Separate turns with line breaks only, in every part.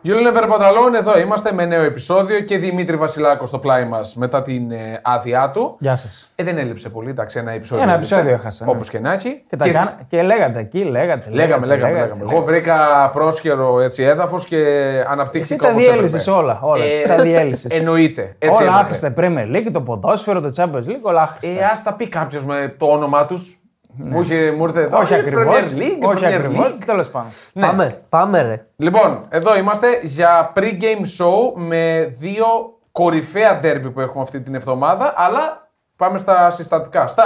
Γιούλιο Βερμπαταλόν, εδώ είμαστε με νέο επεισόδιο και Δημήτρη Βασιλάκος στο πλάι μας μετά την ε, άδειά του.
Γεια σας.
Ε, δεν έλειψε πολύ, εντάξει, ένα επεισόδιο.
Ένα επεισόδιο έχασα, ναι.
Όπως και να έχει.
Και, τα
σ-
κάνα- και λέγατε εκεί, λέγατε.
Λέγαμε, λέγαμε, λέγαμε. Εγώ βρήκα πρόσχερο έτσι έδαφος και
Εσύ
αναπτύχθηκα.
τα
όπως
διέλυσε
έπρεπε.
όλα. όλα.
Ε,
τα διέλυσες.
Εννοείται. Έτσι
Όλα
έπρεπε.
άχρηστα. η Premier League, το ποδόσφαιρο, το Champions League, όλα άχρηστα.
Ε, ας τα πει κάποιος με το όνομά τους. Μου, είχε- μου ήρθε εδώ.
Ναι. όχι
«Ε,
ακριβώς.
Premier League,
Όχι
Premier
ακριβώς.
League».
Τέλος πάντων.
Πάμε, πάμε ρε.
Λοιπόν, εδώ είμαστε για pre-game show με δύο κορυφαία ντέρμπι που έχουμε αυτή την εβδομάδα, αλλά πάμε στα συστατικά, στα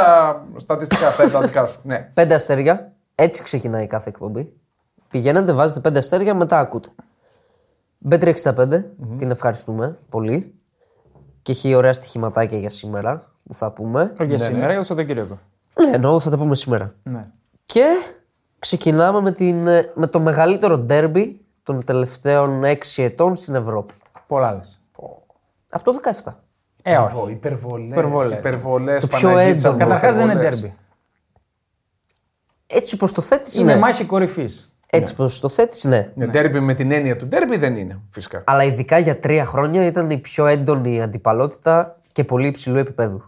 στατιστικά, στα εντατικά σου. Ναι.
Πέντε αστέρια. Έτσι ξεκινάει κάθε εκπομπή. Πηγαίνετε, βάζετε πέντε αστέρια, μετά ακούτε. B365, την ευχαριστούμε πολύ. Και έχει ωραία στοιχηματάκια για σήμερα που θα πούμε.
Ναι,
Όχι για σήμερα, για το Σαββατοκύριακο.
Ναι, εννοώ θα τα πούμε σήμερα.
Ναι.
Και ξεκινάμε με, την, ε, με το μεγαλύτερο ντέρμπι των τελευταίων 6 ετών στην Ευρώπη.
Πολλά λες.
Από το 17.
Ε, όχι.
Υπερβολές,
Υπερβολές.
υπερβολές, Ναι.
Το πιο
Παναγίτσα
έντονο.
μου,
Καταρχάς δεν είναι
υπερβολές.
derby.
Έτσι πως το θέτεις,
Είναι
ναι.
μάχη κορυφής.
Έτσι πως το θέτεις, ναι.
Ναι, ντέρμπι με την έννοια του ντέρμπι δεν είναι, φυσικά.
Αλλά ειδικά για τρία χρόνια ήταν η πιο έντονη αντιπαλότητα και πολύ υψηλού επίπεδου.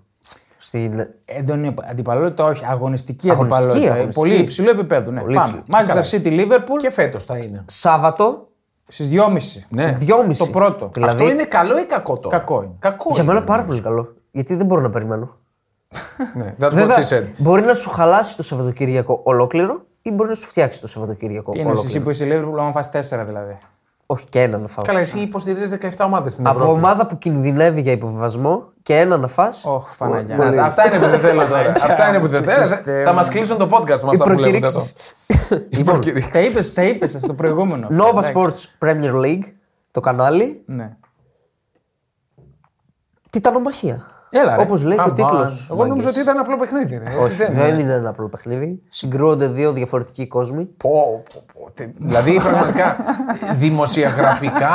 Στην...
Έντονη Ε, αντιπαλότητα, όχι. Αγωνιστική,
Αγωνιστική,
αντιπαλότητα. Ε,
αγωνιστική.
Πολύ υψηλό επίπεδο. Ναι.
Πολύ
Πάμε.
υψηλό.
Manchester City Liverpool
Και φέτος θα είναι.
Σάββατο,
στις 2.30.
Ναι.
δυόμιση.
το πρώτο.
Δηλαδή,
Αυτό είναι καλό ή κακό τώρα.
Κακό είναι.
Κακό
για
είναι.
μένα πάρα πολύ καλό. Γιατί δεν μπορώ να περιμένω.
Ναι. That's what she
Βέβαια,
said.
μπορεί να σου χαλάσει το Σαββατοκύριακο ολόκληρο ή μπορεί να σου φτιάξει το Σαββατοκύριακο
Τι εννοείς
ολόκληρο.
εσύ που είσαι Liverpool, άμα φας 4 δηλαδή.
Όχι και ένα να φάω.
Καλά, εσύ υποστηρίζεις 17 ομάδες στην
Από
Ευρώπη.
ομάδα που κινδυνεύει για υποβιβασμό και ένα να φας,
Ωχ, Παναγιά.
Πολύ.
Α, Αυτά είναι που δεν θέλω τώρα. Αυτά είναι που δεν θέλω.
Χριστέ
Θα
μου.
μας κλείσουν το podcast μας
οι
τα που λέγονται εδώ.
προκηρύξεις. λοιπόν,
Προκηρύξεις.
Τα είπες, τα είπες στο προηγούμενο.
Nova
Εντάξει.
Sports Premier League, το κανάλι,
Ναι.
Τιτανομαχία.
Έλα, ρε.
Όπως λέει Ναι, και ο
Αμπάν.
τίτλος.
Εγώ νόμιζα ότι ήταν απλό παιχνίδι. ρε.
Όχι, Ε, δεν, είναι ένα απλό παιχνίδι. Συγκρούονται δύο διαφορετικοί κόσμοι.
Πω, πω, πω, τε- Δηλαδή πραγματικά δημοσιογραφικά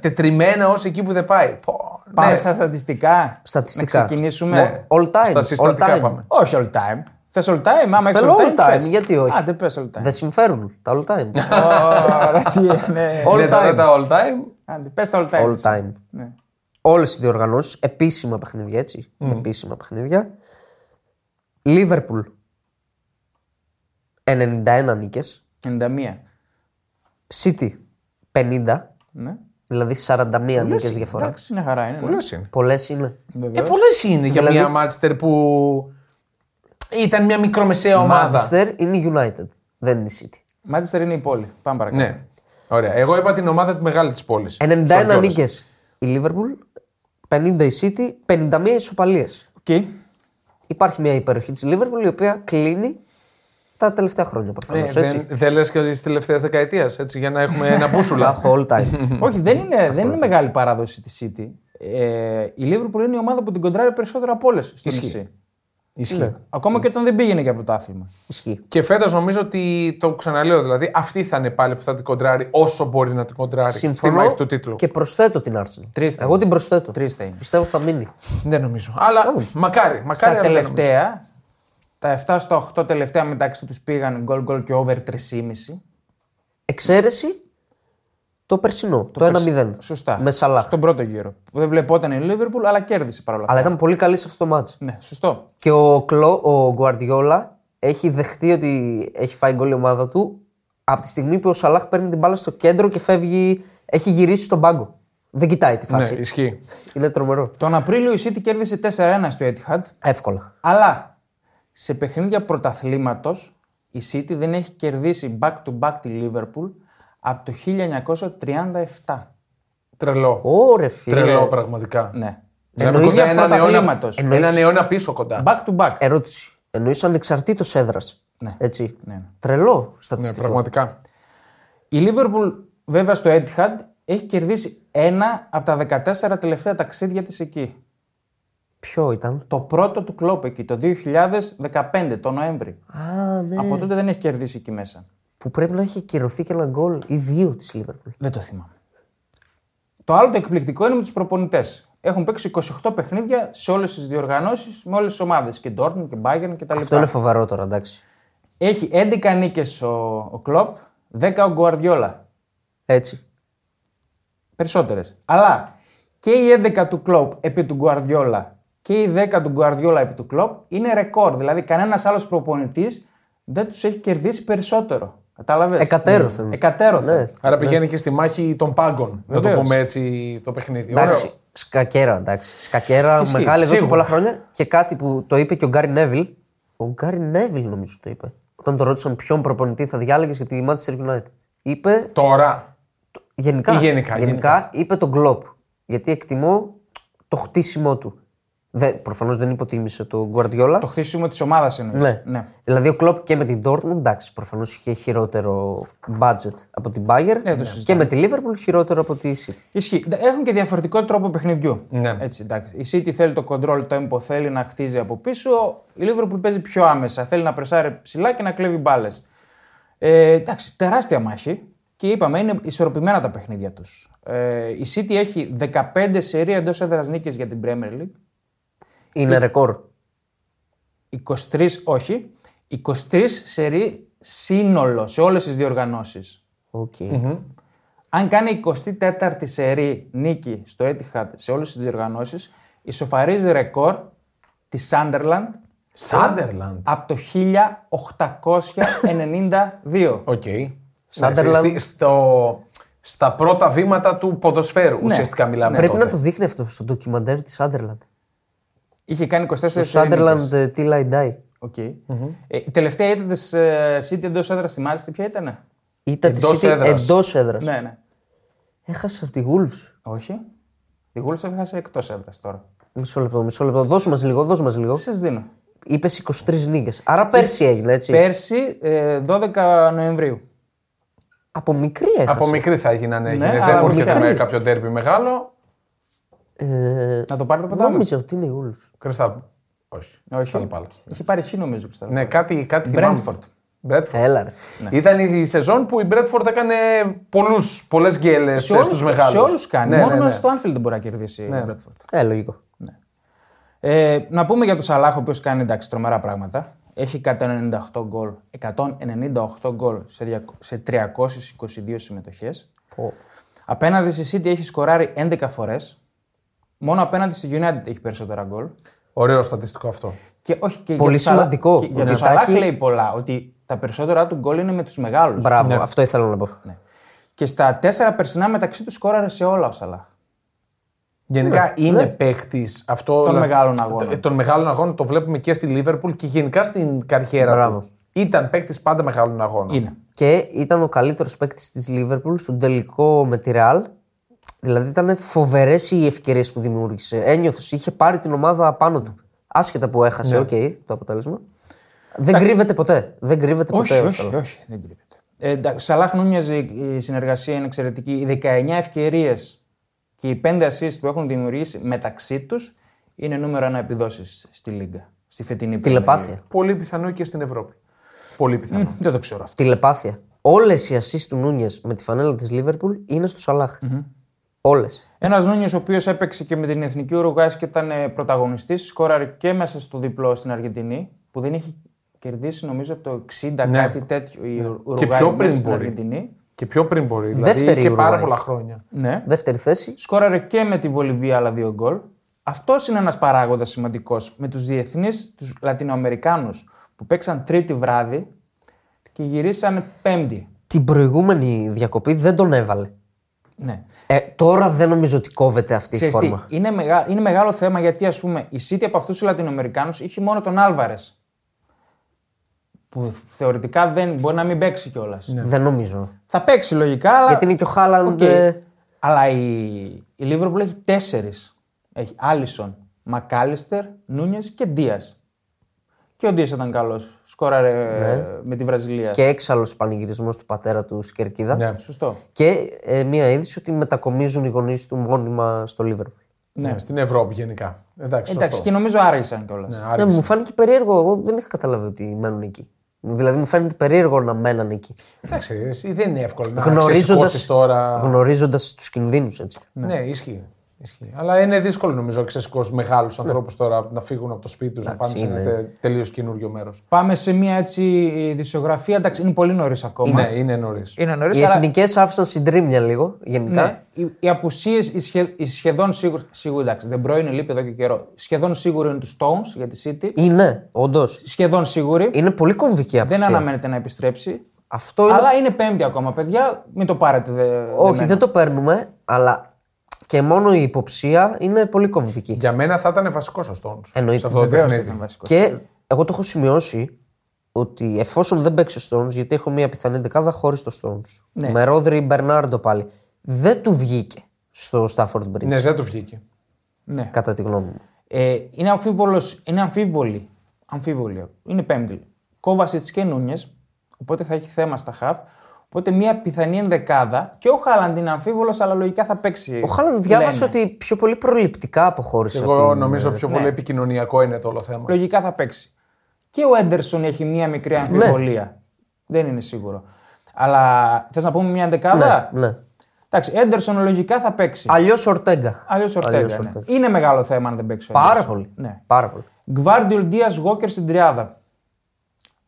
τετριμένα ως εκεί που δεν πάει. Πω,
Πάμε
ναι.
στα στατιστικά.
Στατιστικά.
Να ξεκινήσουμε.
Ναι.
All time.
Στα
all
συστατικά
time.
πάμε.
Όχι all time. Θες all time, άμα έχεις
Θέλω
all time.
all time,
θες.
γιατί όχι.
Α, δεν πες all time.
Δεν συμφέρουν τα all time.
Ωρα, τι είναι.
All
Είναι τώρα
time.
τα all time.
Άντε, πες τα all time.
all time.
Ναι.
Όλες οι διοργανώσεις, επίσημα παιχνίδια έτσι. Επίσημα παιχνίδια. Λίβερπουλ. 91 νίκε.
91.
City 50.
Ναι.
Δηλαδή 41 νίκε διαφορά.
Εντάξει.
Μια χαρά είναι. ναι.
Πολλές είναι.
Πολλές είναι.
Ε, πολλές είναι για
Δηλαδή-
μια Μάλτσεστερ που ήταν μια μικρομεσαία ομάδα.
Manchester είναι η United. Δεν είναι η City.
Manchester είναι η πόλη. Πάμε παρακάτω.
Ναι. Ωραία. Εγώ είπα την ομάδα τη μεγάλη της πόλης.
91 νίκες η Liverpool, 50 η City, 51 ισοπαλίε.
Οκ.
Υπάρχει μια υπεροχή της Liverpool η οποία κλείνει τα τελευταία χρόνια προφανώς.
Ε, δεν δεν λες και τη τελευταία δεκαετία, έτσι, για να έχουμε ένα μπούσουλα.
έχω all time.
Όχι, δεν είναι, δεν είναι μεγάλη παράδοση της City. Ε, η Liverpool είναι η ομάδα που την κοντράρει περισσότερο από όλες στο νησί.
Ναι.
Ισχύει.
Ακόμα και όταν δεν πήγαινε για πρωτάθλημα.
Ισχύει.
Και φέτος νομίζω ότι το ξαναλέω δηλαδή, αυτή θα είναι πάλι που θα την κοντράρει όσο μπορεί να την κοντράρει στη μάχη
Συμφωνώ
του τίτλου.
και προσθέτω την Arsenal.
Τρεις θα
Εγώ την προσθέτω.
Τρεις θα είναι.
Πιστεύω θα μείνει.
Δεν νομίζω. Αλλά μακάρι, μακάρι.
Στα
αλλά δεν νομίζω.
τελευταία, τα 7 στα 8 τελευταία μεταξύ τους πήγαν γκολ γκολ και over 3,5.
Εξαίρεση το περσινό, το, 1-0.
Σωστά.
Με Σαλάχ.
Στον πρώτο γύρο. Που δεν βλεπόταν η Liverpool, αλλά κέρδισε παρόλα αυτά.
Αλλά ήταν πολύ καλή σε αυτό το μάτσο.
Ναι, σωστό.
Και ο Κλο, ο Γκουαρδιόλα, έχει δεχτεί ότι έχει φάει γκολ η ομάδα του από τη στιγμή που ο Σαλάχ παίρνει την μπάλα στο κέντρο και φεύγει. Έχει γυρίσει στον πάγκο. Δεν κοιτάει τη φάση.
Ναι, ισχύει.
Είναι τρομερό.
Τον Απρίλιο η City κέρδισε 4-1 στο Etihad,
Εύκολα.
αλλά σε παιχνίδια πρωταθλήματος η City δεν έχει κερδίσει back-to-back τη Liverpool από το 1937.
Τρελό.
Ωρε φίλε.
Τρελό πραγματικά.
Ναι.
Μιλάμε
Εννοείς-
κοντά έναν αιώνα-
πρωταθλήματος.
Έναν αιώνα πίσω κοντά.
Back-to-back.
Ερώτηση. Εννοείς ανεξαρτήτως έδρας.
Ναι.
Έτσι.
ναι.
Τρελό
Ναι,
στατιστικό.
πραγματικά.
Η Liverpool βέβαια στο Etihad έχει κερδίσει ένα από τα 14 τελευταία ταξίδια της εκεί.
Ποιο ήταν.
Το πρώτο του κλόπ εκεί, το 2015, το Νοέμβρη.
Α, ναι.
Από τότε δεν έχει κερδίσει εκεί μέσα.
Που πρέπει να έχει κυρωθεί και ένα γκολ ή δύο της Λίβερπουλ.
Δεν το θυμάμαι. Το άλλο το εκπληκτικό είναι με τους προπονητές. Έχουν παίξει 28 παιχνίδια σε όλες τις διοργανώσεις, με όλες τις ομάδες. Και Dortmund και Bayern και τα
Αυτό
λοιπά.
είναι φοβερό τώρα, εντάξει.
Έχει 11 νίκες ο, ο Κλόπ, 10 ο Guardiola.
Έτσι.
Περισσότερες. Αλλά και η 11 του Κλοπ επί του Γκουαρδιόλα και η 10 του Γκουαρδιόλα επί του Κλοπ είναι ρεκόρ. Δηλαδή κανένας άλλος προπονητής δεν τους έχει κερδίσει περισσότερο. Κατάλαβες.
Εκατέρωθεν.
Εκατέρωθεν.
Ναι.
Άρα πηγαίνει και στη μάχη των πάγκων. Να το
Βεβαίως.
πούμε έτσι το παιχνίδι. Ωραίο.
Εντάξει. Σκακέρα, εντάξει. Σκακέρα,
Ισχύει,
μεγάλη εδώ και
σίγουρα.
πολλά χρόνια. Και κάτι που το είπε και ο Γκάρι Νέβιλ. Ο Γκάρι Νέβιλ νομίζω το είπε. Όταν το ρώτησαν ποιον προπονητή θα διάλεγες για τη Manchester United. Είπε.
Τώρα.
Γενικά,
Ή γενικά,
είπε τον Κλοπ. Γιατί εκτιμώ το χτίσιμό του. Δε, Προφανώς δεν υποτίμησε τον Γκουαρδιόλα.
Το χτίσιμο της ομάδας εννοείς.
Ναι. Δηλαδή ο Κλοπ και με την Dortmund, εντάξει, προφανώς είχε χειρότερο budget από την Bayern.
το
και
συζητάμε.
με τη Liverpool χειρότερο από τη City.
Ισχύει. Ντα- Έχουν και διαφορετικό τρόπο παιχνιδιού.
Ναι.
Έτσι, εντάξει. Η City θέλει το control tempo, θέλει να χτίζει από πίσω. Η Liverpool παίζει πιο άμεσα. Θέλει να πρεσάρει ψηλά και να κλέβει μπάλες. Ε, εντάξει, τεράστια μάχη. Και είπαμε, είναι ισορροπημένα τα παιχνίδια τους. Ε, η City έχει 15 σερία εντός έδρας νίκε για την Premier League.
Είναι ρεκόρ.
23, όχι. 23 σερί σύνολο σε όλες τις διοργανώσεις.
Okay.
Αν κάνει 24η σερή νίκη στο Etihad σε όλες τις διοργανώσεις, ισοφαρίζει ρεκόρ της Sunderland
Σάντερλαντ.
από το 1892.
Οκ.
Sunderland.
Εντάξει, στη- στο- Στα πρώτα βήματα του ποδοσφαίρου ουσιαστικά μιλάμε.
Ναι. Πρέπει
τότε.
να το δείχνει αυτό στο ντοκιμαντέρ της Sunderland.
Είχε κάνει 24
Το
σερή
Sunderland
νίκες.
ε, Till I Die.
Okay. Ε, η τελευταία ήταν της ε, City εντός έδρας, θυμάστε ποια ήτανε.
Ήταν της
Εντός
City
έδρας.
εντός έδρας.
Ναι, ναι.
Έχασε από τη Wolves.
Όχι. Η Wolves έχασε εκτός έδρας τώρα.
Μισό λεπτό, μισό λεπτό. Δώσε μας λίγο, δώσε μας λίγο.
Τι σας δίνω.
Είπες 23 νίκες. Άρα πέρσι έγινε έτσι.
Πέρσι, ε, 12 Νοεμβρίου.
Από μικρή έχασε.
Από μικρή θα έγιναν. Ναι,
αλλά
δεν πρόκειται
μικρή.
με κάποιο ντέρμπι μεγάλο.
Ε,
Να το πάρει το ποτάμι.
νόμιζα ότι είναι η Wolves.
Κρυστά. Όχι. Crystal
Όχι.
Palace.
Είχε πάρει χ νομίζω. Κρυστάλλο.
Ναι, κάτι. κάτι
Brentford. Ε, ναι.
Brentford.
Έλα. ρε.
Ήταν η σεζόν που η Μπρέτφορντ έκανε πολλούς, πολλές γκέλες
σε όλους,
στους μεγάλους.
σε όλους κάνει.
Ναι,
Μόνο
ναι, ναι.
στο Anfield δεν μπορεί να κερδίσει η Bradford.
Ε, λογικό.
Ε, να πούμε για τον Σαλάχ, ο οποίος κάνει εντάξει τρομερά πράγματα. Έχει 198 γκολ, 198 γκολ σε, διακο- σε 322 συμμετοχές.
Πω.
Απέναντι στη City έχει σκοράρει 11 φορές. Μόνο απέναντι στη United έχει περισσότερα γκολ.
Ωραίο στατιστικό αυτό.
Και όχι και
Πολύ
για τον Σαλάχ-
σημαντικό,
και Για
ότι
τον
τα
Σαλάχ
έχει-
λέει πολλά. Ότι τα περισσότερα του γκολ είναι με τους μεγάλους.
Μπράβο, αυτό ήθελα να πω.
Ναι. Και στα τέσσερα περσινά μεταξύ τους σκόραρε σε όλα ο Σαλάχ.
Γενικά
Ναι.
είναι παίκτης αυτό.
Των μεγάλων αγώνων.
Ε,
Τε- Των μεγάλων αγώνων το βλέπουμε και στη Λίβερπουλ και γενικά στην καριέρα
Μπράβο.
του. Ήταν παίκτης πάντα μεγάλων
ε.
αγώνων.
Είναι.
Και ήταν ο καλύτερος παίκτης της Λίβερπουλ στον τελικό με τη Ρεάλ. Δηλαδή ήταν φοβερές οι ευκαιρίες που δημιούργησε. Ένιωθες, είχε πάρει την ομάδα πάνω του. Άσχετα που έχασε, οκ,
Ναι.
το αποτέλεσμα. Δεν κρύβεται ποτέ. Δεν κρύβεται
Όχι,
ποτέ. ο
όχι,
Σαλάχ.
όχι, δεν κρύβεται. Ε, εντάξει, Σαλάχ Νούνιαζ η- η συνεργασία είναι εξαιρετική. Οι 19 ευκαιρίες και οι 5 assist που έχουν δημιουργήσει μεταξύ τους είναι νούμερο ένα επιδόσεις στη Λίγκα. Στη φετινή Premier League.
Τηλεπάθεια.
Πολύ πιθανό και στην Ευρώπη. Πολύ πιθανό.
Δεν το ξέρω αυτό.
Τηλεπάθεια. Όλες οι ασεί του Νούνιε με τη φανέλα της Λίβερπουλ είναι στο Σαλάχ. Όλες.
Ένας Νούνιε ο οποίος έπαιξε και με την εθνική Ουρουγάη και ήταν πρωταγωνιστής, σκόραρε και μέσα στο διπλό στην Αργεντινή, που δεν έχει κερδίσει νομίζω από το 60 κάτι τέτοιο η Ουρουγάη
πιο
μέσα
πριν
στην
μπορεί.
Αργεντινή.
Και πιο πριν μπορεί.
Δεύτερη
δηλαδή είχε πάρα
Ουρουάη.
πολλά χρόνια.
Ναι.
Δεύτερη θέση.
Σκόραρε και με τη Βολιβία άλλα δύο γκολ. Αυτός είναι ένας παράγοντας σημαντικός. Με τους διεθνείς, τους Λατινοαμερικάνους που παίξαν τρίτη βράδυ και γυρίσαν πέμπτη.
Την προηγούμενη διακοπή δεν τον έβαλε.
Ναι.
Ε, τώρα δεν νομίζω ότι κόβεται αυτή η
Ξέρεις τι,
φόρμα.
είναι, μεγα... είναι μεγάλο θέμα γιατί ας πούμε η City από αυτούς τους Λατινοαμερικάνους είχε μόνο τον Άλβαρες. Που θεωρητικά δεν μπορεί να μην παίξει κιόλας.
Δεν νομίζω.
Θα παίξει λογικά, αλλά.
Ναι. Γιατί είναι και ο Χάλαντ.
Ναι.
ε,
Οκ. Αλλά η, η Liverpool έχει τέσσερις. Έχει Άλισον, Μακάλιστερ, Νούνιε και Ντία. Και ο Ντία ήταν καλός. Σκόραρε ε, με τη Βραζιλία.
και έξαλλος πανηγυρισμός του πατέρα του στην Κερκίδα.
Ναι.
Σωστό.
Και ε, μία είδηση ότι μετακομίζουν οι γονείς του μόνιμα στο Λίβερπουλ.
Ναι, στην Ευρώπη γενικά. Εντάξει,
Εντάξει,
σωστό.
και νομίζω άργησαν κιόλας.
Ναι,
Ναι,
άρα-
μου φάνηκε περίεργο. Εγώ δεν είχα καταλάβει ότι μένουν εκεί. Δηλαδή μου φαίνεται περίεργο να μέναν εκεί.
Εντάξει, εσύ δεν είναι εύκολο να
Γνωρίζοντας
ξεσηκώσεις τώρα.
γνωρίζοντας τους κινδύνους έτσι.
Ναι, ισχύει. Ισχύει. Αλλά είναι δύσκολο νομίζω εξαισικώ μεγάλου ανθρώπους τώρα να φύγουν από το σπίτι τους, να πάνε σε ένα
Ναι. είναι.
τελείως καινούριο μέρος.
Πάμε σε μια έτσι ειδησιογραφία. Εντάξει, είναι πολύ νωρίς ακόμα.
Ναι, είναι νωρίς.
Είναι νωρίς,
Οι
αλλά
εθνικές άφησαν συντρίμια λίγο γενικά.
ναι, οι, οι απουσίες σχεδόν σίγουρα. Σίγουρα, εντάξει, δεν πρώην λείπει εδώ και καιρό. Σχεδόν σίγουρο είναι τους Stones για τη City.
Είναι, όντως.
Σχεδόν σίγουροι.
Είναι πολύ κομβική απουσία.
Δεν αναμένεται να επιστρέψει.
Αυτό είναι.
Αλλά είναι πέμπτη ακόμα, παιδιά. Μην το πάρετε. Δε,
Όχι,
δεμένα.
δεν το παίρνουμε, αλλά και μόνο η υποψία είναι πολύ κομβική.
Για μένα θα ήταν βασικός ο Στόουν.
Εννοείται.
αυτό το
Βεβαίως
παιχνίδι.
ήταν βασικός.
Και εγώ το έχω σημειώσει ότι εφόσον δεν παίξει ο Stones, γιατί έχω μια πιθανή δεκάδα χωρίς το Stones. Με Ρόδρυ Μπερνάρντο πάλι. Δεν του βγήκε στο Stafford Bridge,
Ναι, δεν του βγήκε.
Ναι.
κατά τη γνώμη μου.
Ε, είναι, αμφίβολος, είναι αμφίβολη. Αμφίβολη. Είναι πέμπτη. Κόβασε τι και Νούνιες, οπότε θα έχει θέμα στα χαφ. Οπότε μια πιθανή ενδεκάδα και ο Χάλαντ είναι αμφίβολος, αλλά λογικά θα παίξει.
Ο Χάλαντ διάβασε
λένε.
ότι πιο πολύ προληπτικά αποχώρησε. από
Εγώ
την- Ναι.
νομίζω πιο πολύ επικοινωνιακό είναι το όλο θέμα.
Λογικά θα παίξει. Και ο Έντερσον έχει μια μικρή
Ναι.
αμφιβολία. Δεν είναι σίγουρο. Αλλά θες να πούμε μια ενδεκάδα.
Ναι.
Εντάξει, Έντερσον λογικά θα παίξει.
Αλλιώς Ορτέγκα.
Αλλιώς
Αλλιώς
Ορτέγκα. Ναι. Είναι μεγάλο θέμα αν δεν παίξει ο
Πάρα
Ederson.
πολύ.
Ναι.
Πάρα πολύ.
Γκβάρντιολ Ντία Γόκερ στην τριάδα.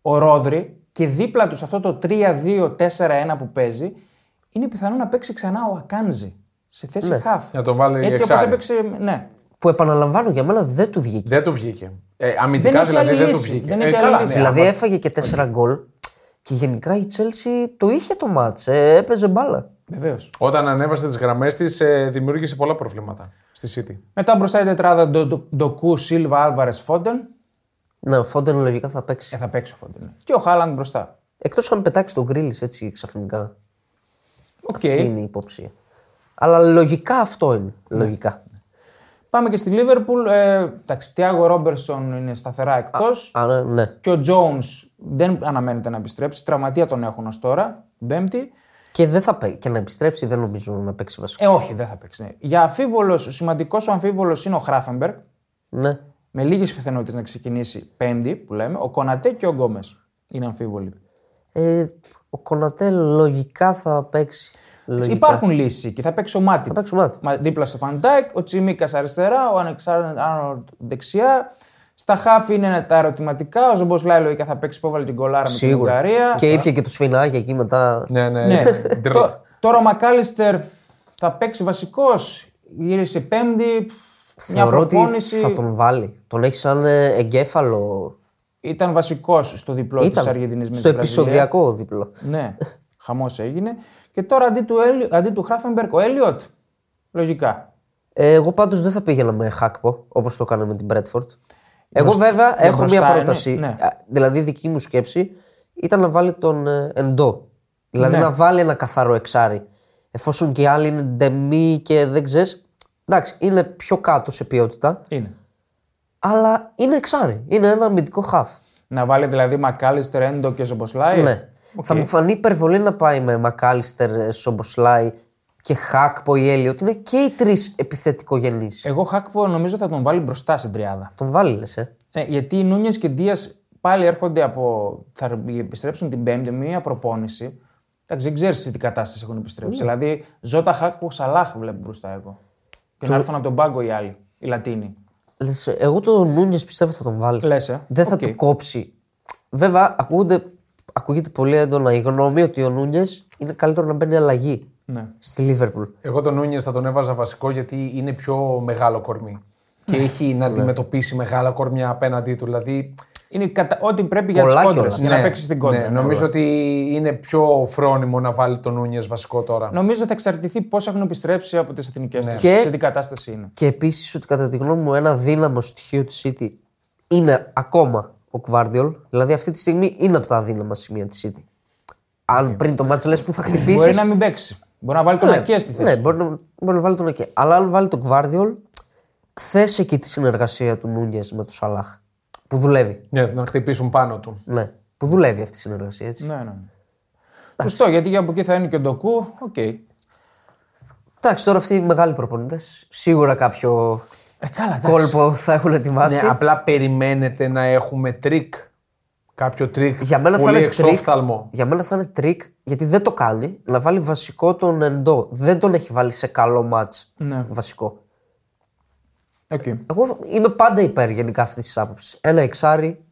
Ο Ρόδρυ και δίπλα τους σε αυτό το 3-2-4-1 που παίζει, είναι πιθανό να παίξει ξανά ο Ακάνζη σε θέση
Ναι.
half.
Να τον βάλει
Έτσι όπως
εξάρι.
έπαιξε. Ναι.
Που επαναλαμβάνω για μένα δεν του βγήκε.
Δεν του βγήκε. Ε,
Δεν
αμυντικά
έχει
δηλαδή
άλλη
δεν του
λύση.
βγήκε.
Δεν έχει άλλη λύση.
ναι,
δηλαδή έφαγε και τέσσερα γκολ και γενικά η Chelsea το είχε το μάτς, ε, έπαιζε μπάλα.
Βεβαίως.
Όταν ανέβασε τις γραμμές της, ε, δημιούργησε πολλά προβλήματα στη City.
Μετά μπροστά η τετράδα Ντο- Ντο- Ντοκού, Σίλβα, Άλβαρες, Φόντεν.
Ναι, ο Φόντεν λογικά θα παίξει.
Ε, θα παίξει ο Φόντεν. ναι. Και ο Χάλαντ μπροστά.
Εκτός αν πετάξει τον Γκρίλης έτσι ξαφνικά.
Οκ.
Αυτή είναι η υποψία. Αλλά λογικά αυτό είναι.
Ναι.
Λογικά.
Πάμε και στη Λίβερπουλ. Ε, εντάξει, Τιάγο Ρόμπερσον είναι σταθερά εκτός.
Άρα ναι.
Και ο Τζόουν δεν αναμένεται να επιστρέψει. Τραυματία τον έχουν ως τώρα. Πέμπτη.
Και, δεν θα παί- και να επιστρέψει δεν νομίζω να παίξει βασικό.
Ε, όχι, δεν θα παίξει. Ναι. Για αμφίβολος, ο σημαντικός ο αμφίβολος είναι ο Χράφενμπεργκ.
Ναι.
Με λίγες πιθανότητες να ξεκινήσει πέμπτη, που λέμε. Ο Κονατέ και ο Γκόμες είναι αμφίβολοι.
Ε, ο Κονατέ λογικά θα παίξει. Λογικά.
Υπάρχουν λύσεις εκεί. Θα παίξει ο Μάτι.
Θα παίξει ο Μάτιν.
Μα- Δίπλα στο Φαντάικ, ο Τσιμίκας αριστερά, ο Ανεξάρτητο δεξιά. Στα χάφη είναι τα ερωτηματικά. Ο Ζωμπό Λάι λογικά θα παίξει που έβαλε την κολάρα με την
Σίγουρα.
Ουγγαρία.
Και ήπια και το σφινάκι εκεί μετά.
Ναι, ναι.
Ναι.
Ε,
Ντρ.
Τω- Τώρα ο Μακάλιστερ θα παίξει βασικός. Γύρισε πέμπτη. Μια
Θεωρώ ότι
προπόνηση.
θα τον βάλει. Τον έχει σαν ε, εγκέφαλο.
Ήταν βασικός στο διπλό της Αργεντινής με
στο
τη Βραζιλία.
επεισοδιακό δίπλο.
Ναι, χαμός έγινε. Και τώρα αντί του, Έλι... αντί του Χράφενμπερκ, ο Έλιοτ. Λογικά.
Ε, εγώ πάντως δεν θα πήγαινα με Χάκπο όπως το κάναμε με την Μπρέτφορντ. Εγώ βέβαια έχω
μπροστά,
μία πρόταση.
ναι, ναι.
Α, Δηλαδή δική μου σκέψη ήταν να βάλει τον ε, Εντό. Δηλαδή
Ναι.
να βάλει ένα καθαρό εξάρι. Εφόσον και οι άλλοι είναι ντεμή και δεν ξέρεις. Εντάξει, είναι πιο κάτω σε ποιότητα,
Είναι.
αλλά είναι εξάρι. Είναι ένα αμυντικό χαφ.
Να βάλει δηλαδή Μακάλιστερ, Έντο και Ζομποσλάι.
Ναι. Θα μου φανεί υπερβολή να πάει με Μακάλιστερ, Σομποσλάι και Χάκπο ή Έλιο. Ότι είναι και οι τρεις επιθετικογενείς.
Εγώ Χάκπο νομίζω θα τον βάλει μπροστά στην τριάδα.
Τον βάλει, λες, ε.
Ναι, γιατί οι Νούνιες και Ντίας πάλι έρχονται από. θα επιστρέψουν την Πέμπτη με μια προπόνηση. Εντάξει, δεν ξέρεις σε τι κατάσταση έχουν επιστρέψει. Δηλαδή, Ζώτα Χάκπο Σαλάχ βλέπω μπροστά εγώ. Και να έρθουν από τον πάγκο οι άλλοι, οι Λατίνοι.
Λες, ε, εγώ τον Νούνιες πιστεύω θα τον βάλει.
Λες. Ε.
Δεν θα
Οκ.
του κόψει. Βέβαια, ακούγονται, ακούγεται πολύ έντονα η γνώμη ότι ο Νούνιες είναι καλύτερο να μπαίνει αλλαγή
Ναι.
στη Λίβερπουλ.
Εγώ τον Νούνιες θα τον έβαζα βασικό γιατί είναι πιο μεγάλο κορμί. Και έχει να αντιμετωπίσει μεγάλα κορμιά απέναντί του. Δηλαδή
Είναι κατα... ό,τι πρέπει για τι
Πολλά
κόντρε.
κιόλας.
Για να
Ναι,
παίξεις την κόντρα.
ναι, νομίζω ότι είναι πιο φρόνιμο να βάλει τον Νούνιες βασικό τώρα.
Νομίζω θα εξαρτηθεί πώς έχουν επιστρέψει από τις εθνικές ναι. τους.
Και-
Σε τι κατάσταση είναι.
Και επίσης ότι κατά τη γνώμη μου ένα δύναμο στοιχείο της City είναι ακόμα ο Κβάρντιολ. Δηλαδή αυτή τη στιγμή είναι από τα αδύναμα σημεία της City. Αν πριν το μάτς λες που θα
Ναι. Μπορεί
χτυπήσει.
να μην παίξει. Μπορεί να βάλει τον Ακέ στη θέση.
ναι, μπορεί να, μπορεί να βάλει τον Ακέ. Αλλά αν βάλει τον Κβάρντιολ, θες εκεί τη συνεργασία του Νούνιες με τους Σαλάχ. Που δουλεύει.
Ναι, να χτυπήσουν πάνω του.
Ναι, που δουλεύει αυτή η συνεργασία έτσι.
Ναι, ναι. ναι. Σωστό, γιατί από εκεί θα είναι και ο Ντοκού. Οκ.
Εντάξει, τώρα αυτοί οι μεγάλοι προπονητές σίγουρα κάποιο
Ε, καλά, εντάξει.
κόλπο θα έχουν ετοιμάσει.
Ναι, απλά περιμένετε να έχουμε τρίκ. Κάποιο τρίκ
για, μένα θα
πολύ
είναι τρίκ,
εξόφθαλμο.
για μένα θα είναι τρίκ, γιατί δεν Ναι. το κάνει, να βάλει βασικό τον Εντό. Δεν τον έχει βάλει σε καλό μάτς βασικό.
Οκ.
Εγώ είμαι πάντα υπέρ γενικά αυτής της άποψης. Ένα εξάρι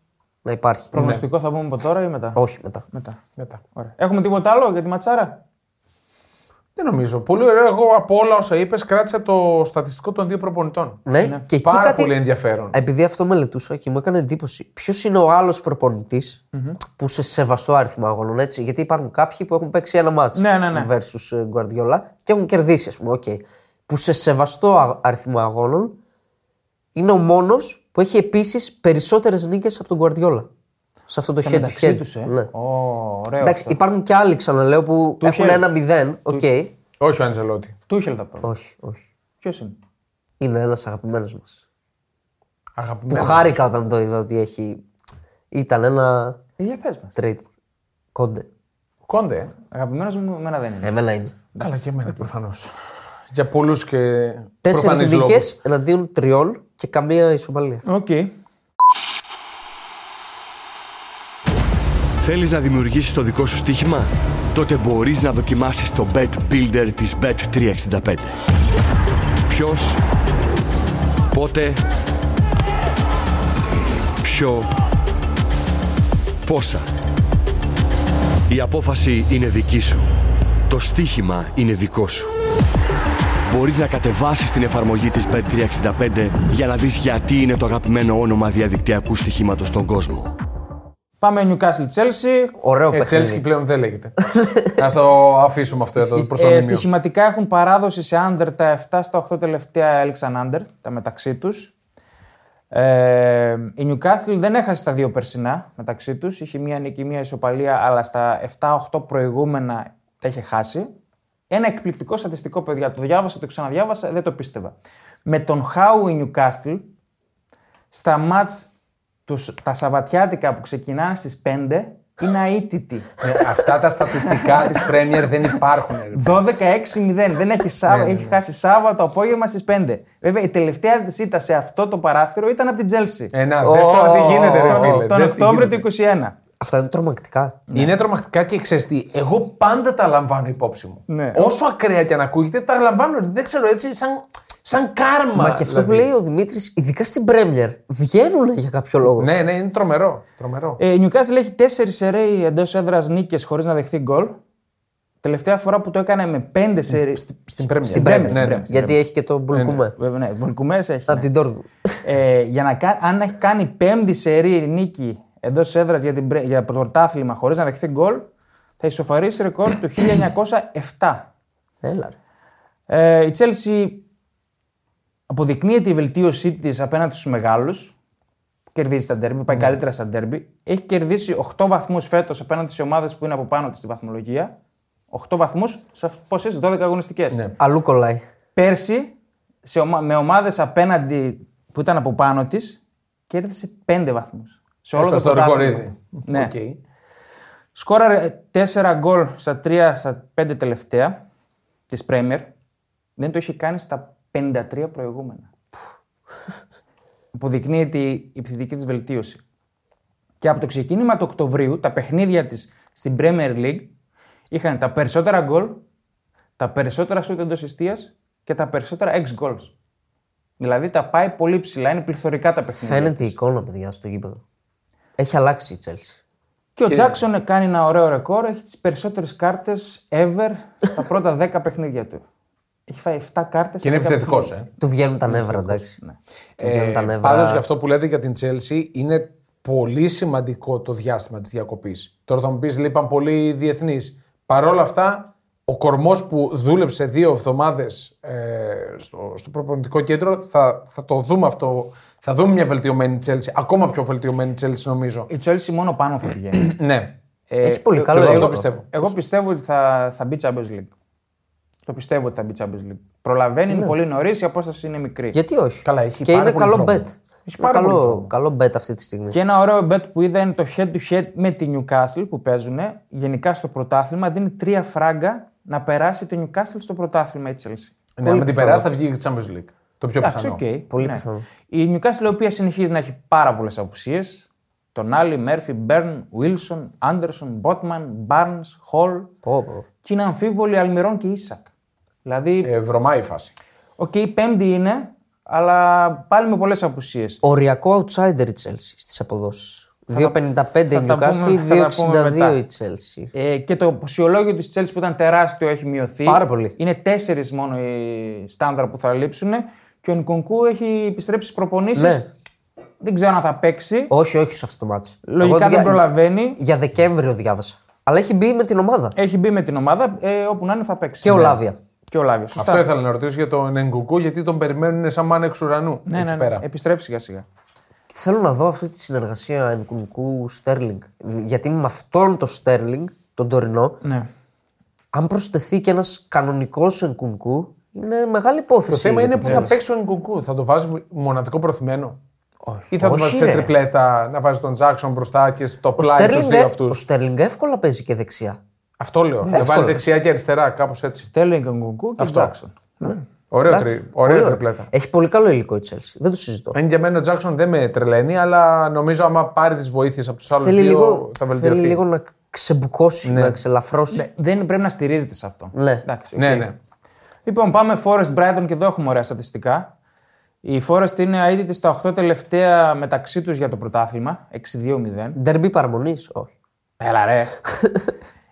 να υπάρχει.
Προγνωστικό θα πούμε από τώρα ή μετά.
Όχι μετά.
Μετά.
Μετά.
Ωραία. Έχουμε τίποτα άλλο για τη ματσάρα.
Δεν νομίζω. Πολύ ωραίο. Εγώ από όλα όσα είπες, κράτησα το στατιστικό των δύο προπονητών.
Ναι, και εκεί
Πάρα
κάτι.
πολύ ενδιαφέρον.
Επειδή αυτό μελετούσα και μου έκανε εντύπωση, ποιος είναι ο άλλος που σε σεβαστό αριθμό αγώνων, έτσι. Γιατί υπάρχουν κάποιοι που έχουν παίξει ένα μάτσο
Ναι, ναι, ναι.
versus ε, Guardiola και έχουν κερδίσει, ας πούμε. οκ. Που σε σεβαστό α- αριθμό αγώνων είναι ο μόνος που έχει επίσης περισσότερες νίκες από τον Guardiola. Σε αυτό το head to
Μεταξύ
head.
τους, ε.
Ναι.
Ω, ωραίο.
Εντάξει, υπάρχουν και άλλοι, ξαναλέω, που έχουν
Χέλ.
ένα μηδέν. Οκ.
Όχι ο Αντζελότη.
Τούχελ θα πω.
Όχι, όχι.
Ποιος είναι.
Είναι ένας αγαπημένος μας. Που
Αγαπημένο.
χάρηκα όταν το είδα ότι έχει. Ήταν ένα
Ε, Για πες μας.
trade. Κόντε.
Κόντε. ε.
Αγαπημένος μου, εμένα δεν είναι.
Εμένα είναι.
Καλά και εμένα προφανώς. Για πολλούς και.
Τέσσερις
προφανείς
νίκες
λόγους.
εναντίον τριών και καμία ισοπαλία.
Οκ.
Θέλεις να δημιουργήσεις το δικό σου στοίχημα? Τότε μπορείς να δοκιμάσεις το Bet Builder της Bet365. Ποιος, πότε, ποιο, πόσα. Η απόφαση είναι δική σου. Το στοίχημα είναι δικό σου. Μπορείς να κατεβάσεις την εφαρμογή της Bet365 για να δεις γιατί είναι το αγαπημένο όνομα διαδικτυακού στοιχήματος στον κόσμο.
Πάμε Newcastle Chelsea.
Ωραίο
Ε, Τσέλσκι
παιχνίδι.
πλέον δεν λέγεται. Ας το αφήσουμε αυτό εδώ προ το
Ε,
μνημείο.
στοιχηματικά έχουν παράδοση σε under τα 7 στα 8 τελευταία έλξαν under, τα μεταξύ τους. Ε, η Newcastle δεν έχασε στα δύο περσινά μεταξύ τους. Είχε μία νίκη, μία ισοπαλία, αλλά στα 7-8 προηγούμενα τα είχε χάσει. Ένα εκπληκτικό στατιστικό, παιδιά. Το διάβασα, το ξαναδιάβασα, δεν το πίστευα. Με τον Χάου η Newcastle στα μάτς τους, τα Σαββατιάτικα που ξεκινάνε στις 5 είναι αίτητη.
Ε, Αυτά τα στατιστικά της Πρέμιερ δεν υπάρχουν. ρε.
12-6-0. Δεν
Ναι,
έχει, Σάββα, έχει χάσει Σάββατο απόγευμα στις 5. Βέβαια, η τελευταία τη ήττα σε αυτό το παράθυρο ήταν από την Τζέλση.
Ε, ναι, να, δες
Ω,
τώρα τι γίνεται, ρε
τον
φίλε.
τον
δες τι
Οκτώβριο
γίνεται.
του 21.
Αυτά είναι τρομακτικά.
Είναι τρομακτικά και ξέρεις τι, εγώ πάντα τα λαμβάνω υπόψη μου.
Ναι.
Όσο ακραία και αν ακούγεται, τα λαμβάνω. Δεν ξέρω έτσι, σαν, σαν κάρμα.
Μα και αυτό που
δηλαδή.
λέει ο Δημήτρης, ειδικά στην Πρέμιερ, βγαίνουν για κάποιο λόγο.
Ναι, ναι, είναι τρομερό. τρομερό.
Ε, η Newcastle έχει 4 σερέι εντός έδρας νίκες χωρίς να δεχθεί γκολ. Τελευταία φορά που το έκανε με 5 σερέι.
στην Premier. Ναι,
Στην Πρέμιερ.
ναι,
στην
ναι.
Πρέμιερ, στην
Γιατί έχει και τον Μπουλκουμέ.
Πρέμιερ. Βέβαια, ναι, Μπολκουμές έχει.
Από
ναι.
την Dortmund.
Ε, για να, κα- αν έχει κάνει πέμπτη σερή νίκη εντός έδρας για, την πρέ- για πρωτάθλημα χωρίς να δεχθεί γκολ, θα ισοφαρίσει ρεκόρ του 1907.
Έλα. ρε.
Ε, η Τσέλσι αποδεικνύεται η βελτίωσή της απέναντι στους μεγάλους. Κερδίζει τα ντέρμπι,
Ναι.
πάει καλύτερα στα ντέρμπι. Έχει κερδίσει 8 βαθμούς φέτος απέναντι σε ομάδες που είναι από πάνω της στη βαθμολογία. 8 βαθμούς σε πόσες 12 αγωνιστικές.
Ναι.
Αλλού κολλάει.
Πέρσι, σε ομα- με ομάδες απέναντι που ήταν από πάνω της, κέρδισε 5 βαθμούς. Σε
Ε,
όλο
Έσπασε
το
ρεκόρ
πρωτάθλημα.
ήδη.
Ναι.
Οκ.
Σκόραρε 4 γκολ στα 3 στα 5 τελευταία της Πρέμιερ. Δεν το είχε κάνει στα 53 προηγούμενα. Αποδεικνύεται η επιθετική της βελτίωση. Και από το ξεκίνημα του Οκτωβρίου, τα παιχνίδια της στην Premier League είχαν τα περισσότερα γκολ, τα περισσότερα σούτ εντός εστία και τα περισσότερα ex goals. Δηλαδή τα πάει πολύ ψηλά, είναι πληθωρικά τα παιχνίδια.
Φαίνεται η εικόνα, παιδιά, στο γήπεδο. Έχει αλλάξει η Τσέλση.
Και ο Τζάξον κάνει ένα ωραίο ρεκόρ. Έχει τις περισσότερες κάρτες ever στα πρώτα 10 παιχνίδια του. Έχει φάει 7 κάρτες.
Και είναι επιθετικό. Ε.
Του βγαίνουν τα νεύρα, εντάξει.
ναι.
Του βγαίνουν τα νεύρα.
Πάντως, για Ε, αυτό που λέτε για την Τσέλση, είναι πολύ σημαντικό το διάστημα της διακοπής. Τώρα θα μου πεις, λείπαν πολλοί διεθνείς. Παρ' όλα αυτά, ο κορμός που δούλεψε δύο εβδομάδες στο, στο προπονητικό κέντρο θα, θα το δούμε αυτό. Θα δούμε μια βελτιωμένη Τσέλση. Ακόμα πιο βελτιωμένη Τσέλση, νομίζω.
Η Τσέλση μόνο πάνω θα πηγαίνει.
ναι.
Έχει πολύ καλό
εγώ αυτό
ρεκόρ.
πιστεύω.
Εγώ πιστεύω ότι θα, θα μπει Champions League. Το πιστεύω ότι θα μπει Champions League. Προλαβαίνει,
Ναι.
είναι πολύ νωρίς, η απόσταση είναι μικρή.
Γιατί όχι.
Καλά, έχει
και
πάρα
είναι
πολύ
καλό
δρόμο.
bet.
Έχει
Είναι
πάρα πολύ
καλό,
δρόμο.
καλό bet αυτή τη στιγμή.
Και ένα ωραίο bet που είδα είναι το head to head με τη Newcastle που παίζουν. Γενικά στο πρωτάθλημα δίνει τρία φράγκα να περάσει τη Newcastle στο πρωτάθλημα η Chelsea.
Ναι, με την περάσει θα βγει η Champions League. Το πιο
Εντάξει,
πιθανό.
οκ. Ναι.
Πολύ πιθανό.
Η Newcastle, η οποία συνεχίζει να έχει πάρα πολλές απουσίες. Τον Άλλη, Μέρφυ, Μπέρν, Βίλσον, Άντερσον, Μπότμαν, Μπάρν, Χολ.
Πω, πω.
Και είναι
Ε.
αμφίβολοι Αλμυρών και Ίσακ. Δηλαδή,
Ε, βρωμάει η φάση.
οκ, η πέμπτη είναι, αλλά πάλι με πολλές απουσίες.
Οριακό outsider η Chelsea στις αποδόσεις. 2,55 η
θα τα πούμε-
Newcastle,
θα τα πούμε
2,62
μετά.
η Chelsea.
Ε, και το ποσιολόγιο της Chelsea που ήταν τεράστιο έχει μειωθεί.
Πάρα πολύ.
Είναι τέσσερις μόνο οι στάνταρ που θα λείψουν. Και ο Νικονκού έχει επιστρέψει στις προπονήσεις.
Ναι.
Δεν ξέρω αν θα παίξει.
Όχι, όχι σε αυτό το μάτσο.
Λογικά δεν προλαβαίνει.
Για Δεκέμβριο διάβασα. Αλλά έχει μπει με την ομάδα.
Έχει μπει με την ομάδα. Ε, όπου να είναι θα παίξει.
Και ο Λάβια.
Και ο Λάβια. Σωστά.
Αυτό ήθελα να ρωτήσω για τον Εγκουκού, γιατί τον περιμένουν σαν μάνα εξ ουρανού.
ναι,
εκεί
ναι, ναι.
πέρα.
Επιστρέφει σιγά σιγά.
Θέλω να δω αυτή τη συνεργασία ενκουνικού Στέρλινγκ. Γιατί με αυτόν τον Στέρλινγκ, τον τωρινό,
Ναι.
αν προσθεθεί και ένας κανονικός ενκουνικού, είναι μεγάλη υπόθεση.
Το θέμα
για
είναι
την
που θα
Chelsea.
παίξει ο Νικουκού. Θα το βάζει μοναδικό προθυμένο. Ή θα το
Όχι,
βάζει σε
ρε.
τριπλέτα, να βάζει τον Τζάξον μπροστά και στο
Ο
πλάι τους
Sterling
δύο
ε-
αυτούς.
Ο Στέρλινγκ εύκολα παίζει και δεξιά.
Αυτό λέω. Να βάλει
εύκολα.
δεξιά και αριστερά, κάπως έτσι.
Στέλνει Νικονκού και
Αυτό.
Τζάξον.
Ωραίο,
Εντάξει,
τρι,
πολύ
ωραίο
ωραία.
τριπλέτα.
Έχει πολύ καλό υλικό η Chelsea. Δεν το συζητώ.
Αν και εμένα ο Τζάξον δεν με τρελαίνει, αλλά νομίζω άμα πάρει τις βοήθειες από τους άλλους
Θέλει
δύο
λίγο,
θα βελτιωθεί.
θέλει λίγο να ξεμπουκώσει, να ξελαφρώσει.
Ναι, δεν πρέπει να στηρίζεται σε αυτό.
Ναι.
Εντάξει,
Ναι,
οκ.
ναι.
Λοιπόν, πάμε Forest Brighton και εδώ έχουμε ωραία στατιστικά. Η Forest είναι αίτητη στα 8 τελευταία μεταξύ τους για το πρωτάθλημα. 6-2-0.
Ντερμπι παραμονής, όχι.
Έλα ρε.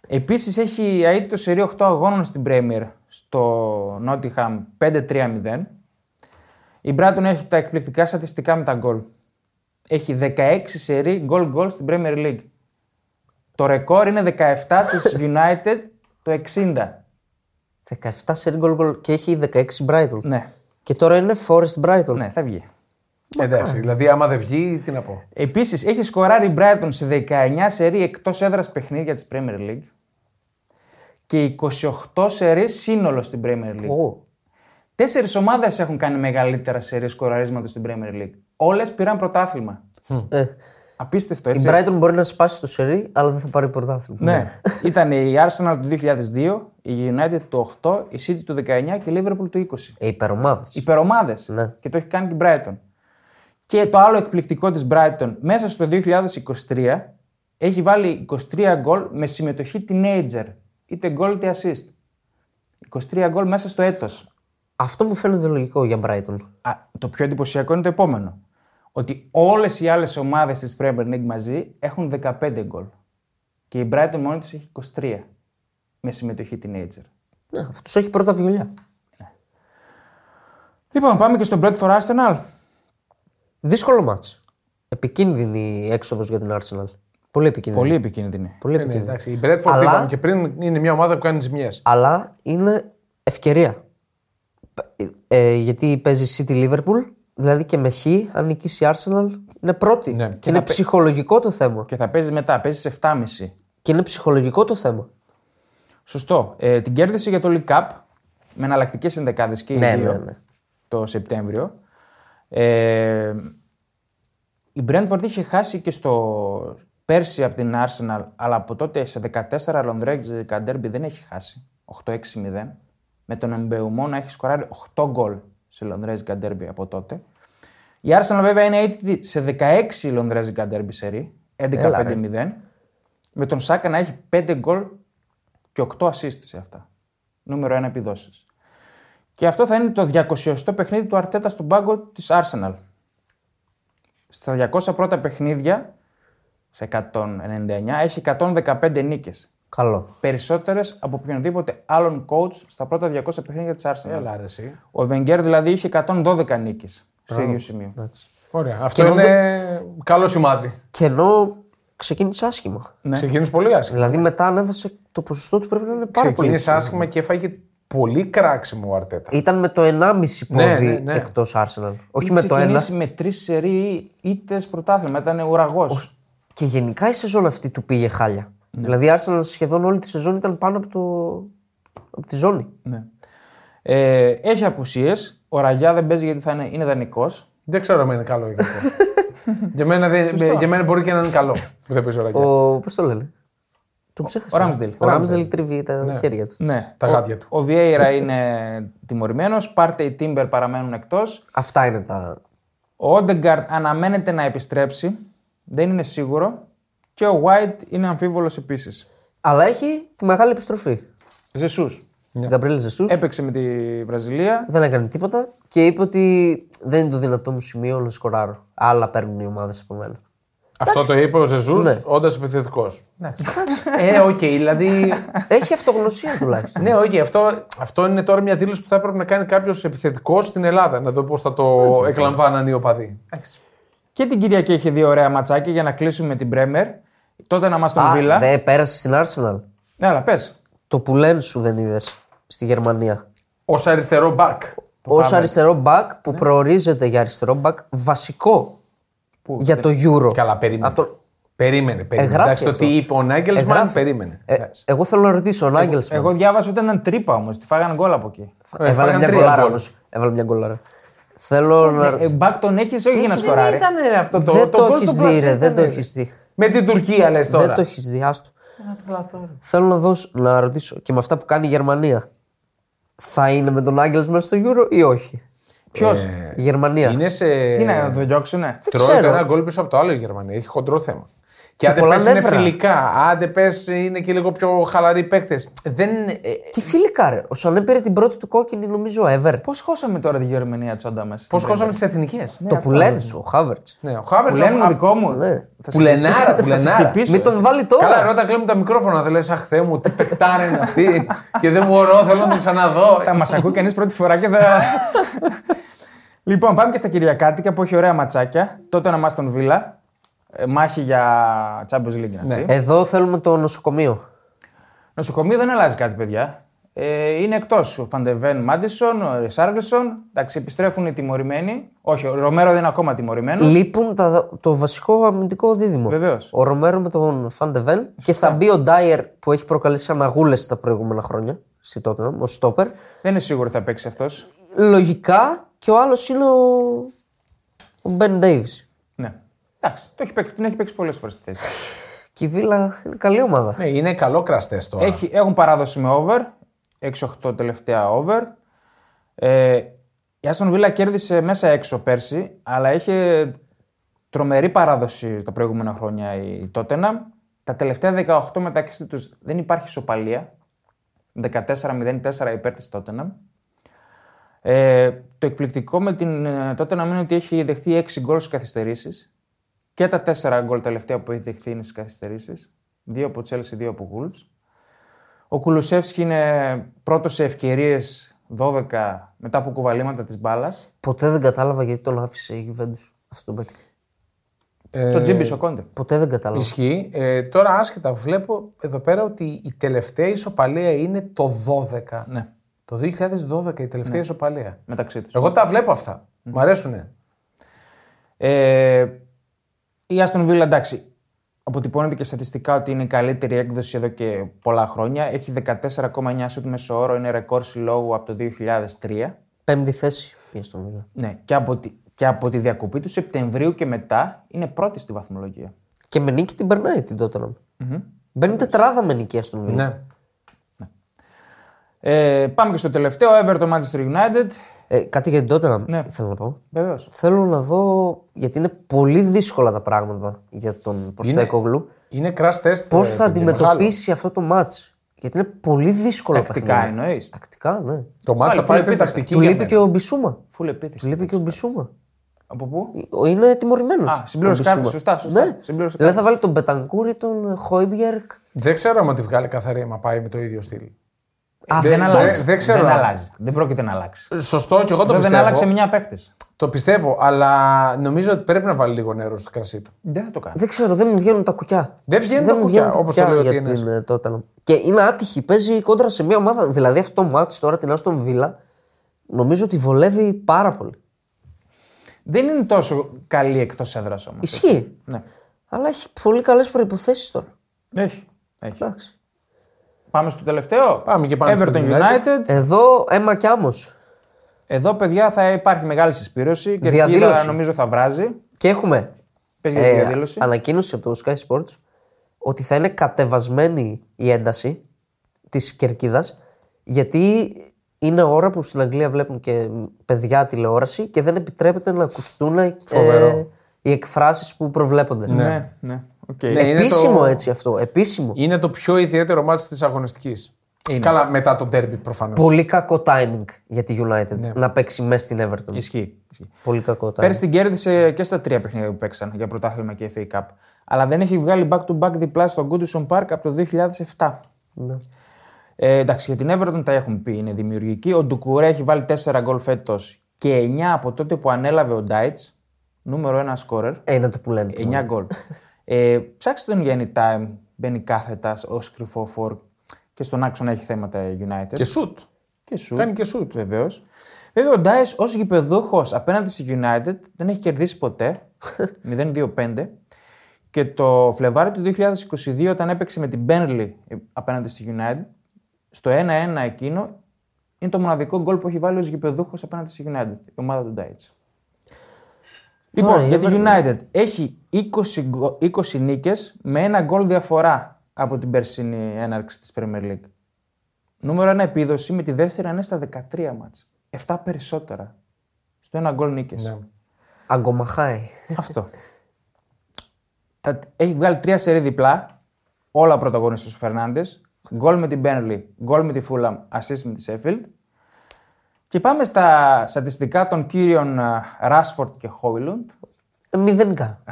Επίσης έχει αίτητο σερί 8 αγώνων στην Premier στο Nottingham 5-3-0. Η Brighton έχει τα εκπληκτικά στατιστικά με τα γκολ. Έχει 16 σερί γκολ γκολ στην Premier League. Το ρεκόρ είναι 17 της United το 60.
17 σε γκολ γκολ και έχει 16 Brighton.
Ναι,
Και τώρα είναι Forest Brighton.
ναι, θα βγει.
Εντάξει, δηλαδή άμα δεν βγει, τι να πω.
Επίσης, έχει σκοράρει η Brighton σε 19 σερί εκτός έδρας παιχνίδια της Premier League και 28 σερί σύνολο στην Premier League.
Ε,
Ω.
Τέσσερις ομάδες έχουν κάνει μεγαλύτερα σερί σκοραρίσματο στην Premier League. Όλες πήραν πρωτάθλημα.
Ε,
Απίστευτο,
η
έτσι.
Brighton μπορεί να σπάσει το σερί, αλλά δεν θα πάρει πρωτάθλημα.
Ναι. Ήταν η Arsenal του 2002, η United του 8, η City του 19 και η Liverpool του 20.
Ε, υπερομάδες.
Υπερομάδες.
Ναι.
Και το έχει κάνει και η Brighton. Και το άλλο εκπληκτικό της Brighton, μέσα στο 2023 έχει βάλει 23 γκολ με συμμετοχή teenager. Είτε γκολ είτε assist. 23 γκολ μέσα στο έτος.
Αυτό μου φαίνεται λογικό για Brighton.
Το πιο εντυπωσιακό είναι το επόμενο. Ότι όλες οι άλλες ομάδες της Premier League μαζί έχουν 15 γκολ. Και η Brighton μόνη τη έχει 23 με συμμετοχή teenager.
Ναι, αυτός έχει πρώτα βιολιά.
Λοιπόν, πάμε και στο Bradford Arsenal.
Δύσκολο μάτς. Επικίνδυνη η έξοδος για την Arsenal. Πολύ επικίνδυνη.
Πολύ επικίνδυνη.
Πολύ
Ναι,
επικίνδυνη.
εντάξει, η Μπρέτφορντ
Αλλά-
είπαμε και πριν είναι μια ομάδα που κάνει ζημιές.
Αλλά είναι ευκαιρία. Ε, γιατί παίζει City Liverpool, δηλαδή και με χ, αν νικήσει η Arsenal, είναι πρώτη.
Ναι,
και είναι ψυχολογικό το θέμα.
Και θα παίζει μετά, παίζει σε 7,5.
Και είναι ψυχολογικό το θέμα.
Σωστό. Ε, την κέρδισε για το League Cup με εναλλακτικές ενδεκάδες και οι
Ναι,
δύο
ναι, ναι.
το Σεπτέμβριο. Ε, η Brentford είχε χάσει και στο πέρσι από την Arsenal, αλλά από τότε σε 14 λονδρέζικα ντέρμπι δεν έχει χάσει. 8-6-0. Με τον Εμπεουμό να έχει σκοράρει 8 γκολ σε λονδρέζικα ντέρμπι από τότε. Η Arsenal βέβαια είναι αίτητη σε 16 λονδρέζικα ντέρμπι σερί, 11-5-0. Με τον Σάκα να έχει 5 γκολ και 8 assist σε αυτά. Νούμερο 1 επιδόσεις. Και αυτό θα είναι το 200 παιχνίδι του Αρτέτα στον πάγκο της Arsenal. Στα 200 πρώτα παιχνίδια, σε 199, έχει 115 νίκες.
Καλό.
Περισσότερες από οποιονδήποτε άλλον coach στα πρώτα 200 παιχνίδια της Arsenal.
Έλα, ρε, εσύ.
Ο Βενγκέρ δηλαδή είχε 112 νίκες στο ίδιο σημείο.
Ωραία. Αυτό
Και
είναι
δεν-
καλό σημάδι.
Και ενώ ξεκίνησε άσχημα.
Ναι. Ξεκίνησε πολύ άσχημα.
Δηλαδή μετά ανέβασε το ποσοστό του πρέπει να είναι πάρα πολύ.
Ξεκίνησε
υψηλό.
άσχημα και έφαγε πολύ κράξιμο ο Αρτέτα.
Ήταν με το 1,5 πόδι
Ναι, ναι, ναι.
εκτός Arsenal. Όχι
Είχε
με το 1.
ξεκινήσει με τρεις σερή ήττες πρωτάθλημα. Ήταν ουραγό.
Και γενικά η σεζόν αυτή του πήγε χάλια.
Ναι.
Δηλαδή η Arsenal σχεδόν όλη τη σεζόν ήταν πάνω από, το... από τη ζώνη.
Ναι. Ε, έχει απουσίες. Ο Ραγιά δεν παίζει γιατί θα είναι, είναι δανεικός.
Δεν ξέρω αν είναι καλό ή κακό. για, μένα δεν- για μένα μπορεί και να είναι καλό που θα πει
Ο...
ωραία.
Πώς το λένε. Τον ξέχασα.
ο Ramsdale.
Ο Ramsdale τριβεί τα χέρια του.
Ναι.
Τα
ο,
γάτια του.
Ο Βιέιρα είναι τιμωρημένος. Πάρτε οι Τίμπερ παραμένουν εκτός.
Αυτά είναι τα.
Ο Όντεγκαρτ αναμένεται να επιστρέψει. Δεν είναι σίγουρο. Και ο White είναι αμφίβολος επίσης.
Αλλά έχει τη μεγάλη επιστροφή.
Ζεσούς.
Ναι. Γκαμπρέλ Ζεσούς.
Έπαιξε με τη Βραζιλία.
Δεν έκανε τίποτα και είπε ότι δεν είναι το δυνατό μου σημείο να σκοράρω. Άλλα παίρνουν οι ομάδες από μένα.
Αυτό το είπε ο Ζεζού, ναι. όντας επιθετικός. ε, οκ, δηλαδή.
Έχει αυτογνωσία τουλάχιστον.
ναι, όχι, αυτό, αυτό είναι τώρα μια δήλωση που θα έπρεπε να κάνει κάποιος επιθετικός στην Ελλάδα. Να δω πώς θα το εκλαμβάναν οι οπαδοί.
Και την Κυριακή έχει δύο ωραία ματσάκια για να κλείσουμε την Πρέμερ. Τότε να μας τον Βίλα.
Δε, πέρασε στην Arsenal.
Ναι, αλλά πες.
Το πουλέν σου δεν είδες στη Γερμανία.
Ως αριστερό μπακ.
Ως αριστερό μπακ που προορίζεται για αριστερό μπακ βασικό για το Euro.
Καλά, περίμενε.
Απ' το-
Περίμενε. περίμενε.
Εγγράφει
Εντάξει, το
αυτό.
τι είπε ο Νάγκελσμαν,
Εγγράφει.
περίμενε.
Ε, εγώ θέλω να ρωτήσω, ο Νάγκελσμαν.
Εγώ διάβασα ότι ήταν τρύπα όμως. Τη φάγανε γκολ από εκεί.
Ε,
Έβαλε
φάγανε
μια
τρία
γκολάρα
γκολ.
όμως. Έβαλε μια γκολάρα. Θέλω να.
Ε, Μπακ τον έχεις, όχι για να σκοράρει.
ήταν αυτό το
δεν το,
γκολ
έχεις
του
δει, ρε.
Πλασέ
Δεν το
ήταν-
έχεις δει.
Με την Τουρκία λες τώρα.
Δεν το έχεις δει, άστο. Θέλω να, δώσω, να ρωτήσω και με αυτά που κάνει η Γερμανία. Θα είναι με τον Άγγελσμαν στο Euro ή όχι. Ε,
Ποιο.
Η Γερμανία.
Είναι σε.
Τι να το διώξουνε.
Τρώει
ξέρω.
το ένα γκολ πίσω από το άλλο η Γερμανία. Έχει χοντρό θέμα. Και, αν δεν
πολλά
πες είναι
νεύρα.
φιλικά, αν δεν πες είναι και λίγο πιο χαλαροί παίκτες. Δεν. ε,
Τι φιλικά, ρε. Ο Σανέ πήρε την πρώτη του κόκκινη, νομίζω, ever.
Πώς χώσαμε τώρα τη Γερμανία τσόντα μέσα.
Πώ
Ναι,
στην
χώσαμε τις εθνικές.
το που λένε σου, ο Χάβερτ.
Ναι, ο Χάβερτ.
Που λένε μου δικό μου.
ναι.
Θα σε
Πουλενάρα,
χτυπήσω, θα σε
πουλενάρα.
χτυπήσω,
Μην τον
έτσι.
βάλει τώρα.
Καλά, ρώτα κλείνουν τα μικρόφωνα. Δεν λες, Αχ, Θεέ μου, τι παιχτάρα είναι αυτή. και δεν μπορώ, θέλω να τον ξαναδώ.
Θα μας ακούει κανείς πρώτη φορά και θα. λοιπόν, πάμε και στα Κυριακάτικα που έχει ωραία ματσάκια. Τότε να μα τον Βίλα. Ε, Μάχη για Champions League είναι αυτή.
Εδώ θέλουμε το νοσοκομείο.
Νοσοκομείο δεν αλλάζει κάτι, παιδιά. Ε, είναι εκτός ο Φαντεβέν Μάντισον, ο Ρισάργλισον. Εντάξει, επιστρέφουν οι τιμωρημένοι. Όχι, ο Ρομέρο δεν είναι ακόμα τιμωρημένος.
Λείπουν τα, το βασικό αμυντικό δίδυμο.
Βεβαίως.
Ο Ρομέρο με τον Φαντεβέν και θα μπει ο Ντάιερ που έχει προκαλέσει αναγούλες τα προηγούμενα χρόνια. Στη Tottenham, ο Στόπερ.
Δεν είναι σίγουρο ότι θα παίξει αυτός.
Λογικά και ο άλλος είναι ο. ο Μπεν Ντέιβι.
Ναι. Εντάξει, το έχει παίξει, την έχει παίξει πολλές φορές τη θέση.
Και η Βίλα είναι καλή ομάδα.
Ναι, είναι καλό κραστές τώρα.
Έχει, έχουν παράδοση με over. 6-8 τελευταία over. Ε, η Άστον Βίλα κέρδισε μέσα έξω πέρσι, αλλά είχε τρομερή παράδοση τα προηγούμενα χρόνια η Τότενα. Τα τελευταία 18 μεταξύ τους δεν υπάρχει ισοπαλία. 14-04 υπέρ της Τότενα. Ε, το εκπληκτικό με την Τότενα είναι ότι έχει δεχτεί 6 γκολ στις καθυστερήσεις και τα 4 γκολ τελευταία που έχει δεχθεί είναι στις καθυστερήσεις. Δύο από Chelsea, δύο από Wolves. Ο Κουλουσεύσκι είναι πρώτος σε ευκαιρίες 12 μετά από κουβαλήματα της μπάλας.
Ποτέ δεν κατάλαβα γιατί τον άφησε η Γιουβέντου αυτό τον παίκτη.
Ε,
Το Τζίμπι ο Κόντε.
Ποτέ δεν κατάλαβα.
Ισχύει. Ε, τώρα άσχετα βλέπω εδώ πέρα ότι η τελευταία ισοπαλία είναι το 12.
Ναι,
Το 2012 η τελευταία ισοπαλία.
μεταξύ τους.
Εγώ τα βλέπω αυτά. Μ' αρέσουνε.
Ε, η Άστον Βίλα εντάξει. Αποτυπώνεται και στατιστικά ότι είναι η καλύτερη έκδοση εδώ και πολλά χρόνια. Έχει 14,9 σουτ μέσο όρο, είναι ρεκόρ συλλόγου από το 2003.
Πέμπτη θέση πήγε στον Βίλα.
Ναι, και από, τη, και από τη διακοπή του Σεπτεμβρίου και μετά είναι πρώτη στη βαθμολογία.
Και με νίκη την περνάει την Tottenham. Μπαίνει τετράδα με νικία στον Βίλα.
Ναι.
Ε, πάμε και στο τελευταίο, Everton Manchester United.
Ε, κάτι για την Tottenham
Ναι.
ήθελα να πω.
Βεβαίως.
Θέλω να δω, γιατί είναι πολύ δύσκολα τα πράγματα για τον Ποστέκογλου,
Είναι crash test.
πώ
ε,
θα
παιδί, μεγάλο.
αντιμετωπίσει αυτό το μάτς. Γιατί είναι πολύ δύσκολο
Τακτικά εννοείς.
Τακτικά, ναι.
Το μάτς θα
Πάλι
πάει
full
στην
επίθεση.
τακτική.
Του
για
λείπει
μένα.
και ο Μπισούμα.
Φουλ
Του
επίθεση.
λείπει και ο Μπισούμα.
Από πού?
Ο- Είναι τιμωρημένος.
Α, συμπλήρωσε κάρτα. Σωστά, σωστά.
Ναι.
Συμπλήρωσε
Δηλαδή
κάρτα.
θα βάλει τον Μπετανκούρη, τον Χόιμπιερκ.
Δεν ξέρω αν τη βγάλει καθαρή άμα πάει με το ίδιο στυλ.
Α,
δεν-
Δεν αλλάζει.
δεν- δεν ξέρω.
Δεν αλλάζει. Δεν πρόκειται να αλλάξει.
Σωστό και εγώ το
Εδώ δεν
πιστεύω.
άλλαξε μια παίχτη.
Το πιστεύω, αλλά νομίζω ότι πρέπει να βάλει λίγο νερό στο κρασί του.
Δεν θα το κάνει.
Δεν ξέρω, δεν μου βγαίνουν τα κουκιά.
Δεν βγαίνουν τα
μου
κουκιά,
βγαίνουν τα
όπως το
κουκιά
λέει ο
για
Τίνας.
την ε, Tottenham. Και είναι άτυχη, παίζει κόντρα σε μια ομάδα. Δηλαδή αυτό το μάτι τώρα την Άστον Βίλα νομίζω ότι βολεύει πάρα πολύ.
Δεν είναι τόσο καλή εκτός έδρας όμως.
Ισχύει.
Ναι.
Αλλά έχει πολύ καλές προποθέσει τώρα.
Έχει. Έχει.
Εντάξει.
Πάμε στο τελευταίο.
Πάμε και πάμε στο
Everton United.
United.
Εδώ αίμα κι άμμος.
Εδώ, παιδιά, θα υπάρχει μεγάλη συσπήρωση. Και
Διαδήλωση. Ε,
νομίζω θα βράζει.
Και έχουμε
Πες για τη διαδήλωση.
ανακοίνωση από το Sky Sports ότι θα είναι κατεβασμένη η ένταση της κερκίδας γιατί είναι ώρα που στην Αγγλία βλέπουν και παιδιά τηλεόραση και δεν επιτρέπεται να ακουστούν ε,
Φοβερό.
οι εκφράσεις που προβλέπονται.
Ναι, ναι. Οκ.
Ναι. είναι
Επίσημο
το-
έτσι αυτό. Επίσημο.
Είναι το πιο ιδιαίτερο μάτς της αγωνιστικής.
Είναι.
Καλά, μετά το ντέρμπι προφανώς.
Πολύ κακό timing για τη United
Ναι.
να παίξει μέσα στην Everton.
Ισχύει. Ισχύει.
Πολύ κακό timing.
Πέρσι την κέρδισε και στα τρία παιχνίδια που παίξαν για πρωτάθλημα και FA Cup. Αλλά δεν έχει βγάλει back-to-back διπλά στο Goodison Park από το 2007. Ε, εντάξει, για την Everton τα έχουμε πει, είναι δημιουργική. Ο Ντουκουρέ έχει βάλει 4 γκολ φέτος και 9 από τότε που ανέλαβε ο Ντάιτ. Νούμερο 1 σκόρερ.
Ε, είναι το που λένε.
9 γκολ. ε, ψάξτε τον Γιάννη Τάιμ. Μπαίνει κάθετας ω κρυφό φόρ και στον άξονα έχει θέματα η United.
Και σουτ.
Και σου.
Κάνει και σουτ.
Βεβαίως. Βέβαια, ο Ντάις ως γηπεδούχος απέναντι στη United δεν έχει κερδίσει ποτέ. 0-2-5. Και το Φλεβάρι του 2022, όταν έπαιξε με την Burnley απέναντι στη United, στο 1-1 εκείνο είναι το μοναδικό γκολ που έχει βάλει ως γηπεδούχος απέναντι στη United, η ομάδα του Ντάιτ. Λοιπόν,
Ωραία,
για τη
για
United έχει 20, γκο- 20 νίκες με ένα γκολ διαφορά από την περσινή έναρξη της Premier League. Νούμερο 1 επίδοση με τη δεύτερη είναι στα 13 μάτς. 7 περισσότερα. Στο ένα γκολ νίκες.
Αγκομαχάι.
Αυτό. Τα- Έχει βγάλει τρία σερή διπλά. Όλα πρωταγωνιστές ο Φερνάντες. Γκολ με την Μπέρνλι, γκολ με τη Φούλαμ, assist με τη Σέφιλντ. Και πάμε στα στατιστικά των κύριων α, Ράσφορτ και Χόιλουντ.
Ε, Μηδενικά.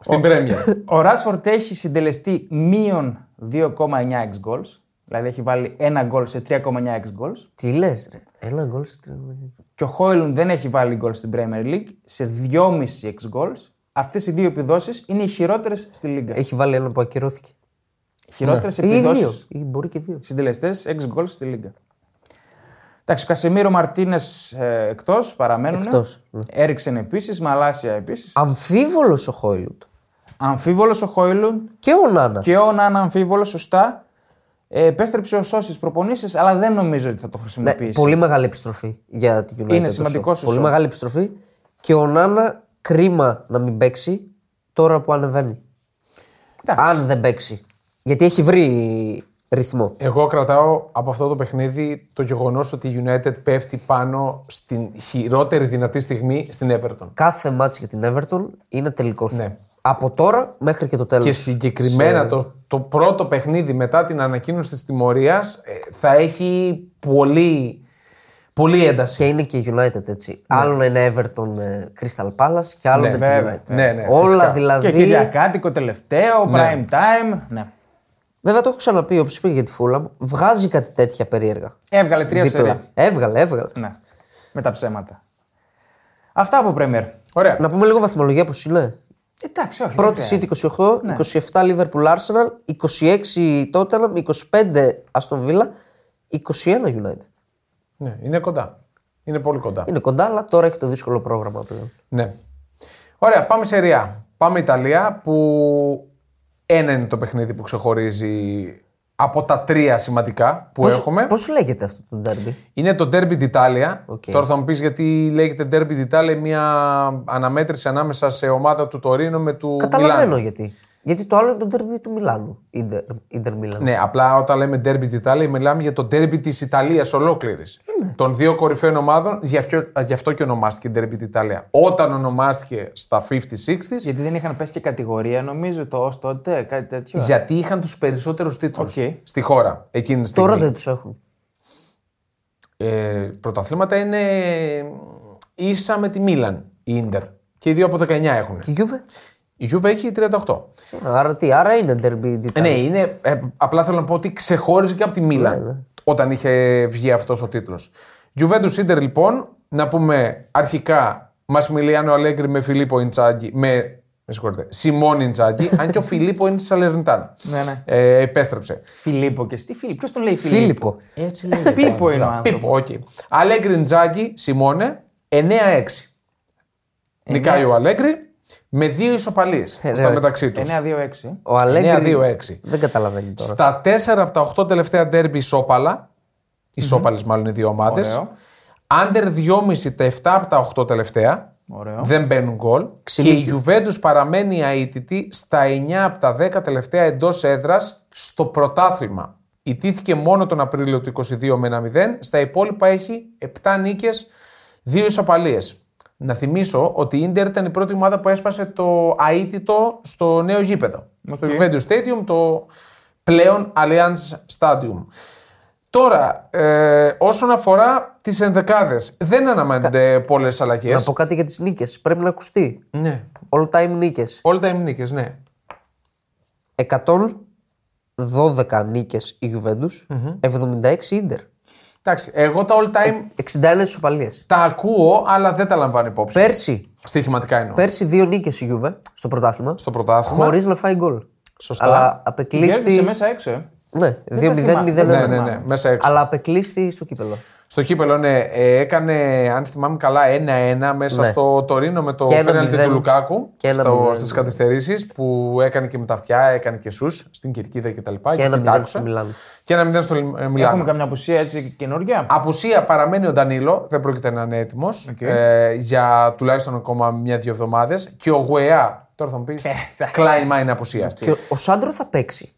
Στην Πρέμια.
Ο Ράσφορτ έχει συντελεστεί μείον 2,9 ex goals. Δηλαδή έχει βάλει ένα γκολ σε 3,9 ex goals.
Τι λες, ρε. Ένα γκολ στην
Και ο Χόιλουντ δεν έχει βάλει γκολ στην Premier League σε 2,5 εξ goals. Αυτές οι δύο επιδόσεις είναι οι χειρότερες στη Λίγκα.
Έχει βάλει ένα που ακυρώθηκε.
Χειρότερες
Ή Ε, ναι, δύο.
επιδόσεις
Ή μπορεί και δύο.
συντελεστές εξ goals στη Λίγκα. Εντάξει, ο Κασεμίρο Μαρτίνες ε, εκτός, παραμένουν.
Εκτός, ναι.
Έριξεν επίσης, Μαλάσια επίσης.
Αμφίβολος ο Χόιλουτ.
Αμφίβολος ο Χόιλουντ
Και ο Νάνα.
και ο Ναν αμφίβολος, σωστά. Ε, επέστρεψε ο Σώσης προπονήσεις, αλλά δεν νομίζω ότι θα το
Ναι,
χρησιμοποιήσει.
πολύ μεγάλη επιστροφή για την United.
Είναι
το
σημαντικό
Shaw.
ο
Πολύ
Shaw.
μεγάλη επιστροφή. Και ο Νάνα κρίμα να μην παίξει τώρα που ανεβαίνει.
Εντάξει.
Αν δεν παίξει. Γιατί έχει βρει ρυθμό.
Εγώ κρατάω από αυτό το παιχνίδι το γεγονός ότι η United πέφτει πάνω στην χειρότερη δυνατή στιγμή στην Everton.
Κάθε μάτς για την Everton είναι τελικός σου.
Ναι.
Από τώρα μέχρι και το
Και
τέλος.
συγκεκριμένα το, το πρώτο παιχνίδι μετά την ανακοίνωση της τιμωρίας ε, θα έχει πολύ, πολύ ένταση.
Και είναι και η United έτσι. Άλλο να είναι Everton ε, Crystal Palace και άλλο
Ναι,
με την
βέβαια.
United.
Ναι, ναι,
Όλα
φυσικά.
δηλαδή.
Και Κυριακάτικο τελευταίο, prime time. Ναι.
Βέβαια το έχω ξαναπεί όπω είπε για τη Fulham. Βγάζει κάτι τέτοια περίεργα.
Έβγαλε τρία σερή.
Δίπλα. Έβγαλε, έβγαλε.
Ναι. Με τα ψέματα. Αυτά από Πρέμιερ.
Ωραία.
Να πούμε λίγο βαθμολογία πώς είναι.
Ε,
Εντάξει, όχι.
Πρώτη
δεν
City 28,
Ναι.
27 Liverpool Arsenal, 26 Tottenham, 25 Aston Villa, 21 United.
Ναι, είναι κοντά. Είναι πολύ κοντά.
Είναι κοντά, αλλά τώρα έχει το δύσκολο πρόγραμμα πλέον.
Ναι. Ωραία, πάμε σε Ριά. Πάμε Ιταλία που ένα είναι το παιχνίδι που ξεχωρίζει από τα τρία σημαντικά που έχουμε.
Πώς λέγεται αυτό το derby,
Είναι το Derby d'Italia.
Οκ.
Τώρα θα μου πεις γιατί λέγεται Derby d'Italia, μια αναμέτρηση ανάμεσα σε ομάδα του Τωρίνο με του
Καταλαβαίνω
Μιλάνου.
γιατί. Γιατί το άλλο είναι το derby του Μιλάνου. Ιντερ, Ιντερ Μιλάνου.
Ναι, απλά όταν λέμε Derby d'Italia, μιλάμε για το Derby της Ιταλίας ολόκληρης.
Ναι.
Των δύο κορυφαίων ομάδων, γι' αυτό, γι' αυτό και ονομάστηκε Derby d'Italia. Όταν ονομάστηκε στα 50-60s,
Γιατί δεν είχαν πέσει και κατηγορία, νομίζω, το ω τότε, κάτι τέτοιο.
γιατί είχαν τους περισσότερους τίτλους
Οκ.
στη χώρα εκείνη τη στιγμή.
Τώρα δεν τους έχουν.
ε, πρωταθλήματα είναι ίσα με τη Μίλαν, η Ίντερ. Και οι δύο από 19 έχουν.
Και η Juve.
Η Juve έχει 38.
Άρα τι, άρα είναι derby.
Ε, Ναι, είναι, ε, απλά θέλω να πω ότι ξεχώριζε και από τη Μίλαν
Ναι,
όταν είχε βγει αυτός ο τίτλος. Juventus Inter λοιπόν, να πούμε αρχικά Μασιμιλιάνο Αλέγκρι με Φιλίππο Ιντσάγκη, με, με συγχωρείτε, Σιμών Ιντσάγκη, αν και ο Φιλίππο είναι τη Σαλερνιτάνα.
Ναι, ναι.
Ε, επέστρεψε.
Φιλίππο και στη Φίλιππο. Ποιος τον λέει Φίλιππο.
Φίλιππο.
Έτσι λέει. Πίπο είναι ο άνθρωπος.
Πίπο, οκ. Αλέγκρι Ιντσάγκη, Σιμώνε, 9-6. Νικάει ο Αλέγκρι με δύο ισοπαλίες στα
Ε,
ρε.
μεταξύ τους.
9-2-6.
Ο Αλέγκρι
9-2-6.
δεν καταλαβαίνει τώρα.
Στα 4 από τα 8 τελευταία ντέρμπι ισόπαλα. Ισόπαλες μάλλον οι δύο ομάδες.
Ωραίο.
Άντερ 2,5 τα 7 από τα 8 τελευταία.
Ωραίο.
Δεν μπαίνουν γκολ. Και η Juventus παραμένει αίτητη στα 9 από τα 10 τελευταία εντός έδρας στο πρωτάθλημα. Ιτήθηκε μόνο τον Απρίλιο του 22 με ένα 0. Στα υπόλοιπα έχει 7 νίκε, 2 ισοπαλίες. Να θυμίσω ότι η Ίντερ ήταν η πρώτη ομάδα που έσπασε το αίτητο στο νέο γήπεδο. Στο Juventus Stadium το πλέον Allianz Stadium. Τώρα, ε, όσον αφορά τις ενδεκάδες, δεν αναμένονται πολλές
Να
αλλαγές.
πω κάτι για τις νίκες. Πρέπει να ακουστεί.
Ναι.
All time νίκες.
All time νίκες, ναι.
112 νίκες η Juventus, 76 η Ιντερ.
Εντάξει, εγώ τα all time
61 ισοπαλίες.
τα ακούω, αλλά δεν τα λαμβάνω υπόψη.
Πέρσι,
Στοιχηματικά εννοώ.
πέρσι δύο νίκες η Juve στο πρωτάθλημα.
Στο πρωτάθλημα.
Χωρίς να φάει γκολ.
Σωστά.
Αλλά
Κέρδισε
απεκλείστη.
μέσα έξω, ε.
Ναι,
θυμάμαι.
Ναι,
2-0-0.
ναι, ναι, μέσα έξω.
Αλλά απεκλείστη στο κύπελο.
Στο κύπελο, ναι, ε, έκανε, αν θυμάμαι καλά, 1-1 μέσα
Ναι.
στο Τωρίνο με το
Και ένα
πέναλτι
μηδέν.
του Λουκάκου
Και ένα
στο,
μηδέν.
στις καθυστερήσεις που έκανε και με τα αυτιά, έκανε και σους στην Κερκίδα κτλ.
Και ένα μηδέν στο Μιλάνο.
Και ένα μηδέν στο Λι- ε, Μιλάνο.
Έχουμε καμιά απουσία έτσι καινούργια.
Απουσία παραμένει ο Ντανίλο, δεν πρόκειται να είναι έτοιμος ε, για τουλάχιστον ακόμα μια-δύο εβδομάδες. Και ο Γουεά, τώρα θα μου πεις.
εντάξει.
Κλάιμα είναι απουσία.
Και ο- ο Σάντρο θα παίξει.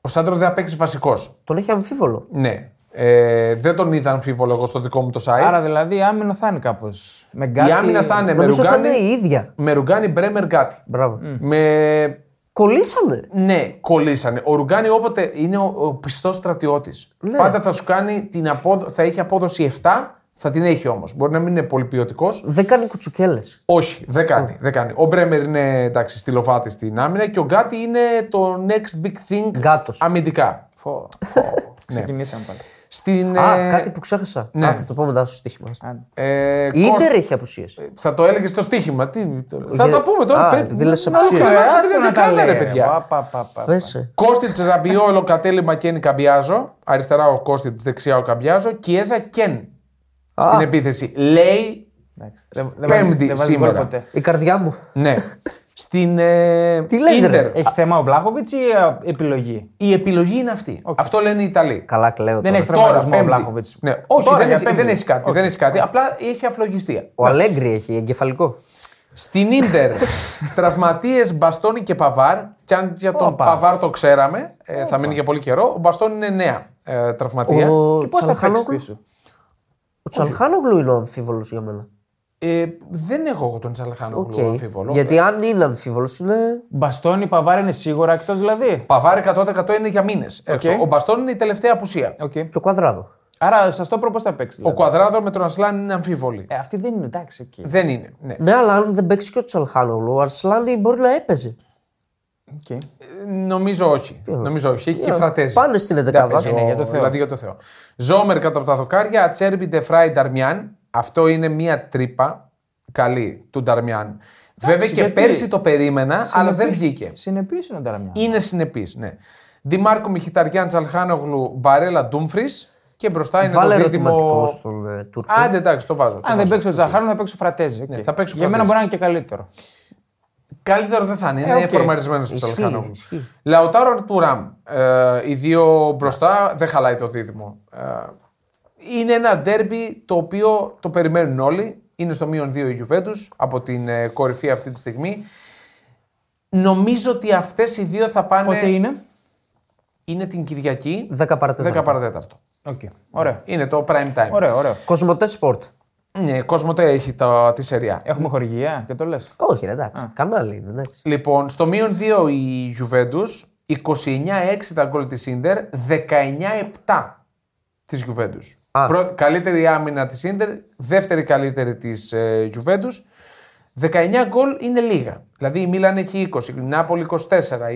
Ο Σάντρο δεν θα παίξει βασικός.
Τον έχει αμφίβολο.
Ναι. Ε, δεν τον είδα αμφίβολο εγώ στο δικό μου το site.
Άρα δηλαδή η άμυνα θα είναι κάπως. Με κάτι...
Η άμυνα θα είναι Ναι, με
Νομίζω θα είναι
Ρουγκάνι, Mm.
η ίδια.
με Ρουγκάνι Μπρέμερ Γκάτι.
Μπράβο.
Με...
Κολλήσανε.
Ναι, κολλήσανε. Ο Ρουγκάνι όποτε είναι ο, ο πιστός στρατιώτης.
Ναι.
Πάντα θα σου κάνει την απόδο... θα έχει απόδοση 7, θα την έχει όμως. Μπορεί να μην είναι πολύ ποιοτικός.
Δεν κάνει κουτσουκέλες.
Όχι, δεν κάνει, δεν κάνει. Ο Μπρέμερ είναι εντάξει, στυλοβάτη στην άμυνα και ο Γκάτι είναι το next big thing
Γκάτος.
αμυντικά.
Φω.
Ναι.
Ξεκινήσαμε πάλι.
Στην.
Α,
ε,
κάτι που ξέχασα.
ναι.
Α, θα το πω μετά στο στοίχημα.
Άντε.
ε,
Η
Κώστα-
Ίντερ έχει απουσίε.
Θα το έλεγες στο στοίχημα. Τι, θα
Για-
τα πούμε τώρα.
Α,
πρέπει
επειδή λες
να
απουσίες.
ολοκληρώσουμε την
Ε, άστο να τα
δεκάδα, ρε,
λέει.
παιδιά.
Πα, πα, πα, πα, πα.
Πες, ε.
Κώστη Ραμπιό, Ελοκατέλη, Μακένι, Καμπιάζο. Αριστερά ο Κώστη, δεξιά ο Καμπιάζο. Κιέζα Κεν. Στην επίθεση. Λέει.
Εντάξει. Δεν- δεν
Πέμπτη
βάζει- δεν βάζει
σήμερα.
γκολ ποτέ.
Η καρδιά μου.
Ναι. Στην. Ε,
Τι λες, ρε.
Ίντερ.
Έχει θέμα ο Βλάχοβιτ ή α, επιλογή.
Η επιλογή είναι αυτή. Αυτό λένε οι Ιταλοί.
Καλά, κλαίω
Δεν
τώρα.
έχει
Τώρα,
τραυματισμό ο
πέμπτη.
Βλάχοβιτ.
Ναι, όχι,
Τώρα,
δεν,
για
έχει,
πέμπτη.
δεν έχει κάτι. Δεν έχει κάτι. Απλά έχει αφλογιστία.
Ο Αλέγκρι έχει εγκεφαλικό.
Στην ντερ, τραυματίε Μπαστόνι και Παβάρ. Και αν για τον
Όπα.
Παβάρ το ξέραμε, ε, θα μείνει για πολύ καιρό. Ο Μπαστόνι είναι νέα ε, τραυματία.
Ο
Πώς θα παίξει
Τσαλχάνογλου.
πίσω.
Ο Τσαλχάνογλου είναι ο αμφίβολος για μένα.
Ε, δεν έχω εγώ τον Τσαλχάνογλου
Οκ.
αμφίβολο. ναι.
Γιατί αν είναι αμφίβολος είναι.
Μπαστόνι, Παβάρ είναι σίγουρα εκτός δηλαδή.
Παβάρ 100% είναι για μήνες. Ο Μπαστόν είναι η τελευταία απουσία.
Οκ.
και ο Κουαδράδο.
Άρα σας το πώς θα παίξει.
Ο
δηλαδή.
Κουαδράδο με τον Ασλάν είναι αμφίβολη.
Ε, αυτή δεν είναι εντάξει εκεί.
Δεν είναι. Ναι.
Ναι, αλλά αν δεν παίξει και ο Τσαλχάνογλου, ο Αρσλάνι μπορεί να
Ναι,
έπαιζε.
Οκ.
Ε, Νομίζω όχι. Νομίζω όχι. Και φρατέζει.
Πάνε στην
Δεν παίζει,
Εντεκάδα.
ναι,
για το Θεό.
Δηλαδή για το Θεό. Ζόμερ κάτω από τα δοκάρια, Ατσέρμπι, Ντεφράι, Νταρμιάν. Αυτό είναι μια τρύπα καλή του Νταρμιάν. Βέβαια και
γιατί?
πέρσι το περίμενα, αλλά δεν βγήκε.
Συνεπής είναι ο Νταραμιά.
Είναι συνεπής, ναι. Δημάρκο Μιχιταριάν, Τσαλχάνογλου, Μπαρέλα, Ντούμφρις και μπροστά είναι
Βάλε
ναι, το δίδυμο.
ερωτηματικό στον ε, Τούρκο.
Άντε, εντάξει, το βάζω. το
Αν δεν
βάζω.
παίξει ο Τζαχάρου, Ναι, θα Ναι. παίξει ο Φρατέζη. οκ.
θα παίξει ο
Για μένα
Φρατέζη.
μπορεί να είναι και καλύτερο.
Καλύτερο δεν θα είναι, είναι
Ε, οκ.
φορμαρισμένο του
Ισχύει,
Τσαλχάνογλου.
ισχύει.
Λαουτάρο του Ραμ. Ε, οι δύο μπροστά δεν χαλάει το δίδυμο. Ε, είναι ένα ντέρμπι το οποίο το περιμένουν όλοι. Είναι στο μείον 2 η Juventus από την ε, κορυφή αυτή τη στιγμή. Νομίζω ότι αυτές οι δύο θα πάνε.
Πότε είναι.
Είναι την Κυριακή
10
10
παρατέταρτο.
παρατέταρτο.
Οκ. Ωραία.
Είναι το prime time.
Ωραίο, ωραίο.
Κοσμοτέ Σπορτ.
Ναι, Κοσμοτέ έχει τα, τη σεριά.
Έχουμε χορηγία και το λες.
Όχι, ρε, εντάξει. Κανάλι είναι, εντάξει.
Λοιπόν, στο μείον 2 η Juventus, 29-6 τα γκολ της Ίντερ, 19-7 της Juventus.
Α.
Πρω- καλύτερη άμυνα της Ίντερ, δεύτερη καλύτερη της ε, Juventus. 19 γκολ είναι λίγα. Δηλαδή η Μίλαν έχει 20, η Νάπολη 24,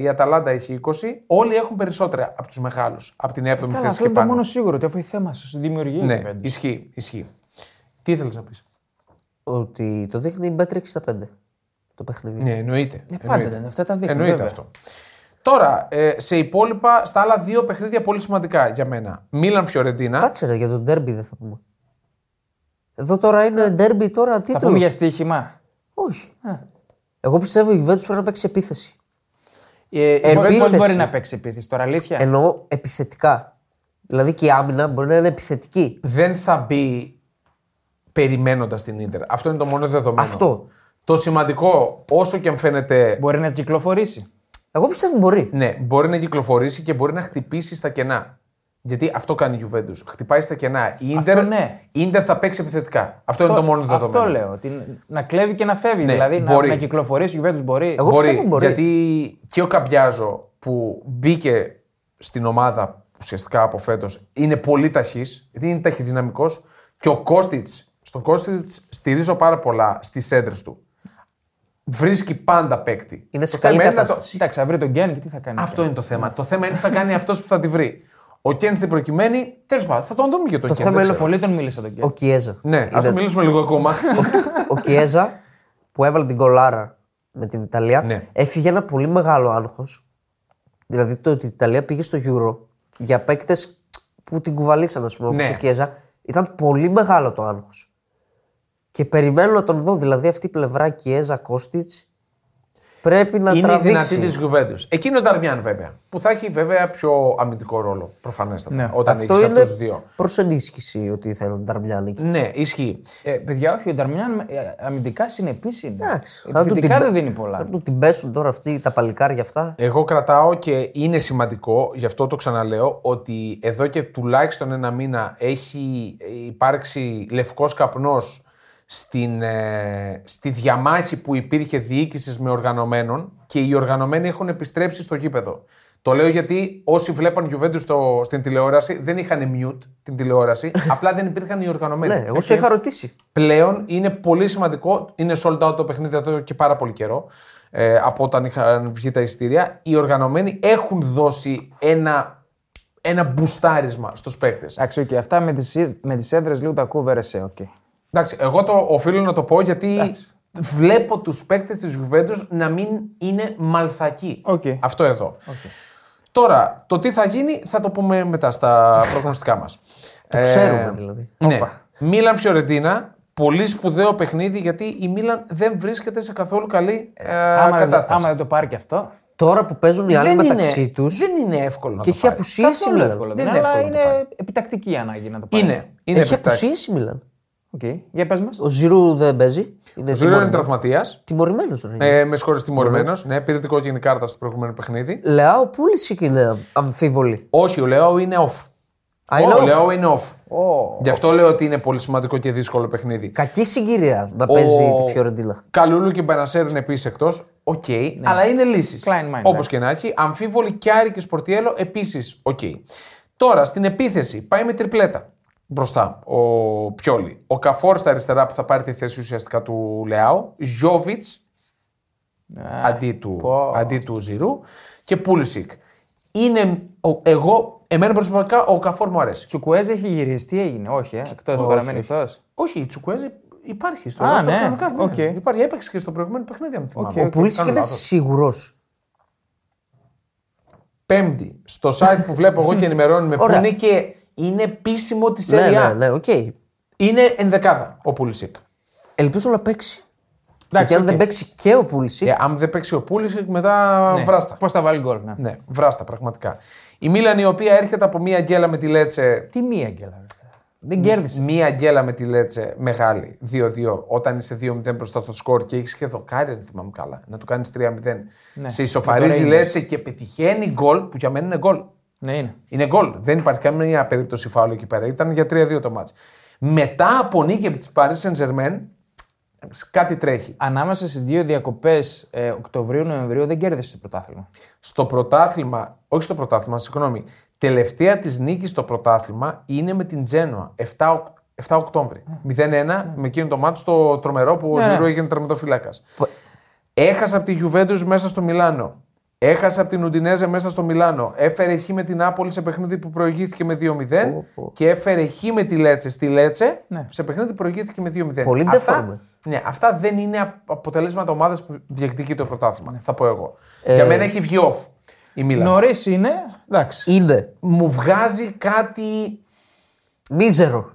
η Αταλάντα έχει 20. Όλοι έχουν περισσότερα από τους μεγάλους, από την 7η
Ε, Καλά,
θέση
αυτό
και
είναι το
πάνω.
μόνο σίγουρο ότι αφού η θέμα σου δημιουργεί.
Ναι, ισχύει, ισχύει. Τι ήθελες να πεις.
Ότι το δείχνει η Μπέτρη 65 το παιχνίδι.
Ναι, εννοείται.
Ε, Πάντα δεν αυτά τα δείχνουν.
Εννοείται
Ναι, βέβαια.
αυτό. Τώρα, ε, σε υπόλοιπα, στα άλλα δύο παιχνίδια πολύ σημαντικά για μένα. Μίλαν Φιωρεντίνα.
Κάτσε ρε, για τον ντέρμπι δεν θα πούμε. Εδώ τώρα
Ναι.
είναι ντέρμπι, τώρα
Θα
τίτλο.
πούμε για στοίχημα.
Όχι. Εγώ πιστεύω η Juventus πρέπει να παίξει επίθεση.
Ε, μπορεί-
επίθεση.
μπορεί να παίξει επίθεση Ε, ναι. τώρα,
Ναι.
αλήθεια.
Εννοώ επιθετικά. Δηλαδή και η άμυνα μπορεί να είναι επιθετική.
Δεν θα μπει περιμένοντας την ντερ. Αυτό είναι το μόνο δεδομένο.
Αυτό.
Το σημαντικό, όσο και αν φαίνεται.
Μπορεί να κυκλοφορήσει.
Εγώ πιστεύω μπορεί.
Ναι, μπορεί να κυκλοφορήσει και μπορεί να χτυπήσει στα κενά. Γιατί αυτό κάνει η Juventus. Χτυπάει στα κενά. Η
Αυτό
Ίντερ,
ναι.
θα παίξει επιθετικά. Αυτό, είναι το μόνο
αυτό
δεδομένο.
λέω. ότι να κλέβει και να φεύγει. δηλαδή να,
μπορεί.
να κυκλοφορήσει. Ο Γιουβέντου μπορεί.
Εγώ-
μπορεί,
πιστεύω μπορεί.
Γιατί και ο Καμπιάζο που μπήκε στην ομάδα ουσιαστικά από φέτος είναι πολύ ταχύς, γιατί είναι ταχυδυναμικός και ο Κώστιτ, στον Κώστιτ στηρίζω πάρα πολλά στις έντρε του. Βρίσκει πάντα παίκτη.
Είναι σε
Το
καλή
θέμα να το-
κατάσταση.
Κοιτάξτε, θα βρει τον Γκιάννη και τι θα κάνει.
Αυτό είναι το θέμα. Το θέμα είναι τι θα κάνει αυτός που θα τη βρει. Ο Κέν στην προκειμένη, τέλος πάντων, θα τον δούμε και τον Κέν.
θέμα
δεν
είναι
ξέρω.
Πολύ τον μίλησα τον Γκιάννη.
Ο Κιέζα.
Ναι, ας το
Ήταν-
μιλήσουμε λίγο ακόμα.
ο Κιέζα που έβαλε την κολάρα με την Ιταλία
Ναι.
έφυγε ένα πολύ μεγάλο άγχος. Δηλαδή το ότι η Ιταλία πήγε στο Euro για παίκτες που την κουβαλήσαν, ας πούμε, όπως
Ναι.
ο Κιέζα. Ήταν πολύ μεγάλο το άγχος. Και περιμένω να τον δω. Δηλαδή αυτή η πλευρά Κιέζα Κώστιτ πρέπει να
είναι η δυνατή
τραβήξει.
της Γιουβέντους. Εκεί είναι ο Νταρμιάν βέβαια. Που θα έχει βέβαια πιο αμυντικό ρόλο προφανέστατα.
Ναι.
Όταν έχει
Αυτό
αυτού
είναι
του δύο.
προς ενίσχυση ότι θα είναι ο Νταρμιάν εκεί.
Ναι, ισχύει.
Ε, παιδιά, όχι, ο Νταρμιάν ε, αμυντικά συνεπή είναι.
Εντάξει, θα του την
Επιθετικά
πε-
δεν δίνει πολλά.
Θα του την πέσουν τώρα αυτοί τα παλικάρια αυτά.
Εγώ κρατάω και είναι σημαντικό, γι' αυτό το ξαναλέω, ότι εδώ και τουλάχιστον ένα μήνα έχει υπάρξει λευκός καπνός στην, ε, στη διαμάχη που υπήρχε διοίκησης με οργανωμένων και οι οργανωμένοι έχουν επιστρέψει στο γήπεδο. Το λέω γιατί όσοι βλέπαν Juventus στο, στην τηλεόραση δεν είχαν mute την τηλεόραση, απλά δεν υπήρχαν οι οργανωμένοι.
Ναι, εγώ σε
ε,
είχα ρωτήσει.
πλέον είναι πολύ σημαντικό. Είναι sold out το παιχνίδι εδώ και πάρα πολύ καιρό. Ε, από όταν είχαν βγει τα εισιτήρια. Οι οργανωμένοι έχουν δώσει ένα, ένα μπουστάρισμα στους παίκτες.
Εντάξει, οκ, αυτά με τις με τις έδρες λίγο τα ακούω βερεσέ. οκ.
Εντάξει, εγώ το οφείλω να το πω γιατί βλέπω τους παίκτες της Juventus να μην είναι μαλθακοί.
Οκ.
Αυτό εδώ. Τώρα, το τι θα γίνει θα το πούμε μετά στα προγνωστικά μας.
Το ξέρουμε δηλαδή.
Ναι. Μίλαν Φιωρεντίνα. Πολύ σπουδαίο παιχνίδι γιατί η Μίλαν δεν βρίσκεται σε καθόλου καλή ε,
Άμα, δεν-
κατάσταση.
άμα δεν το πάρει και αυτό.
Τώρα που παίζουν οι άλλοι
δεν,
μεταξύ
είναι,
τους
δεν είναι εύκολο
και
να το
έχει
πάρει.
απουσίαση η
Καθόλου
Μίλαν.
εύκολο.
Δεν
Δεν
είναι
είναι, αλλά
εύκολο να το
είναι επιτακτική η ανάγκη να το πάρει.
Είναι. είναι
Έχει
επιτακτική.
απουσίαση η Μίλαν.
Οκ. Για πες μας.
Ο Ζηρού δεν παίζει. Είναι
Ο Ζήρο είναι
τιμωρημένος.
τραυματίας.
Τιμωρημένος ρε.
Ε, με συγχωρείτε, τιμωρημένο. Ναι, πήρε την κόκκινη κάρτα στο προηγούμενο παιχνίδι.
Λεάο πούλησε και είναι αμφίβολη.
Όχι, ο Λεό είναι off.
Α, είναι
ο
off.
Λεό είναι off.
Ω.
Γι' αυτό λέω ότι είναι πολύ σημαντικό και δύσκολο παιχνίδι.
Κακή συγκυρία να παίζει τη Φιωρεντίνα.
Καλούλου και Μπενασέρ είναι επίσης εκτός. Οκ. Αλλά είναι λύσει.
Klein mind,
Όπω
εντάξει.
και να έχει. Αμφίβολη Κιάρη και Σπορτιέλο επίσης οκ. Τώρα στην επίθεση πάει με τριπλέτα μπροστά ο Πιόλι. Ο Καφόρ στα αριστερά που θα πάρει τη θέση ουσιαστικά του Λεάου. Ζιόβιτ αντί, του,
Ναι, πω.
αντί του Ζηρού. Και Πούλησικ. Είναι ο- εγώ, εμένα προσωπικά ο Καφόρ μου αρέσει.
Τσουκουέζ έχει γυρίσει, τι έγινε, όχι, ε. εκτός, παραμένει εκτός.
Όχι, η Τσουκουέζη υπάρχει στο
Α,
ρόστερ
ναι.
κανονικά,
Οκ.
Υπάρχει, έπαιξε και στο προηγούμενο παιχνίδι, αν θυμάμαι.
Οκ,
Ο
οκ.
Πούλησε
Ε, κάνω
είναι
λάθος.
σίγουρος.
Πέμπτη στο site που βλέπω εγώ και ενημερώνουμε που
Ωραία.
είναι και είναι επίσημο τη
Ναι,
ΕΡΙΑ.
ναι, ναι, οκ.
Είναι ενδεκάδα ο Πούλησικ.
Ελπίζω να παίξει. Γιατί αν
οκ.
δεν παίξει και ο Πούλησε.
Ε, αν δεν παίξει ο Πούλησικ, μετά
Ναι.
βράστα.
Πώς θα βάλει γκολ, ναι.
Ναι, βράστα πραγματικά. Η Μίλαν η οποία έρχεται από μία γκέλα με τη Λέτσε.
Τι μία γκέλα. ρε. Δεν κέρδισε.
Μία γκέλα με τη Λέτσε μεγάλη, 2-2, όταν είσαι 2-0 μπροστά στο σκορ και έχεις και δοκάρι, αν θυμάμαι καλά, να του κάνει 3-0.
Ναι.
Σε ισοφαρίζει η
Rangers.
Λέτσε και πετυχαίνει γκολ που για μένα είναι γκολ.
Ναι, είναι.
Είναι γκολ. Δεν υπάρχει καμία περίπτωση φάουλ εκεί πέρα. Ήταν για 3-2 το μάτς. Μετά από νίκη της Paris Saint-Germain, κάτι τρέχει.
Ανάμεσα στις δύο διακοπές ε, Οκτωβρίου-Νοεμβρίου δεν κέρδισε το πρωτάθλημα.
Στο πρωτάθλημα, όχι στο πρωτάθλημα, συγγνώμη, τελευταία της νίκης στο πρωτάθλημα είναι με την Τζένοα. 7, Οκ- 7 Οκτώβρη. 0-1 με εκείνο το μάτς το τρομερό που ο Ζηρού έγινε τερματοφύλακας. Έχασα από τη Juventus μέσα στο Μιλάνο. Έχασα από την Ουντινέζε μέσα στο Μιλάνο. Έφερε χ με την Άπολη σε παιχνίδι που προηγήθηκε με 2-0. Και έφερε χ με τη Λέτσε στη Λέτσε σε παιχνίδι που προηγήθηκε με 2-0.
Πολύ
αυτά,
ντεφόρμε.
ναι, αυτά δεν είναι απ- αποτελέσματα ομάδας που διεκδικεί το πρωτάθλημα. Θα πω εγώ. Για μένα έχει βγει off η Μίλαν.
Νωρίς είναι, εντάξει.
Είναι
Μου βγάζει κάτι.
μίζερο.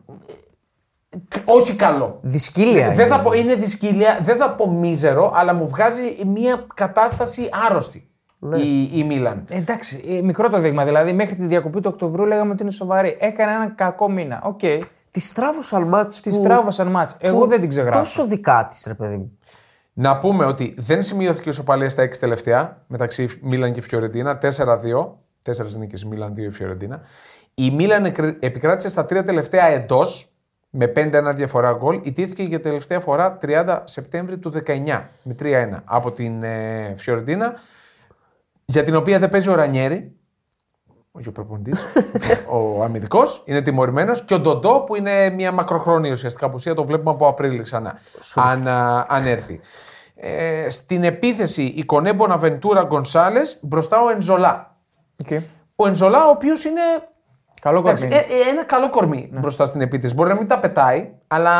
Όχι καλό.
Δυσκύλια.
Δεν
είναι.
θα πω, είναι δυσκύλια, δεν θα πω μίζερο, αλλά μου βγάζει μια κατάσταση άρρωστη η, η Μίλαν.
Ε, Εντάξει, ε, μικρό το δείγμα. Δηλαδή, μέχρι τη διακοπή του Οκτωβρίου λέγαμε ότι είναι σοβαρή. Έκανε έναν κακό μήνα. Οκ.
Τη τράβωσαν μάτς
Τη
που-
τράβωσαν μάτς. Εγώ
που
δεν την ξεγράφω.
Τόσο δικά της, ρε παιδί μου.
Να πούμε ότι δεν σημειώθηκε ισοπαλία στα 6 τελευταία μεταξύ Μίλαν και Φιωρεντίνα. 4-2. Τέσσερις νίκες Μίλαν, 2 η Φιωρεντίνα. Η Μίλαν εκρε- επικράτησε στα τρία τελευταία εντός με 5-1 διαφορά γκολ. Ιτήθηκε για τελευταία φορά 30 Σεπτέμβρη του 19 με 3-1 από την ε, Φιωρεντίνα. Για την οποία δεν παίζει ο Ρανιέρη. Όχι ο προπονητής. ο αμυντικός είναι τιμωρημένος. Και ο Ντοντό που είναι μια μακροχρόνια ουσιαστικά απουσία. Το βλέπουμε από Απρίλιο ξανά. Αν, α, αν έρθει. Ε, στην επίθεση η Κονέ Μποναβεντούρα Γκονσάλες μπροστά ο Ενζολά.
Okay.
Ο Ενζολά, ο οποίος είναι
Καλό
Εντάξει,
κορμί.
ε, ε, ένα καλό κορμί μπροστά στην επίθεση. Μπορεί να μην τα πετάει, αλλά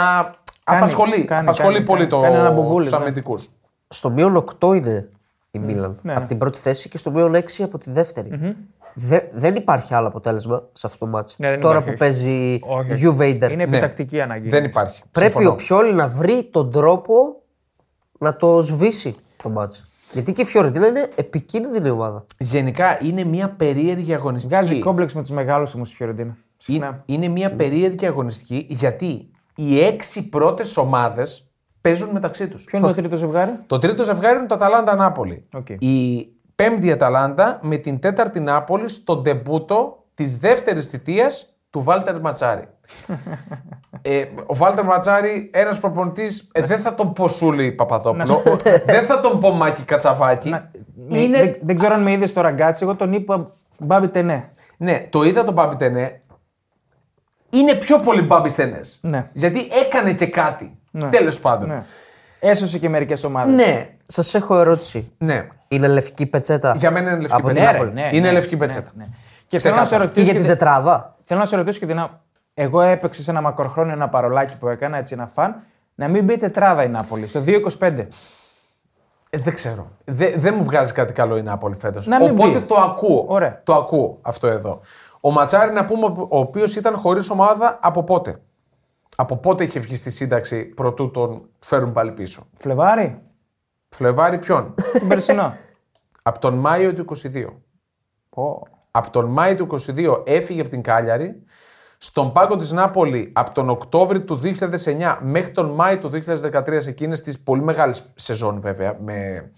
απασχολεί,
Ναι. κάνει,
απασχολεί
κάνει,
πολύ
κάνει. Κάνει ένα
το,
μπομπούλης,
τους
ναι.
αμυντικούς.
Στο μείον 8 είναι η Μίλαν
ναι.
από την πρώτη θέση και στο μείον 6 από τη δευτερη Δε, δεν υπάρχει άλλο αποτέλεσμα σε αυτό το match.
Ναι, δεν
Τώρα
υπάρχει.
που παίζει
Όχι.
ε, Γιου Βέιντερ.
Είναι επιτακτική ανάγκη.
Δεν υπάρχει.
Πρέπει
Συμφωνώ.
ο Πιόλη να βρει τον τρόπο να το σβήσει το μάτς. Γιατί και η Φιωρεντίνα είναι επικίνδυνη ομάδα.
Γενικά είναι μια περίεργη αγωνιστική.
Βγάζει κόμπλεξ με τους μεγάλους όμως τη Φιωρεντίνα. Ναι.
Είναι, είναι μια περίεργη αγωνιστική γιατί οι έξι πρώτες ομάδες παίζουν μεταξύ τους.
Ποιο είναι το τρίτο ζευγάρι.
Το τρίτο ζευγάρι είναι το Αταλάντα Νάπολη.
Οκ.
Η πέμπτη Αταλάντα με την τέταρτη Νάπολη στο ντεμπούτο της δεύτερης θητείας του Βάλτερ Ματσάρη. ε, ο Βάλτερ Ματσάρη, ένας προπονητής, ε, δεν θα τον πω Σούλη Παπαδόπουλο, ο- δεν θα τον πω Μάκη Κατσαβάκη.
Με- Ε, δεν, δεν ξέρω αν με είδες στο ραγκάτσι, εγώ τον είπα Μπάμπι Τενέ.
Ναι, το είδα τον Μπάμπι Τενέ. Είναι πιο πολύ Μπάμπι Τενές.
Ναι.
Γιατί έκανε και κάτι. Ναι. Τέλος πάντων. Ναι.
Ναι. Έσωσε και μερικές ομάδες.
ναι.
Σας έχω ερώτηση. Είναι λευκή πετσέτα.
Για μένα είναι λευκή
από την
πετσέτα.
Νάπολη.
ναι, Είναι λευκή πετσέτα.
ναι. Και θέλω να, σε
Και
ρωτήσω
για
και
την
την-
τετράδα.
θέλω να σε ρωτήσω και την. α- Εγώ έπαιξα σε ένα μακροχρόνιο ένα παρολάκι που έκανα, έτσι ένα φαν, να μην μπει τετράδα η Νάπολη στο 2-25.
Ε, δεν ξέρω. Δε- δεν μου βγάζει κάτι καλό η Νάπολη φέτος.
Να μην
Οπότε
μπει.
το ακούω.
Ωραία.
Το ακούω αυτό εδώ. Ο Ματσάρη, να πούμε, ο οποίος ήταν χωρίς ομάδα από πότε. Από πότε είχε βγει στη σύνταξη προτού τον φέρουν πάλι πίσω.
Φλεβάρι,
Φλεβάρι ποιον.
τον περσινό.
από τον Μάιο του 22.
Πω.
Από τον Μάιο του 22 έφυγε από την Κάλιαρη. Στον πάγκο της Νάπολη από τον Οκτώβρη του 2009 μέχρι τον Μάιο του 2013 σε εκείνες τις πολύ μεγάλες σεζόν βέβαια με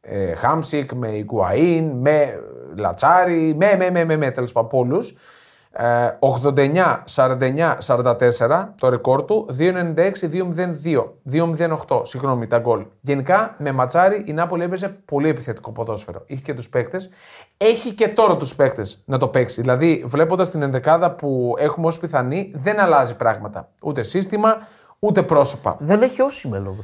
ε, Χάμσικ, με Ιγκουαΐν, με ε, Λατσάρι, με, με, με, με, με τέλος πάντων από όλους. Ε, 89-49-44 το ρεκόρ του, 296-202, 208, συγγνώμη τα γκολ. Γενικά με Ματσάρι η Νάπολη έπαιζε πολύ επιθετικό ποδόσφαιρο. Είχε και τους παίκτες, έχει και τώρα τους παίκτες να το παίξει. Δηλαδή βλέποντας την ενδεκάδα που έχουμε ως πιθανή δεν αλλάζει πράγματα, ούτε σύστημα, ούτε πρόσωπα.
Δεν έχει όσημεν όμω.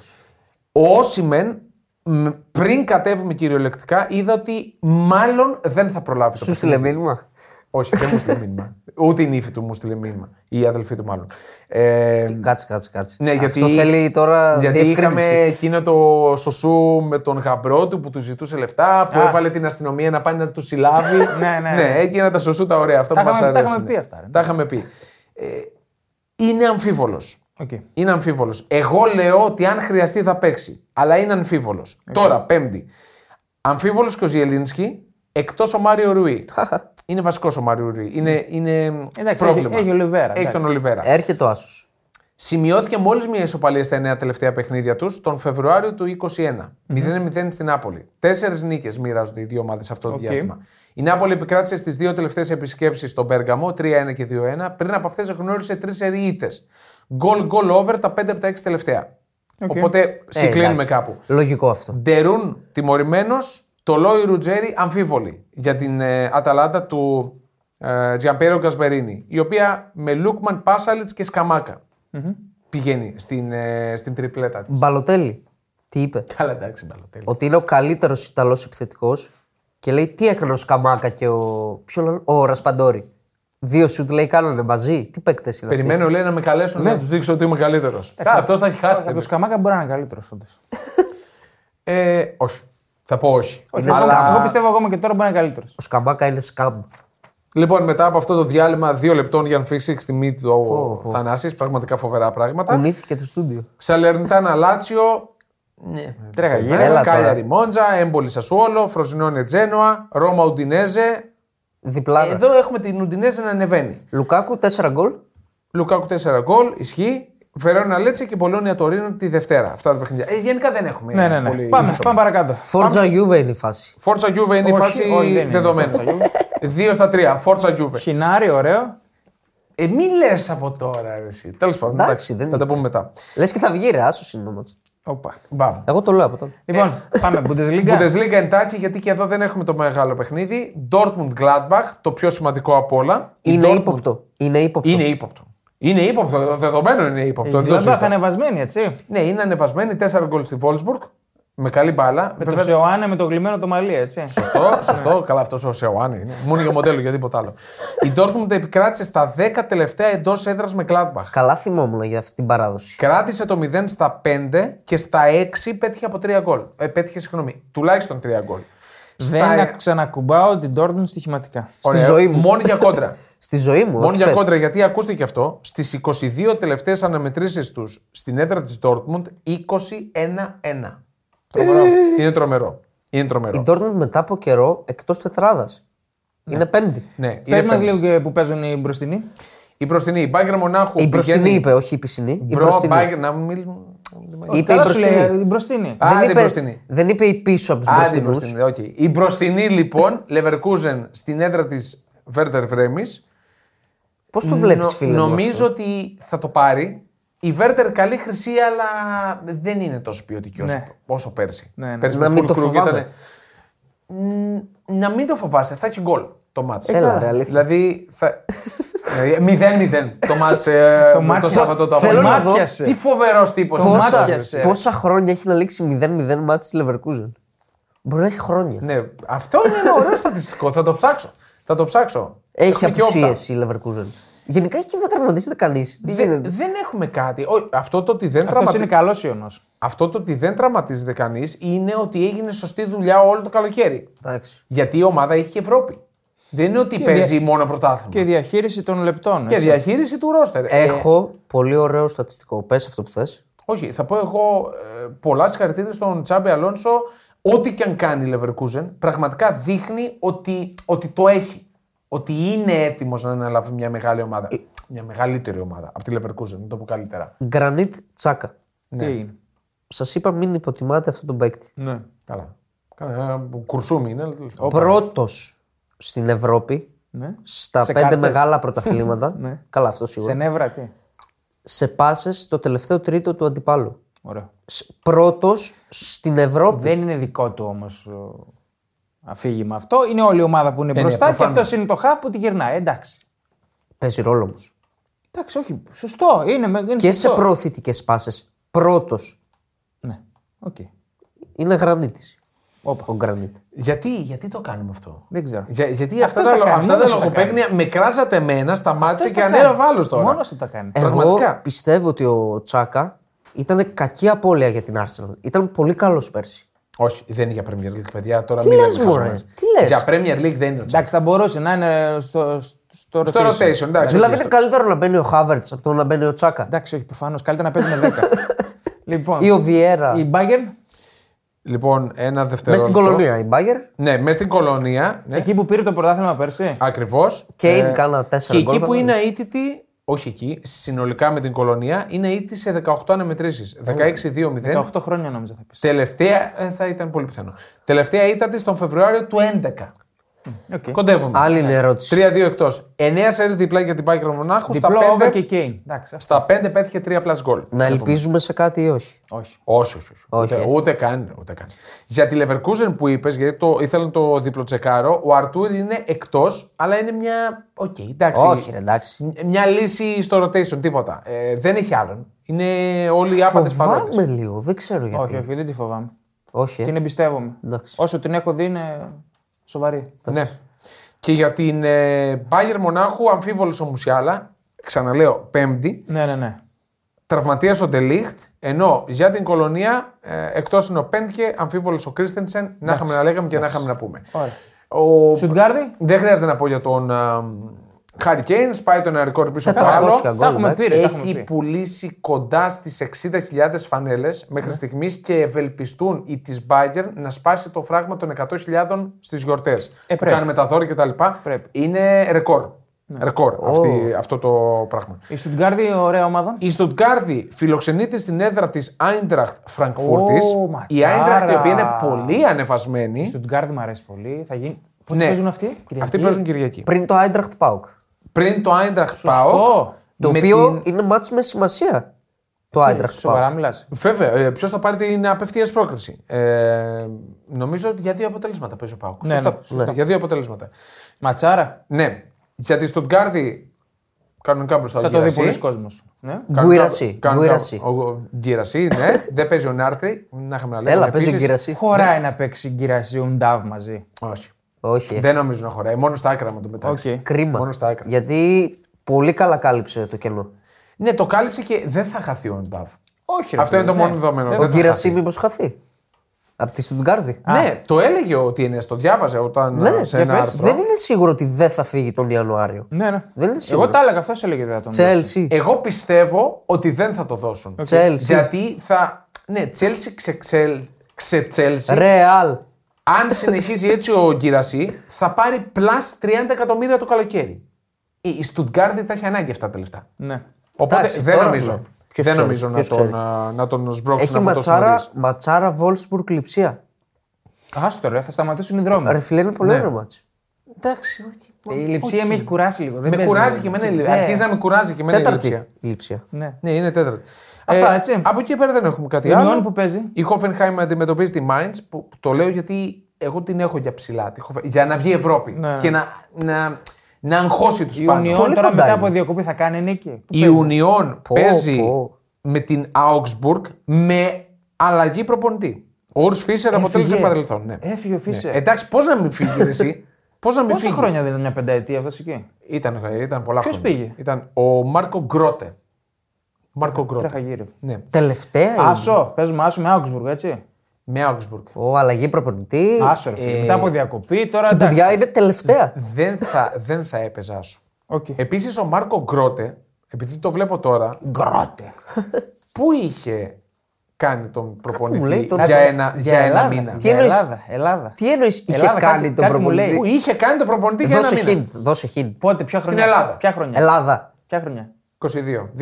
Ο Όσιμεν, μ, πριν κατέβουμε κυριολεκτικά, είδα ότι μάλλον δεν θα προλάβει το
Σου στείλε μήνυμα.
όχι, δεν μου στείλε μήνυμα. Ούτε η νύφη του μου στείλε μήνυμα. Η αδελφή του μάλλον. Ε,
Κάτσε, κάτσε, κάτσε.
ναι,
Αυτό θέλει τώρα
γιατί
διευκρίνηση.
είχαμε εκείνο το σωσού με τον γαμπρό του που του ζητούσε λεφτά, που
Α.
έβαλε την αστυνομία να πάει να του συλλάβει.
Ναι, ναι, ναι.
έγιναν τα σωσού τα ωραία. Αυτά
Τα
που μας
είχαμε- τα
αρέσουν.
είχαμε πει αυτά, ρε.
Τα είχαμε πει. Ε, είναι αμφίβολος.
Οκ.
Είναι αμφίβολος. Εγώ λέω ότι αν χρειαστεί θα παίξει. Αλλά είναι αμφίβολος. Τώρα, Πέμπτη. Αμφίβολος και ο Ζιελίνσκι, εκτός ο Μάριο Ρουί. είναι βασικός ο Μάριο Ρουί. Είναι, είναι
Εντάξει,
πρόβλημα.
έχει- έχει Ολιβέρα,
Έχει τον
εντάξει. Ε,
Ολιβέρα.
Έρχεται ο Άσος.
Σημειώθηκε μόλις μία ισοπαλία στα 9 τελευταία παιχνίδια τους τον Φεβρουάριο του 2021. 0-0 στην Νάπολη. Τέσσερις νίκες μοιράζονται οι δύο ομάδες αυτό το
Οκ.
διάστημα. Η Νάπολη επικράτησε στις δύο τελευταίες επισκέψεις στον Πέργαμο, 3-1 και 2-1. Πριν από αυτές γνώρισε τρεις ερείτε. Γκολ, γκολ over τα 5 από τα 6 τελευταία. Οπότε συγκλίνουμε κάπου.
Ε, Λογικό αυτό.
Ντερούν τιμωρημένος, το Λόι Ρουτζέρι αμφίβολη για την ε, Αταλάντα του ε, Τζιαμπέρο Γκασπερίνη, η οποία με Λούκμαν, Πάσαλιτ και σκαμακα πηγαίνει στην, ε, στην τριπλέτα της.
Μπαλοτέλη. Τι είπε.
Καλά, εντάξει, Μπαλοτέλη.
Ότι είναι ο καλύτερος Ιταλός επιθετικός και λέει τι έκανε ο Σκαμάκα και ο. Ποιον άλλο? Ο Ρασπαντόρη. Δύο σουτ λέει κάνανε μαζί. Τι παίκτες είναι αυτοί.
Περιμένω, λέει, να με καλέσουν να τους δείξω ότι είμαι καλύτερος. Ναι. Αυτός θα έχει χάσει.
Το
τελικά.
Σκαμάκα μπορεί να είναι καλύτερος όντως.
Ε, όχι. Θα πω όχι.
Αλλά... Εγώ πιστεύω ακόμα και τώρα μπορεί να είναι καλύτερος.
Ο Σκαμάκα είναι σκάμπ.
Λοιπόν, μετά από αυτό το διάλειμμα δύο λεπτών για να φύξει στη μύτη του ο Θανάσης, πραγματικά φοβερά πράγματα.
Κουνήθηκε το στούντιο.
Σαλερνιτάνα Λάτσιο, Ε,
Τρέχα γύρω.
Έλα τώρα.
Κάλιαρη Μόντζα, Έμπολη Σασουόλο, Φροζινόνε Τζένοα, Ρώμα Ουντινέζε. Ε,
Διπλάδα.
Εδώ έχουμε την Ουντινέζε να ανεβαίνει.
Λουκάκου 4 γκολ.
Λουκάκου 4 γκολ, ισχύει. Φερόνα Λέτσε και Πολώνια Τωρίνο τη Δευτέρα. Αυτά τα παιχνίδια. Ε, γενικά δεν έχουμε.
Ναι, ναι, ναι.
πολύ
Πάμε,
ύψομα.
πάμε παρακάτω.
Φόρτζα Γιούβε είναι η φάση.
Φόρτσα Γιούβε είναι
Όχι,
η φάση
όχι, δεν είναι.
δεδομένη.
Forza
2
Juve.
στα 3. Φόρτσα Γιούβε.
Χινάρι, ωραίο.
Ε, μην λες από τώρα, ρε, εσύ. Τέλος πάντων.
Εντάξει,
θα
δεν
τα
είναι.
πούμε μετά.
Λες και θα βγει ρε, άσο είναι το μάτς.
Οπα.
Μπαμ.
Εγώ το λέω από τώρα.
Λοιπόν, πάμε Bundesliga.
Ε. Bundesliga εντάχει, γιατί και εδώ δεν έχουμε το μεγάλο παιχνίδι. Dortmund Gladbach, το πιο σημαντικό από όλα. Η
Είναι
Dortmund-
ύποπτο. Είναι ύποπτο.
Είναι ύποπτο. Είναι ύποπτο, δεδομένο είναι ύποπτο.
Η
δεν το
Gladbach
συζητώ.
ανεβασμένη, έτσι.
Ναι, είναι ανεβασμένη, 4 γκολ στη Wolfsburg. Με καλή μπάλα.
Με το Σεωάννα με το γλυμμένο το μαλλί, έτσι.
Σωστό, σωστό. Καλά, αυτός ο Σεωάννη. είναι. Μόνο για μοντέλο, για τίποτα άλλο. Η Dortmund επικράτησε στα 10 τελευταία εντός έδρας με Gladbach.
Καλά θυμόμουν για αυτή την παράδοση.
Κράτησε το 0 στα 5 και στα 6 πέτυχε από 3 γκολ. Ε, πέτυχε, συγγνώμη, τουλάχιστον 3 γκολ.
Δεν να ξανακουμπάω την Dortmund στοιχηματικά.
Ωραία,
ζωή μου.
Μόνο για κόντρα.
Στη ζωή μου.
μόνο
όχι
για
φέτος.
κόντρα, γιατί ακούστε και αυτό. Στις 22 τελευταίες αναμετρήσεις τους στην έδρα της Dortmund 21-1. Τρομερό. Είναι τρομερό. Είναι τρομερό.
Η Dortmund μετά από καιρό εκτός τετράδας. Είναι πέμπτη.
Ναι, είναι
Πε μας
πέμπτη.
λίγο και που παίζουν οι μπροστινοί.
Η προστινή, η Bayern Μονάχου.
Η μπροστινή
πηγαίνει-
είπε, όχι η πισινή. Η
Μπρο,
μπροστινή.
Bayern, να μιλήσουμε.
Είπε η
Καλά σου λέει,
μπροστινή.
οι μπροστινοί.
Α,
Δεν
την
είπε,
μπροστινή.
δεν είπε η πίσω από τους
Άντε η
μπροστινού.
μπροστινή, οκ. Η μπροστινή λοιπόν, Leverkusen στην έδρα της Werder Βρέμης.
Πώς το βλέπεις,
Νο-
φίλε. μου, αυτό?
Νομίζω ότι θα το πάρει. Η Βέρτερ καλή χρυσή, αλλά δεν είναι τόσο ποιοτική όσο,
Ναι.
όσο πέρσι.
Ναι, ναι.
Πέρσι
Να
με
μην
full
το
crew
φοβάμαι.
ήτανε- Μ, Να μην το φοβάσαι, θα έχει γκολ το μάτς.
Έλα,
καλά.
ρε, αλήθεια.
Δηλαδή. Θα... 0-0 το μάτς ε,
Το
το,
μάτιασε.
Σάββατο το
Θέλω να
απόγευμα.
δω
Μάτιασε.
Τι φοβερός τύπος.
Πόσα,
μάτιασε.
πόσα χρόνια έχει να λήξει 0-0 μάτι τη Leverkusen. Μπορεί να έχει χρόνια.
Ναι, αυτό είναι ένα ωραίο στατιστικό. Θα το ψάξω. Θα το ψάξω.
Έχει
Έχουμε και όπτα.
απουσίες η Leverkusen. Γενικά εκεί δεν τραυματίζεται κανείς. Τι
Δεν,
γίνεται.
δεν έχουμε κάτι. Ό, αυτό το ότι δεν
Αυτός
τραυματι-
είναι καλός ιονό.
Αυτό το ότι δεν τραυματίζεται κανείς είναι ότι έγινε σωστή δουλειά όλο το καλοκαίρι.
Εντάξει.
Γιατί η ομάδα έχει και Ευρώπη. Δεν είναι ότι παίζει μόνο πρωτάθλημα.
Και
Και,
διαχείριση των λεπτών. έτσι.
διαχείριση του ρόστερ. Ε,
Έχω πολύ ωραίο στατιστικό. Πες αυτό που θες.
όχι, θα πω εγώ ε, πολλά συγχαρητήρια στον Τσάμπε Αλόνσο. Ό,τι και αν κάνει η Leverkusen, πραγματικά δείχνει ότι, ότι το έχει. Ότι είναι έτοιμος να αναλάβει μια μεγάλη ομάδα.
Ε-
Μια μεγαλύτερη ομάδα από τη Leverkusen, να το πω καλύτερα.
Γκρανίτ Τσάκα.
Τι έγινε.
Σας είπα μην υποτιμάτε αυτόν τον παίκτη.
Ναι.
Καλά. Καλά, ε, Κουρσούμι είναι, αλλά τέλος πάντων.
Πρώτος στην Ευρώπη
ναι.
στα
Σε
πέντε
κάρτες.
μεγάλα πρωταθλήματα.
Ναι.
Καλά, αυτό
Σε
σίγουρα. Σε,
νεύρα τι.
πάσες το τελευταίο τρίτο του αντιπάλου.
Ωραίο.
Πρώτος στην Ευρώπη.
Δεν είναι δικό του όμως αφήγημα αυτό. Είναι όλη η ομάδα που είναι μπροστά και
προφανώς.
αυτός είναι το χάφ που τη γυρνάει. Εντάξει.
Παίζει ρόλο όμως.
Εντάξει, όχι. Σωστό. Είναι, με- είναι
Και σε
σωστό.
προωθητικές πάσες. Πρώτος
Ναι. Okay.
είναι γρανίτης.
Όπα.
Ο γρανίτ.
Γιατί, γιατί το κάνουμε αυτό.
Δεν ξέρω.
Για, γιατί αυτά
Αυτός
τα,
τα κάνει,
αυτά τα
μόνος του τα
λογοπαίγνια με κράζατε εμένα, σταμάτησε
Αυτός
και
τα
ανέλαβα
κάνει.
άλλου τώρα.
Μόνος του τα κάνει.
Εγώ
Πραγματικά.
πιστεύω ότι ο Τσάκα ήταν κακή απώλεια για την Arsenal. Ήταν πολύ καλός πέρσι.
Όχι, δεν είναι για Premier League, παιδιά. Τώρα
Τι
μην
λες,
λέμε
μωρέ,
χαζομάρες.
τι λες.
Για Premier League δεν είναι ο Τσάκα.
Εντάξει, θα μπορούσε να είναι στο, στο, ναι.
Στο rotation, εντάξει.
δηλαδή
όχι,
είναι καλύτερο να μπαίνει ο Χάβερτ από το να μπαίνει ο Τσάκα.
Εντάξει, όχι, προφανώς. Καλύτερα να παίζει με 10. λοιπόν,
Ή ο Βιέρα.
η Bayern,
Λοιπόν, ένα
Μέσα
δευτερόλεπτο.
στην κολονία η Μπάγκερ.
Ναι, μέσα στην κολονία. Ναι,
εκεί που πήρε το πρωτάθλημα πέρσι.
Ακριβώς.
Κέιν κάνα τέσσερα
Ε, Και εκεί
γκολ,
που
θα
είναι αίτητη, όχι εκεί, συνολικά με την κολονία, είναι αίτητη σε 18 αναμετρήσει. 16-2-0.
18 χρόνια νόμιζα θα πεις.
Τελευταία, ε, θα ήταν πολύ πιθανό. Τελευταία ήττα της τον Φεβρουάριο
Ε,
του 11.
Okay.
Κοντεύουμε.
Άλλη είναι ερώτηση.
3-2 εκτό. 9 σερή διπλά για την Bayern Μονάχου. Στα
Διπλό over
5,
και Kane. Εντάξει, αυτό.
στα 5 πέτυχε 3 plus goal.
Να ελπίζουμε σε κάτι ή όχι.
Όχι.
Όχι, όχι. όχι.
Ναι. Όχι,
Ούτε,
ε.
ούτε καν, ούτε καν. Για τη Leverkusen που είπες, γιατί το, ήθελα να το διπλοτσεκάρω, ο Αρτούρ είναι εκτός, αλλά είναι μια. Οκ, εντάξει.
Όχι, ρε, εντάξει.
Μ- Μια λύση στο rotation, τίποτα. Ε, δεν έχει άλλον. Είναι όλοι οι άπατες παρόντε.
Φοβάμαι λίγο, δεν ξέρω γιατί.
όχι, όχι, δεν τη φοβάμαι.
Όχι, ε.
Την εμπιστεύομαι.
Εντάξει.
Όσο την έχω δει είναι σοβαρή.
Ναι. Και για την ε, Bayern Μονάχου, αμφίβολος ο Μουσιάλα. Ξαναλέω, πέμπτη.
Ναι, ναι, ναι.
Τραυματίας ο Ντελίχτ, ενώ για την κολονία ε, εκτός είναι ο Πέντκε, αμφίβολος ο Κρίστενσεν. Να είχαμε να λέγαμε και να είχαμε να πούμε.
Ωραία.
Ο...
Στουτγκάρδη,
Δεν χρειάζεται να πω για τον ε, Χάρι Κέιν, σπάει τον αερικό ρηπή στο
400
άλλο.
τα
γκολ,
έχουμε
εντάξει.
πει. ρε, τα έχουμε
Έχει
πει.
πουλήσει κοντά στις 60.000 φανέλε
Ναι.
μέχρι στιγμής και ευελπιστούν οι της Bayern να σπάσει το φράγμα των 100.000 στις γιορτές. Ε,
πρέπει.
Κάνουμε τα δώρα κτλ.
Πρέπει. Ναι.
Είναι ρεκόρ. Ρεκόρ αυτή, αυτό το πράγμα.
Η Στουτγκάρδη, ωραία ομάδα.
Η Στουτγκάρδη φιλοξενείται στην έδρα της Άιντραχτ Φραγκφούρτη.
Ω,
Η
ματσάρα.
Άιντραχτ η οποία είναι πολύ ανεβασμένη.
Η Στουτγκάρδη μου αρέσει πολύ. Θα γίνει... Πότε
Ναι.
παίζουν αυτοί, Κυριακή.
Αυτοί παίζουν Κυριακή.
Πριν το Άιντραχτ Πάουκ.
Πριν το Άιντραχτ
Σωστό.
Πάο.
Το οποίο είναι μάτς με σημασία. του Άιντραχτ.
Σοβαρά μιλάς.
Βέβαια, ποιος θα πάρει την απευθείας πρόκριση. Ε, νομίζω ότι για δύο αποτελέσματα παίζει ο Πάουκ.
Ναι,
σωστά,
ναι.
σωστά. Για δύο αποτελέσματα.
Ματσάρα.
Ναι, για τη Στουτγκάρδη κανονικά μπροστά
Θα
του
το δει
Γκύραση.
πολλοί κόσμος. Ναι.
Κανονικά-
Γκουίραση,
κανονικά-
Γκουίραση.
ο- ο- Γκύραση, ναι. Δεν παίζει ο Νάρτη. Να είχαμε να λέμε.
Έλα, παίζει
Επίσης-
γκύραση.
Χωράει να παίξει γκυρασίου Νταβ μαζί.
Όχι.
Όχι. ε.
Δεν νομίζω να χωράει. Μόνο στα άκρα μου το μετάξει.
Οκ.
Κρίμα.
Μόνο στα άκρα.
Γιατί πολύ καλά κάλυψε το κενό.
Ναι, το κάλυψε και δεν θα χαθεί ο Νταβ.
Όχι, ρε
Αυτό είναι
φίλε,
το μόνο
ναι.
δεδομένο.
Ο
Δεν
Ο
θα
Γκύραση μήπως χαθεί. Απ' τη Στουτγκάρδη.
Ναι, το έλεγε ότι είναι, το διάβαζε όταν
Ναι,
ε, σε ένα
για πες.
άρθρο.
Δεν είναι σίγουρο ότι δεν θα φύγει τον Ιανουάριο.
Ναι, ναι.
Δεν είναι σίγουρο.
Εγώ τα έλεγα, αυτός έλεγε δεν θα τον δώσει.
Τσέλσι.
Εγώ πιστεύω ότι δεν θα το δώσουν.
Chelsea.
Γιατί θα. Ναι, Τσέλσι ξεξέλ. Ξετσέλσι.
Ρεάλ.
Αν συνεχίζει έτσι ο Γκυρασί, θα πάρει plus 30 εκατομμύρια το καλοκαίρι. Η η Στουτγκάρδη τα έχει ανάγκη αυτά τα λεφτά.
Ναι.
Οπότε
Εντάξει,
δεν
τώρα
νομίζω.
ναι. Ποιος
δεν
ξέρει,
νομίζω να
ποιος
τον,
ξέρει.
α, να τον σμπρώξουν
Έχει
από τόσο
ματσάρα,
νωρίς.
ματσάρα Βόλσμπουργκ λειψία.
Άστο ρε, θα σταματήσουν οι δρόμοι.
Ρε φιλέ είναι πολύ ωραίο μάτσο.
Εντάξει, όχι.
Η λειψία με έχει κουράσει λίγο. Δεν
Με
παίζει
κουράζει
να-
και εμένα η
Ναι.
λε- Αρχίζει να με κουράζει και εμένα η
Τέταρτη
λήψη.
λειψία.
Ναι.
Ναι, είναι τέταρτη. Ε,
Αυτά, έτσι.
Από εκεί πέρα δεν έχουμε κάτι
Η
άλλο.
Union που παίζει.
Η Hoffenheim αντιμετωπίζει τη Mainz, που το λέω γιατί εγώ την έχω για ψηλά. τη Hoffen- Για να βγει η Ευρώπη
Ναι.
και να, να, να αγχώσει τους
Η
πάνω.
Union τώρα
κοντά
μετά
είναι.
από διακοπή θα κάνει νίκη. Πού
Η
παίζει?
Union παίζει
πω.
με την Augsburg με αλλαγή προπονητή. Ο Ουρς Φίσερ αποτέλεσε
Έφυγε.
παρελθόν. Ναι.
Έφυγε ο Φίσερ.
Ναι. Εντάξει, πώς να μην φύγει ρε εσύ. Πώς να μην
Πόσα
φύγει.
χρόνια δεν είναι μια πενταετία αυτός εκεί.
Ήταν, ε, ήταν πολλά
Ποιος
χρόνια.
πήγε?
Ήταν ο Μάρκο Γκρότε.
Ε,
Μάρκο Γκρότε.
Τρέχα γύρω.
Ναι,
Τελευταία. είναι.
Άσο, παίζουμε άσο με Augsburg, έτσι.
με Augsburg.
Ο αλλαγή προπονητή.
Άσο, ρε, φίλε. μετά από διακοπή τώρα.
Η
εντάξει.
Ε, παιδιά είναι τελευταία.
δεν, θα, δεν θα έπαιζα σου.
Οκ.
Επίσης ο Μάρκο Γκρότε, επειδή το βλέπω τώρα,
Γκρότε.
πού είχε κάνει τον προπονητή
μου λέει τώρα.
για
Κάτσε,
ένα, για ένα μήνα.
Τι
εννοείς?
Ελλάδα, Ελλάδα.
Τι εννοείς, είχε
Ελλάδα, κάτι-
κάνει τον
κάτι μου λέει.
Πού
προπονητή.
είχε κάνει τον προπονητή για ένα
Δώσε
μήνα.
hint, δώσε hint.
Πότε, ποια
Στην
χρονιά.
Ελλάδα.
Ποια χρονιά.
Ελλάδα. Ε,
Ποια χρονιά.
22, 2022.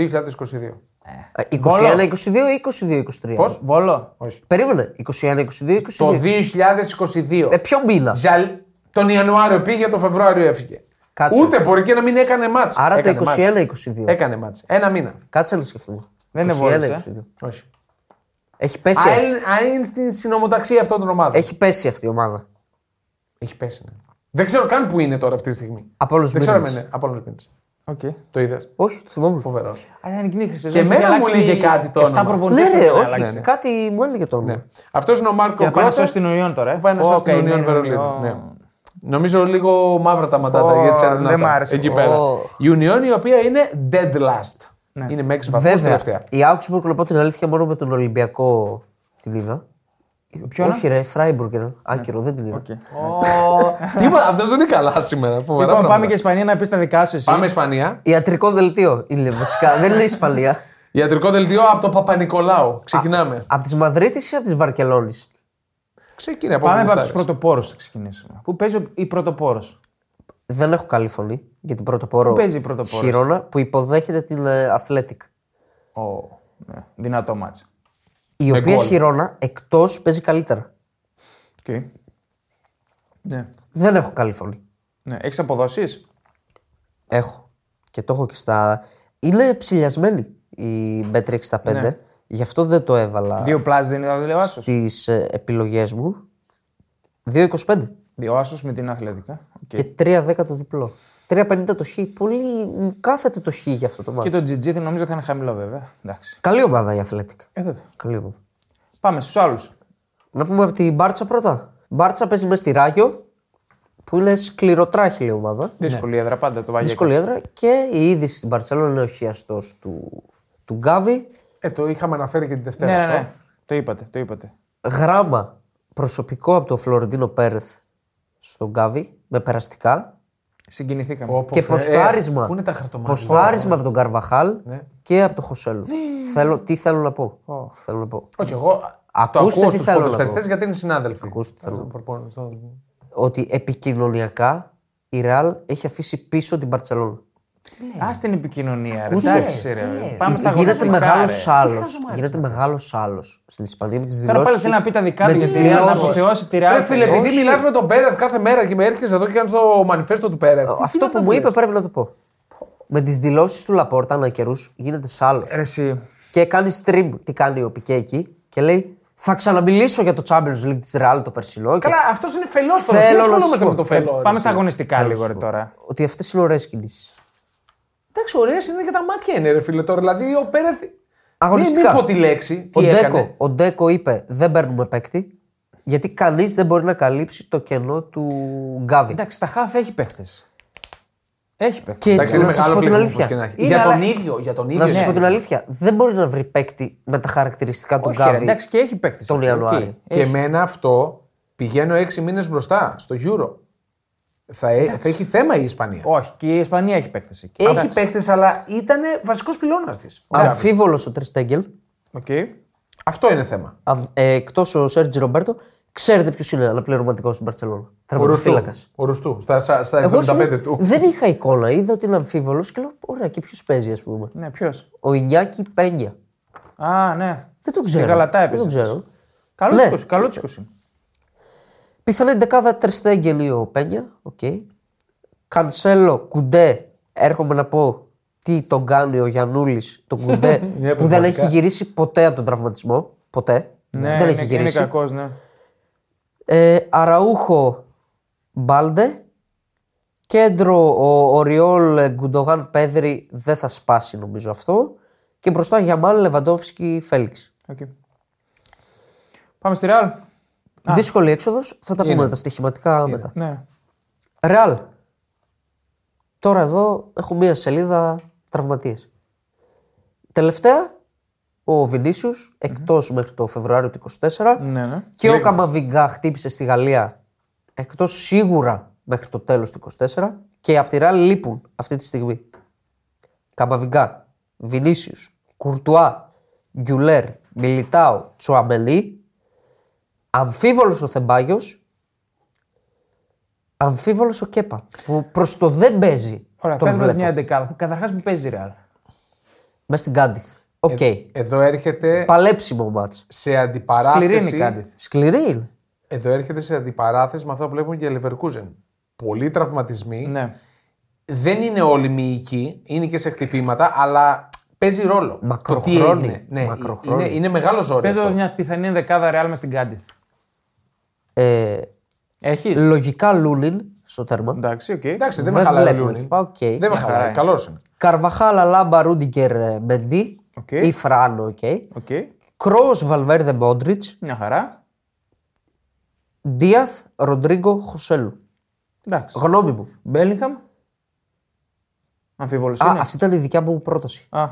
21, 22, 22, 23.
Πώς?
Βόλο.
Περίμενε. 21, 22, 22.
Το 2022.
Ε, ποιο μήνα.
Για... Τον Ιανουάριο πήγε, τον Φεβρουάριο έφυγε.
Κάτσε.
Ούτε μπορεί και να μην έκανε μάτς.
Άρα
έκανε
το
μάτς. Ε-
21-22.
Έκανε μάτς. Ένα μήνα.
Κάτσε να σκεφτούμε.
Δεν είναι
21,
βόλος, ε.
22.
Όχι.
Έχει πέσει,
Α, είναι- α, είναι στην συνομοταξία αυτών των ομάδων.
έχει πέσει αυτή η ομάδα.
Έχει πέσει, ναι. Δεν ξέρω καν που είναι τώρα αυτή τη στιγμή.
Από όλου
Δεν ξέρω αν είναι. Από όλου
Οκ.
Το είδες.
Όχι, το θυμόμουν.
Φοβερό.
Α, ήταν κοινή χρυσή.
Και εμένα μου λέγε κάτι το όνομα.
Ναι, ρε, όχι.
όχι. Ναι.
Κάτι μου έλεγε το όνομα.
Ναι. Αυτός είναι ο Μάρκο
Για πάνε
Γκρότε.
στην Union τώρα. ε.
Πάει να
Ω,
σώσει την
καημένη
Union Βερολίνο.
Union.
Ναι. Νομίζω λίγο μαύρα τα ματάτα
Ω,
για τι Αρενάτα.
δεν μ' άρεσε.
Εκεί
Ω.
πέρα. Η Union η οποία είναι dead last.
Ναι.
Είναι με 6 βαθμούς
Βέβαια,
τελευταία.
η Augsburg να πω την αλήθεια μόνο με τον Ολυμπιακό την είδα.
Ποιον?
Όχι, ρε, Φράιμπουργκ ήταν. Άκυρο, δεν την είδα.
Οκ.
Τίποτα, αυτός δεν είναι καλά σήμερα. Φοβερά
Λοιπόν, πάμε
πράγματα.
και Ισπανία να πεις τα δικά σου. εσύ.
Πάμε Ισπανία.
Ιατρικό δελτίο είναι βασικά. δεν είναι Ισπανία.
Ιατρικό δελτίο από το Παπα-Νικολάου. Ξεκινάμε.
Απ' τη Μαδρίτης ή από τη Βαρκελόνη.
Ξεκινάμε από
Πάμε
όπου
από τους
γουστάρεις.
πρωτοπόρους να ξεκινήσουμε. Πού παίζει ο- η πρωτοπόρος.
Δεν έχω καλή φωνή για την πρωτοπόρο.
Πού παίζει η πρωτοπόρος?
Χιρόνα που υποδέχεται την ε, Athletic.
Ναι, δυνατό μάτσο.
Η οποία
γκολ.
Χιρόνα εκτός παίζει καλύτερα.
Ναι.
Δεν έχω καλή φωνή.
ναι. Έχεις αποδόσεις.
Έχω. Και το έχω και στα. Είναι ψηλιασμένη η Bet365. Γι' αυτό δεν το έβαλα
Δύο πλάζ δεν ήταν λέω άσο.
στι επιλογές μου. 2,25
Δύο άσο με την αθλητικά.
και 3,10 το διπλό. 3,50 το χ. Πολύ. μου Κάθεται το χ για αυτό το μάτι.
Και το GG δεν νομίζω θα είναι χαμηλό βέβαια. Εντάξει.
Καλή ομάδα η Αθλέτικα.
Ε, βέβαια.
Καλή ομάδα.
Πάμε στους άλλους.
Να πούμε από την Μπάρτσα πρώτα. Μπάρτσα παίζει μέσα στη Ράγιο, που είναι σκληροτράχηλη ομάδα.
Δύσκολη έδρα πάντα το Βαγγέλη.
Δύσκολη έδρα και η είδηση στην Μπαρσελόνα είναι ο χιαστός του, του Γκάβη.
Ε, το είχαμε αναφέρει και την Δευτέρα.
Ναι, ναι,
αυτό.
ναι. Το είπατε, το είπατε.
Γράμμα προσωπικό από τον Φλωρεντίνο Πέρεθ στον Γκάβη με περαστικά.
Συγκινηθήκαμε.
Πω, πω,
και
φε-
ποστάρισμα,
Ε, πού είναι τα χαρτομάτια.
ποστάρισμα από τον Καρβαχάλ
Ναι.
και από τον Χωσέλο. θέλω, τι θέλω να πω. Θέλω να πω.
Όχι, εγώ το
Ακούστε
ακούω
τι
στους
θέλω να
ποδοσφαιριστές γιατί είναι συνάδελφοι.
Ακούστε τι θέλω να
Ε, προπονητής, το-
Ότι επικοινωνιακά η Ρεάλ έχει αφήσει πίσω την Μπαρσελόνα. Ε.
Ας την επικοινωνία, ρε. Εντάξει, ρε. Πάμε στα
Γίνεται
αγωνιστικά,
μεγάλος
ρε.
άλλος. Γίνεται μεγάλο άλλος στην Ισπανία με τις δηλώσει.
Τώρα πάλι θέλει να πει τα δικά του
με
για
τις
τη Real, να
δηλώσεις.
αποθεώσει τη Real.
Ρε φίλε, επειδή
όχι.
μιλάς με τον Πέρεθ κάθε μέρα και με έρχεσαι εδώ και κάνει το μανιφέστο του Πέρεθ.
Ε, Αυτό που μου είπε πρέπει να το πω. Με τις δηλώσεις του Λαπόρτα ανά καιρούς γίνεται σ' άλλο.
Ρε, εσύ.
και κάνει stream τι κάνει ο Πικέ εκεί και λέει θα ξαναμιλήσω για το Champions League της Real το περσινό. Και...
Καλά, αυτός είναι φελός τώρα.
Θέλω
Τι
να
ασχολούμαστε
σου πω. Ε,
με το φελό.
Πάμε στα αγωνιστικά
Θέλω να
λίγο
σου
ρε
πω
τώρα.
Ότι αυτές είναι ωραίες κινήσεις.
Εντάξει, ωραίε είναι και τα μάτια είναι, ρε φίλε τώρα. Δηλαδή, ο Πέρεθ.
Αγωνιστικά.
Μην πω τη λέξη.
Ο
Τι
Ντέκο,
έκανε.
ο Ντέκο είπε δεν παίρνουμε παίκτη γιατί κανείς δεν μπορεί να καλύψει το κενό του Γκάβι.
Εντάξει, τα χαφ έχει παίχτε. Έχει παίχτε.
Και
Εντάξει, είναι
να σας
μεγάλο
πω την
πλήγμα όπως
αλήθεια.
και να έχει.
Είναι,
Για τον
αλλά-
ίδιο. Για τον ίδιο.
Να σας
είναι.
πω την αλήθεια. Δεν μπορεί να βρει παίκτη με τα χαρακτηριστικά του
Όχι, ρε,
Γκάβι.
εντάξει, και έχει παίχτε.
Τον Ιανουάριο.
Και εμένα αυτό πηγαίνω έξι μήνες μπροστά στο Euro. Θα, ε- θα έχει θέμα η Ισπανία.
Όχι, και η Ισπανία έχει παίχτε εκεί.
Έχει παίκτες, αλλά ήταν βασικός πυλώνας της.
Αμφίβολος ο Τριστέγγελ.
Okay.
Αυτό είναι θέμα.
Εκτός ο Σέρτζι Ρομπέρτο, ξέρετε ποιος είναι αναπληρωματικό στην Παρσελόνα.
Ο Ρουστού.
Τραυματοφύλακας.
Ο Ρουστού. Στα, στα, στα
Εγώ
75
σου-
του.
δεν είχα εικόνα. Είδα ότι είναι αμφίβολος και λέω: Ωραία, και ποιος παίζει, ας πούμε.
Ναι, ποιος.
Ο Ινιάκη Πένια.
Α, ναι.
Δεν τον ξέρω.
Και γαλατά
Δεν
έπαιζε.
τον ξέρω.
Καλό
Ναι.
ναι. καλό τσίκος είναι.
Πιθανή δεκάδα Τριστέγγελ ή ο Πένια. Οκ. Κανσέλο, Κουντέ. Έρχομαι να πω τι τον κάνει ο Γιανούλης, τον Κουντέ, που δεν έχει γυρίσει ποτέ από τον τραυματισμό. Ποτέ.
Ναι,
δεν
είναι,
έχει γυρίσει.
Είναι κακός, ναι.
Ε, Αραούχο Μπάλντε. Κέντρο ο Οριόλ Γκουντογάν Πέδρη δεν θα σπάσει νομίζω αυτό. Και μπροστά Γιαμάλ Λεβαντόφσκι Φέληξ.
Okay. Πάμε στη Ρεάλ.
Δύσκολη έξοδος. Θα τα πούμε τα στοιχηματικά μετά.
Ναι.
Ρεάλ. Τώρα εδώ έχω μία σελίδα τραυματίες. Τελευταία, ο Βινίσιους εκτός μέχρι το Φεβρουάριο του 24.
Ναι, ναι.
Και ο Καμαβιγκά χτύπησε στη Γαλλία εκτός σίγουρα μέχρι το τέλος του 24 και απ' τη Ρεάλ λείπουν αυτή τη στιγμή. Καμαβιγκά, Βινίσιους, Κουρτουά, Γκιουλέρ, Μιλιτάο, Τσουαμελή, αμφίβολος ο Θεμπάγιος, αμφίβολος ο Κέπα. Που προς το δεν παίζει.
Ωραία,
τον
πες μας
βλέπω.
μια εντεκάδα. που Καταρχά που παίζει η Ρεάλ.
Μες στην Κάντιθ.
Ε,
Οκ.
Εδώ έρχεται
Παλέψιμο μάτς.
σε
Σκληρή
αντιπαράθεση.
είναι η Κάντιθ.
Σκληρή είναι.
Εδώ έρχεται σε αντιπαράθεση με αυτά που βλέπουμε για Leverkusen. Πολλοί τραυματισμοί.
Ναι.
Δεν είναι όλοι μυϊκοί, είναι και σε χτυπήματα, αλλά παίζει ρόλο.
Μακροχρόνη.
Το τι έγινε. Ναι,
Μακροχρόνη.
Είναι, είναι μεγάλο ζόρι.
Παίζω
αυτό.
μια πιθανή δεκάδα Ρεάλ μες στην Κάντιθ.
Ε,
Έχεις.
λογικά Λούλιν στο τέρμα.
Εντάξει, οκ.
Εντάξει, δεν,
Δεν
με χαλάει.
βλέπουμε
Λούνι.
εκεί, πάω, οκ.
Δεν με
Μια χαρά
χαλάει.
είναι.
Καλός είναι.
Καρβαχάλα, Λάμπα, Ρούντιγκερ, ε, Μπεντί.
Οκ.
Ή Φράνο, οκ.
Οκ.
Κρός, Βαλβέρδε, Μόντριτ.
Μια χαρά.
Ντίαθ, Ροντρίγκο, Χωσέλου.
Εντάξει.
Γνώμη μου.
Μπέλιγχαμ. Αμφιβολή
Α,
είναι.
αυτή ήταν η δικιά μου πρόταση.
Α.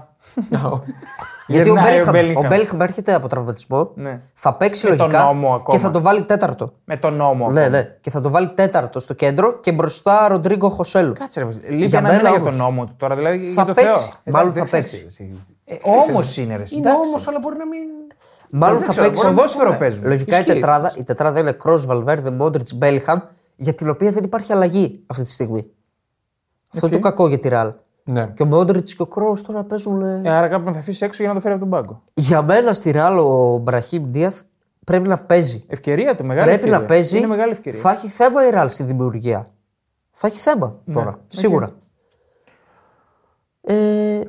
Γιατί ο
Γυρνάει ο
Μπέλιχαμ, ο
Μπέλιγχαμ.
Μπέλιχαμ έρχεται από τραυματισμό.
Ναι.
Θα παίξει
Και τον
λογικά
νόμο ακόμα.
και θα το βάλει τέταρτο.
Με τον νόμο.
Ναι, ναι. Και θα το βάλει τέταρτο στο κέντρο και μπροστά Ροντρίγκο Χωσέλου.
Κάτσε ρε. παιδί. Λίγη
Για
ένα
μένα
μήνα για
όμως.
τον νόμο του τώρα. Δηλαδή για
Θα
το
παίξει.
Θεό.
Μάλλον
Δεν
θα
ξέρεις
Ε,
παίξει.
τι είναι.
Όμως είναι ρε.
Είναι
συντάξει.
όμως, αλλά μπορεί να μην.
Μάλλον
Δεν
θα
ξέρω,
παίξει. Ναι.
μπορεί να
Ποδόσφαιρο
μην-
παίζουν.
Λογικά η
Ισχύει.
τετράδα, η τετράδα είναι Κρό, Βαλβέρδε, Μόντριτ, Μπέλιχαμ, για την οποία δεν υπάρχει αλλαγή αυτή τη στιγμή. Αυτό είναι το κακό για τη Ραλ.
Ναι.
Και ο Μόντριτ και ο Κρό τώρα παίζουν. ε,
Ε, Άρα κάποιον θα αφήσει έξω για να το φέρει από τον πάγκο.
Για μένα στη Ραλ ο Μπραχίμ Ντίαθ πρέπει να παίζει.
Ευκαιρία του, μεγάλη
πρέπει
ευκαιρία.
να παίζει.
Είναι μεγάλη ευκαιρία.
Θα έχει θέμα η Ραλ στη δημιουργία. Θα έχει θέμα
Ναι,
τώρα. Σίγουρα. Ε,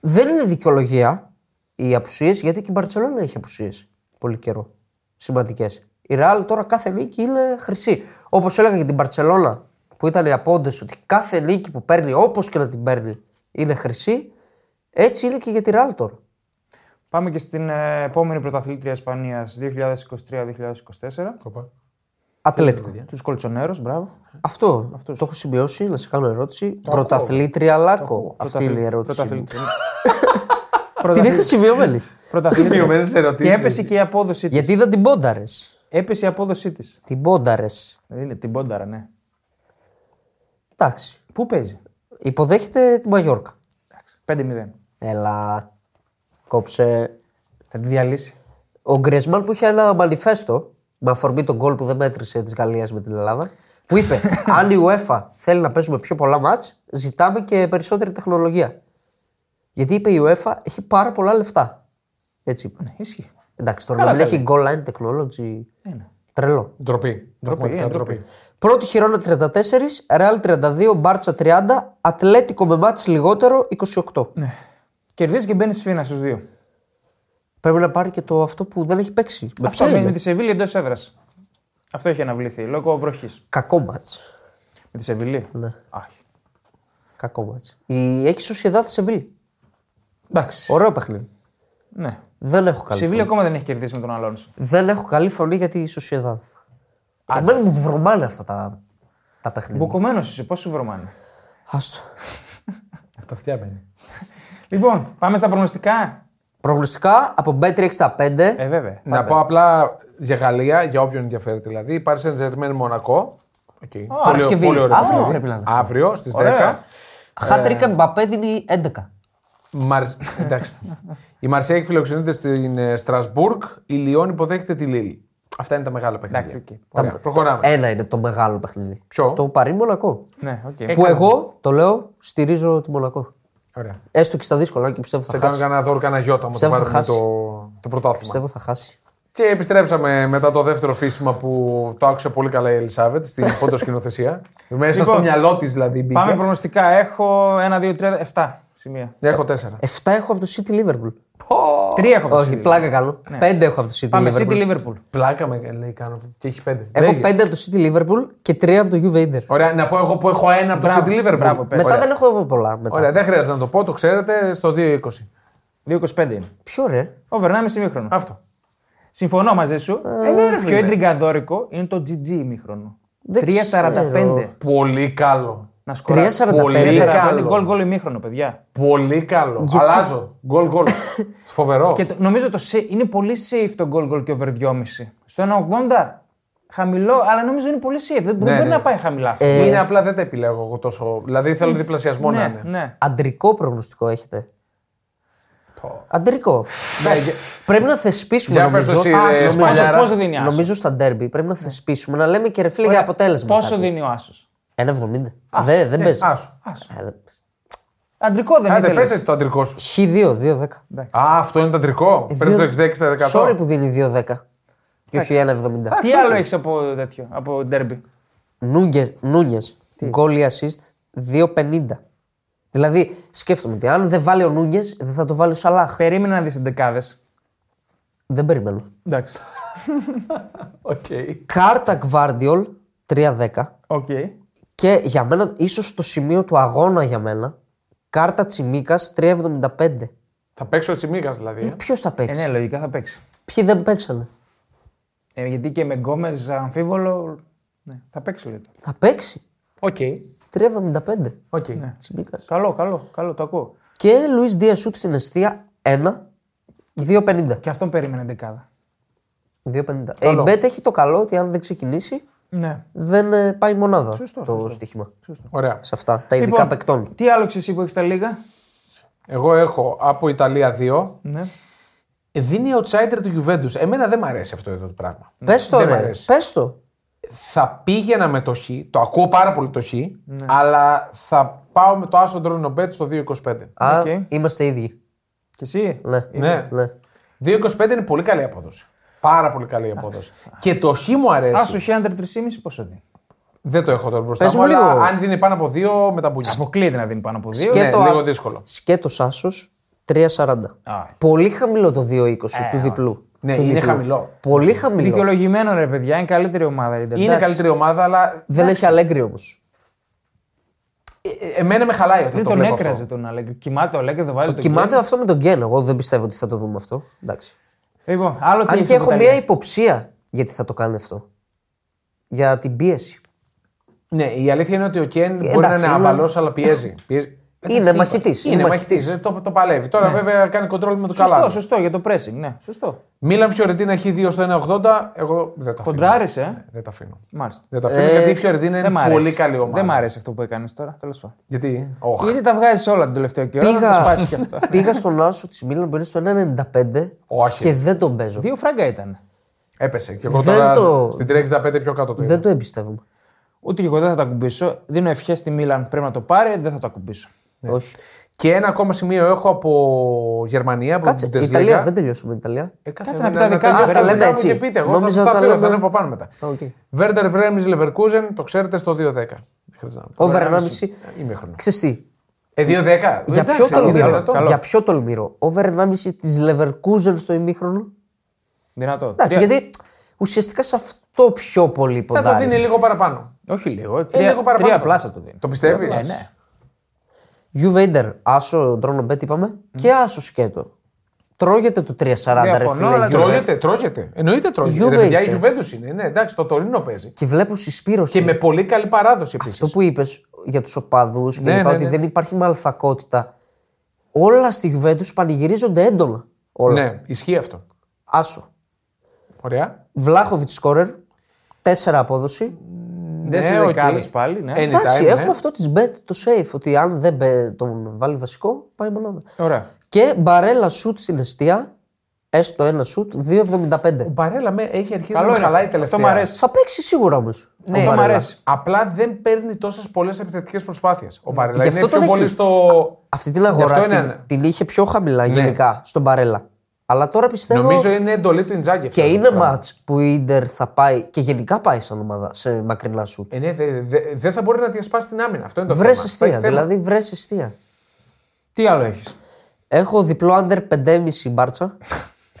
δεν είναι δικαιολογία οι απουσίες γιατί και η Μπαρσελόνα έχει απουσίες πολύ καιρό. Σημαντικέ. Η Ρεάλ τώρα κάθε νίκη είναι χρυσή. Όπως έλεγα για την Μπαρσελόνα που ήταν οι απόντες ότι κάθε νίκη που παίρνει όπως και να την παίρνει είναι χρυσή, έτσι είναι και για τη Ρεάλ τώρα.
Πάμε και στην ε, επόμενη πρωταθλήτρια Ισπανία 2023-2024.
Ατλέτικο.
Του Κολτσονέρου, μπράβο.
Αυτό το έχω σημειώσει, να σε κάνω ερώτηση. Πρωταθλήτρια Λάκο. Αυτή είναι η ερώτηση. μου.
Πρωταθλήτρια.
Την είχα σημειωμένη.
Πρωταθλήτρια.
Σημειωμένες ερωτήσεις.
Και έπεσε και η απόδοσή της.
Γιατί είδα την πόνταρες.
Έπεσε η απόδοσή της.
Την πόνταρες.
Είναι την πόνταρα, ναι.
Εντάξει.
Πού παίζει.
Υποδέχεται την Μαγιόρκα.
Εντάξει, 5-0.
Έλα. Κόψε.
Θα τη διαλύσει.
Ο Γκρεσμάν που είχε ένα μανιφέστο με αφορμή τον γκολ που δεν μέτρησε της Γαλλίας με την Ελλάδα. Που είπε: Αν η UEFA θέλει να παίζουμε πιο πολλά μάτ, ζητάμε και περισσότερη τεχνολογία. Γιατί είπε η UEFA έχει πάρα πολλά λεφτά. Έτσι είπε.
Ναι, ισχύει. Ναι,
Εντάξει, τώρα να μην έχει goal line technology.
Είναι.
Τρελό.
Ντροπή. Πραγματικά
είναι
ντροπή.
Πρώτη χειρόνα 34, Real 32, Μπάρτσα 30, Ατλέτικο με μάτς λιγότερο 28.
Ναι. Κερδίζει και μπαίνει σφίνα στους δύο.
Πρέπει να πάρει και το αυτό που δεν έχει παίξει. Με
Αυτό
ποιο
με
ναι.
είναι.
τη Σεβίλη εντός έδρας. Αυτό έχει αναβληθεί λόγω βροχής.
Κακό μάτς.
Με τη Σεβίλη. Ναι.
Κακό μάτς. Η... Έχεις σοσιαδά τη Σεβίλη.
Εντάξει.
Ωραίο παιχνίδι.
Ναι.
Δεν έχω καλή
Η Σεβίλη
φωνή.
ακόμα δεν έχει κερδίσει με τον Αλόνσο.
Δεν έχω καλή φωνή για τη Σοσιαδάδ. Εμένα μου βρωμάνε αυτά τα, τα παιχνίδια.
Μποκωμένο είσαι, πώς σου βρωμάνε.
Άστο.
Από τα αυτιά μπαίνει.
Λοιπόν, πάμε στα προγνωστικά.
Προγνωστικά από B365.
Ε, βέβαια.
Να πω απλά για Γαλλία, για όποιον ενδιαφέρεται δηλαδή. Πάρει ένα ζερμένο μονακό. Okay.
Παρασκευή. Αύριο πρέπει να είναι αυτό.
Αύριο στις 10.
Ωραία. ε.
Χάτρικα Μπαπέ δίνει 11.
Μαρ... Εντάξει. Η Μαρσέικ φιλοξενείται στην ε, Στρασβούργ. Η Λιόν υποδέχεται τη Λίλη. Αυτά είναι τα μεγάλα παιχνίδια.
Εντάξει, Ε, οκ.
Ωραία, Προχωράμε.
Ένα είναι το μεγάλο παιχνίδι.
Ποιο?
Το Παρί Μονακό.
Ναι,
Ε,
οκ.
Που εγώ το λέω στηρίζω τη Μονακό.
Ωραία.
Έστω και στα δύσκολα και πιστεύω θα
Θα κάνω
χάσει.
κανένα δώρο, κανένα γιώτα μου.
Πιστεύω θα
το,
χάσει.
το πρωτάθλημα.
Πιστεύω θα χάσει.
Και επιστρέψαμε μετά το δεύτερο φύσμα που το άκουσε πολύ καλά η Ελισάβετ στην φωτοσκηνοθεσία. Μέσα στο
Λοιπόν,
μυαλό της δηλαδή μπήκε.
Πάμε προγνωστικά. Έχω 1, 2, 3, 7 σημεία.
Έχω τέσσερα.
7 Ε, έχω από το City Liverpool.
3 έχω από τη
Όχι,
City.
πλάκα κάνω.
Ναι.
5 έχω από το City
Πάμε
Liverpool.
City Liverpool.
Πλάκα με λέει κάνω και έχει πέντε.
Έχω
Λέγε.
5 από το City Liverpool και 3 από το Juve Inter.
Ωραία, να πω εγώ που έχω ένα από το City
Μπράβο,
Liverpool.
μπράβο, πες.
Μετά
Ε, Ωραία.
δεν έχω πολλά. Μετά.
Ωραία, δεν χρειάζεται να το πω, το ξέρετε στο 2-20.
2,25 είναι.
Ποιο ρε.
Over 1,5 μήχρονο.
Αυτό.
Συμφωνώ μαζί σου.
Ε,
Ε, πιο εντριγκαδόρικο είναι το GG ημίχρονο.
Δεν
3,45.
Πολύ καλό.
Να σκοράρει.
3,45.
Πολύ
3,45
καλό.
γκολ γκολ ημίχρονο, παιδιά.
Πολύ καλό. Αλλάζω. Γκολ γκολ. Φοβερό.
Και το, νομίζω το σε, είναι πολύ safe το γκολ γκολ και over 2,5. Στο 1,80 χαμηλό, αλλά νομίζω είναι πολύ safe. Δεν, δεν μπορεί
ναι.
να πάει χαμηλά. αυτό.
Ε,
Είναι απλά δεν τα επιλέγω εγώ τόσο. Δηλαδή θέλω διπλασιασμό να
ναι,
είναι.
ναι.
Αντρικό προγνωστικό έχετε.
Πω. Ναι,
Αντρικό. Εντάξει, Πρέπει να θεσπίσουμε
Για πες το ε,
νομίζω.
εσύ,
Α,
ρε,
νομίζω-
Σπανιάρα.
Πόσο- πόσο δίνει άσο.
Νομίζω στα ντέρμπι πρέπει να θεσπίσουμε να λέμε και ρε φίλε για αποτέλεσμα.
Πόσο
κάτι.
δίνει ο Άσος.
1,70. Δε, δεν παίζει.
Άσου.
Ε, δεν παίζει.
Αντρικό δεν
Άντε, πες
ήθελες.
εσύ το αντρικό σου.
Χ2, 2,10.
Α, αυτό είναι το
Ε,
αντρικό. Παίρνει το 66 στα 100.
Sorry που δίνει 2,10. Και όχι 1,70.
Τι άλλο έχεις από τέτοιο, από ντέρμπι.
Νούνιε. Γκολ ή assist 2,50. Δηλαδή σκέφτομαι ότι αν δεν βάλει ο Νούνιες δεν θα το βάλει ο Σαλάχ.
Περίμενα να δεις εντεκάδε.
Δεν περιμένω.
Εντάξει.
Κάρτα Γκβάρντιολ 3,10.
Οκ. Ε,
Και για μένα, ίσως το σημείο του αγώνα για μένα, κάρτα Τσιμίκας 3,75.
Θα παίξω έτσι μίγα δηλαδή. ε.
Ποιος θα
Ε,
παίξει,
ναι, λογικά θα παίξει.
Ποιοι δεν παίξανε.
Ε, γιατί και με γκόμες αμφίβολο. Ναι, θα παίξει λέει.
Θα παίξει.
Οκ.
3,75
Οκ.
Ναι.
Τσιμίκας.
Καλό, καλό, καλό, το ακούω.
Και Λουίς Δίας Σούτ στην αιστεία 1. 2,50.
Και αυτόν περίμενε εντεκάδα.
2,50. Ε, Η Μπέτ έχει το καλό ότι αν δεν ξεκινήσει
Ναι.
δεν ε, πάει μονάδα
Σωστό,
το
σωστό.
στοίχημα.
Ωραία.
Σε αυτά τα ειδικά παικτών.
Λοιπόν, Τι άλλο ξέρεις που έχεις τα λίγα.
Εγώ έχω από Ιταλία 2.
Ναι.
Δίνει outsider του Juventus. Εμένα δεν μ' αρέσει αυτό εδώ το πράγμα.
Πες το,
Δεν μ'
ρε.
αρέσει.
Πες το.
θα πήγαινα με το χ, το ακούω πάρα πολύ το χ,
Ναι.
αλλά θα πάω με το άσο ντρόνο μπέτ στο 2,25.
Α,
Οκ.
είμαστε ίδιοι.
Και εσύ.
Ναι.
Ναι.
ναι.
2,25 είναι πολύ καλή απόδοση. Πάρα πολύ καλή απόδοση. και το χ μου αρέσει.
Άσο χι under 3,5 πόσο δίνει.
Δεν το έχω τώρα μπροστά
Πες
μου,
μου
αλλά
λίγο.
αν δίνει πάνω από 2 με τα μπουνιά.
Αποκλείεται να δίνει πάνω από 2.
Ναι,
Και το
λίγο
α-
δύσκολο.
Σκέτος άσος 3,40.
Α.
Πολύ χαμηλό το 2,20 του διπλού.
Ναι,
Του
είναι
διπλού.
χαμηλό.
Πολύ χαμηλό.
Δικαιολογημένο ρε παιδιά, είναι καλύτερη ομάδα. η Inter,
Είναι
εντάξει.
καλύτερη ομάδα, αλλά
Δεν έχει αλέγκρι όμως.
ε, εμένα με χαλάει όταν
Πριν
το
τον
βλέπω
έκραζε
αυτό.
τον Αλέγκρι. Κοιμάται ο Αλέγκρι, δεν βάλει το
Κοιμάται αυτό με τον Γκέν. Εγώ δεν πιστεύω ότι θα το δούμε αυτό. Εντάξει.
Λοιπόν, άλλο τι
Αν
έχεις
και
από
έχω
τα
μία
λίγα.
υποψία γιατί θα το κάνει αυτό. Για την πίεση.
Ναι, η αλήθεια είναι ότι ο Κέν μπορεί να
εντάξει,
είναι
είναι-
αβαλός, αλλά πιέζει. Πιέζει.
Είναι
Εντάξει,
μαχητής,
Είναι
είναι
μαχητής. Το, το παλεύει. Τώρα βέβαια κάνει κοντρόλ με το
Σωστό,
καλά.
σωστό για το pressing. Ναι, σωστό.
Μίλαν Φιωρεντίνα Χ2 στο 1,80. Εγώ δεν τα αφήνω. Ναι,
Κοντράρισε. ε.
Δεν τα αφήνω.
Μάλιστα.
Δεν τα αφήνω γιατί η Φιωρεντίνα
Δεν μ'
Δηλαδή είναι
αρέσει.
πολύ καλή ομάδα.
Δεν μ' αρέσει αυτό που έκανες τώρα, τέλος πάντων.
Γιατί. Οχ.
Γιατί τα βγάζεις όλα τον τελευταίο καιρό, να τα σπάσει κι αυτά.
πήγα στον Άσο της Μίλαν που είναι στο 1,95
Όχι.
και δεν τον παίζω.
Δύο φράγκα ήταν.
Έπεσε. Και εγώ
Δεν
τώρα
το-
στην 365 πιο κάτω το είδα.
Δεν το εμπιστεύομαι.
Ούτε και εγώ δεν θα τα ακουμπήσω. Δίνω ευχές στη Μίλαν. Πρέπει να το πάρει, δεν θα το ακουμπήσω.
Ναι.
Όχι.
Και ένα ακόμα σημείο έχω από Γερμανία, από
Κάτσε.
την
Η
Bundesliga.
Ιταλία δεν τελειώσαμε την Ιταλία.
Ε,
Κάτσε να
εμένα
πει τα δικά
να
μου,
τα
τα λέμε
δικά μου
έτσι.
Και πείτε, εγώ
Νόμιζα
θα,
τα
θα, φύγω,
λέμε-
θα ανέβω πάνω μετά.
Οκ.
Βέρντερ Βρέμι Leverkusen, το ξέρετε στο 2-10. Δεν χρειάζεται να το πω.
Over
Ένα
1,5.
Ημίχρονο.
Ξέρεις τι,
Ε, 2-10.
Για
Εντάξει,
ποιο,
καλό,
τολμηρό,
δυνατό.
καλό.
για ποιο τολμηρό. Over 1,5 της Leverkusen στο ημίχρονο.
Δυνατό.
Εντάξει,
Τρία-
γιατί ουσιαστικά σε αυτό πιο πολύ
Θα το
ποντάρεις.
δίνει λίγο παραπάνω.
Όχι λίγο.
Ε,
Τρία,
λίγο παραπάνω
τρία
θα-
πλάσα το δίνει.
Το πιστεύεις.
Ναι, ναι.
Juve Inter, άσο ντρόνο μπέτ είπαμε και άσο σκέτο. Τρώγεται το 3,40 ρε
Διαφωνώ,
φίλε.
αλλά
Juve.
Τρώγεται, τρώγεται. Εννοείται τρώγεται.
Juve
Ρε παιδιά, η
είσαι.
Juventus είναι. Ναι, εντάξει, το Τωρίνο παίζει.
Και βλέπω συσπήρωση.
Και με πολύ καλή παράδοση επίση.
Αυτό που είπες για τους οπαδούς και
Ναι,
λοιπά,
ναι,
ότι
ναι.
δεν υπάρχει μαλθακότητα. Όλα στη Juventus πανηγυρίζονται έντονα. Όλα.
Ναι, ισχύει αυτό.
Άσο.
Ωραία.
Βλάχοβιτ σκόρερ. Τέσσερα απόδοση.
Δεν σε
Ναι, οκ.
δεκάδες πάλι, ναι.
Anytime,
Εντάξει,
ναι.
έχουμε αυτό της bet το safe. Ότι αν δεν μπε- τον βάλει βασικό, πάει μονάδα.
Ωραία.
Και μπαρέλα σουτ στην αιστεία. Έστω ένα σουτ, 2,75.
Ο Μπαρέλα με έχει αρχίσει
Καλό
να με
είναι
χαλάει
αυτό.
τελευταία.
Αυτό μ' αρέσει.
Θα παίξει σίγουρα όμως.
Ναι, αυτό μ' αρέσει.
Απλά δεν παίρνει τόσες πολλές επιθετικέ προσπάθειες. Ο Μπαρέλα
Γι'
είναι
αυτό τον
πιο πολύ
έχει.
στο.
Αυτή την
Γι'
αγορά
αυτό
την,
είναι- Ναι.
την είχε πιο χαμηλά γενικά στον Μπαρέλα. Αλλά τώρα πιστεύω.
Νομίζω είναι εντολή του Ιντζάκη.
Και είναι μάτ που η Ιντερ θα πάει και γενικά πάει σαν ομάδα σε μακρινά σουτ.
Ε, ναι, δεν δε, δε θα μπορεί να διασπάσει την άμυνα. Αυτό είναι το
Βρες
θέμα. Θα έχει
αιστεία,
θέμα.
δηλαδή βρες αιστεία.
Τι άλλο έχεις.
Έχω διπλό under 5,5 μπάρτσα.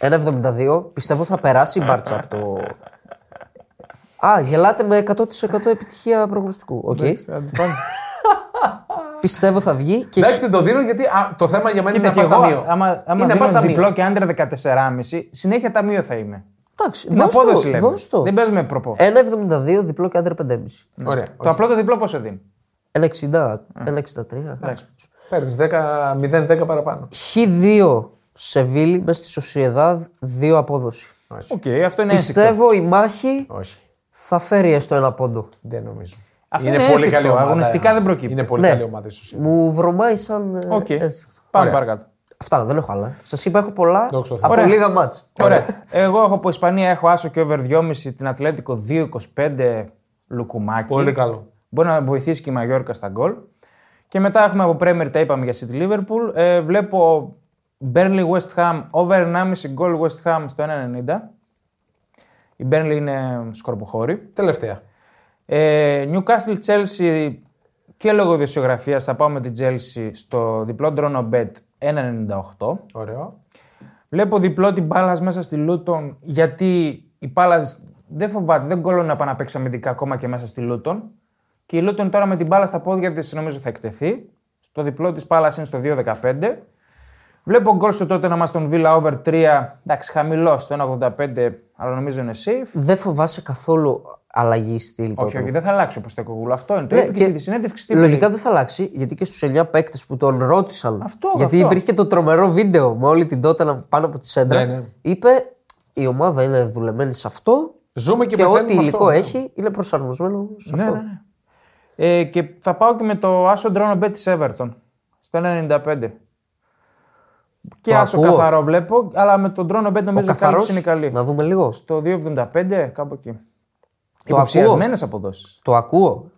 1,72. Πιστεύω θα περάσει η μπάρτσα από το. Α, γελάτε με 100% επιτυχία προγνωστικού. Οκ.
Ναι.
Πιστεύω θα βγει και
Εντάξει, δεν το δίνω γιατί α, το θέμα για μένα
Κοίτα
είναι
και
να πα
εγώ,
ταμείο.
άμα, άμα
Είναι να πας
δίνω
ταμείο.
διπλό και άντρα 14,5, συνέχεια ταμείο θα είμαι.
Εντάξει,
Την απόδοση
το,
λέμε.
δώσ' Ε, το.
Δεν παίζουμε προπό.
1,72 διπλό και under 5,5.
Ωραία.
Το απλό το διπλό πόσο δίνει.
1,60,
Ναι.
1,63.
Παίρνει 0-10 παραπάνω.
Χ2 Σεβίλη μες στη Σοσιεδάδ 2 απόδοση.
Οκ, αυτό είναι ένστικτο.
Πιστεύω η μάχη
Όχι.
θα φέρει έστω ένα πόντο.
Δεν νομίζω.
Αυτό είναι ένστικτο, αγωνιστικά
ε.
δεν προκύπτει.
Είναι πολύ
Ναι.
καλή ομάδα η Σοσιαδάδ.
Μου βρωμάει σαν. ε,
Οκ.
έτσι.
Πάμε
Ωραία.
παρακάτω.
Αυτά δεν έχω άλλα. Σας είπα έχω πολλά
Δόξα τω Θεώ.
από
Ωραία.
λίγα μάτ.
Ωραία. Εγώ έχω από Ισπανία έχω άσο και over 2,5 την Ατλέτικο 2,25 λουκουμάκι.
Πολύ καλό.
Μπορεί να βοηθήσει και η Μαγιόρκα στα γκολ. Και μετά έχουμε από Πρέμερ, τα είπαμε για City Liverpool. Ε, βλέπω Burnley West Ham, over 1,5 γκολ West Ham στο 1,90. Η Burnley είναι σκορποχώρη.
Τελευταία.
Ε, Newcastle Chelsea και λόγω ιδιοσιογραφία θα πάω με την Chelsea στο διπλό Drono Bet 1,98.
Ωραίο.
Βλέπω διπλό την μπάλα μέσα στη Λούτον γιατί η μπάλα δεν φοβάται, δεν κόλλω να πάει να παίξει αμυντικά ακόμα και μέσα στη Λούτον. Και η Λούτον τώρα με την μπάλα στα πόδια της νομίζω θα εκτεθεί. Το διπλό της μπάλα είναι στο 2-15. Βλέπω γκολ στο τότε να μα τον Villa over 3. Εντάξει, χαμηλό στο 1,85, αλλά νομίζω είναι safe.
Δεν φοβάσαι καθόλου αλλαγή στυλ
Όχι,
τότε.
όχι, δεν θα αλλάξει όπω το κογούλο. Αυτό είναι. Το
Ε,
Ναι,
είπε και
και
στη συνέντευξη. τι
Λογικά
είπε.
δεν θα αλλάξει γιατί και στους 9 παίκτες που τον ρώτησαν.
Αυτό,
γιατί
αυτό.
υπήρχε και το τρομερό βίντεο με όλη την τότε να πάνω από τη σέντρα.
Ναι, ναι.
Είπε η ομάδα είναι δουλεμένη σε αυτό
Ζούμε και,
και
πεθαίνουμε
ό,τι
με
υλικό
αυτό. ναι.
έχει είναι προσαρμοσμένο σε αυτό.
Ε, και θα πάω και με το άσο ντρόνο μπέ τη Everton στο 1,95. Και
Το
άσο
ακούω.
καθαρό βλέπω, αλλά με τον ντρόνο μπέ
Ο
νομίζω η
καθαρό.
κάλυψη είναι καλή.
Να δούμε λίγο.
Στο 2,75 κάπου εκεί.
Το ακούω.
Υποψιασμένες αποδόσεις.
Το ακούω.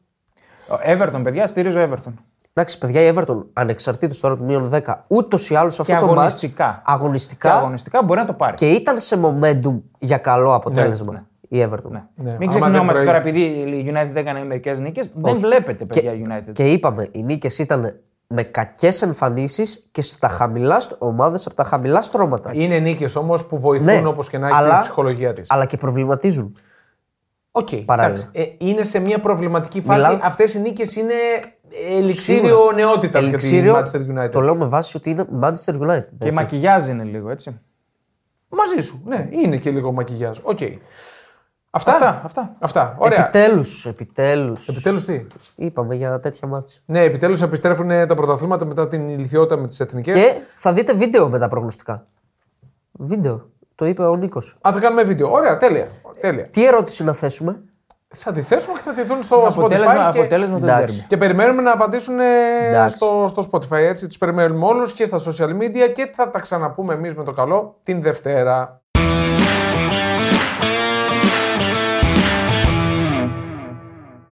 Everton, παιδιά, στηρίζω Everton.
Εντάξει, παιδιά, η Everton ανεξαρτήτως τώρα του μείον 10, ούτως ή άλλως αυτό το μάτς
αγωνιστικά. Και
αγωνιστικά
αγωνιστικά μπορεί να το πάρει.
και ήταν σε momentum για καλό αποτέλεσμα η Everton.
Ναι.
Ναι, άμα
Μην
δεν
ξεχνόμαστε
προέ-
τώρα, επειδή η United έκανε μερικές νίκες, δεν βλέπετε, παιδιά, United.
Και είπαμε, οι νίκες ήταν με κακές εμφανίσεις και στα χαμηλά ομάδες από τα χαμηλά στρώματα.
Είναι νίκες όμως που βοηθούν
Ναι,
όπως και να έχει η ψυχολογία της.
Αλλά και προβληματίζουν.
Οκ,
Παράλληλα.
εντάξει. Ε, είναι σε μια προβληματική φάση.
Μιλάω-
Αυτές οι νίκες είναι ελιξίριο
Σίγουρα.
νεότητας για τη
Ελιξίριο,
Manchester United.
Το λέω με βάση ότι είναι Manchester United.
Και
έτσι.
μακιγιάζει είναι λίγο, έτσι.
Μαζί σου. Ναι, είναι και λίγο μακιγιάζ. Οκ. Αυτά.
Αυτά, αυτά.
Αυτά. Ωραία.
Επιτέλους, επιτέλους.
Επιτέλους τι.
Είπαμε για τέτοια μάτσα.
Ναι, επιτέλους επιστρέφουν τα πρωταθλήματα μετά την ηλικιότητα με τις εθνικές.
Και θα δείτε βίντεο με τα προγνωστικά. Βίντεο. Το είπε ο Νίκος.
Α, θα κάνουμε βίντεο. Ωραία, τέλεια. τέλεια.
Τι ερώτηση να θέσουμε.
Θα τη θέσουμε και θα τη δουν στο
Αποτέλεσμα,
Spotify. Και...
αποτέλεσμα το
Εντάξει.
derby.
Και περιμένουμε να απαντήσουν ε,
Εντάξει.
στο, στο Spotify. Έτσι, τους περιμένουμε όλους και στα social media και θα τα ξαναπούμε εμείς με το καλό την Δευτέρα.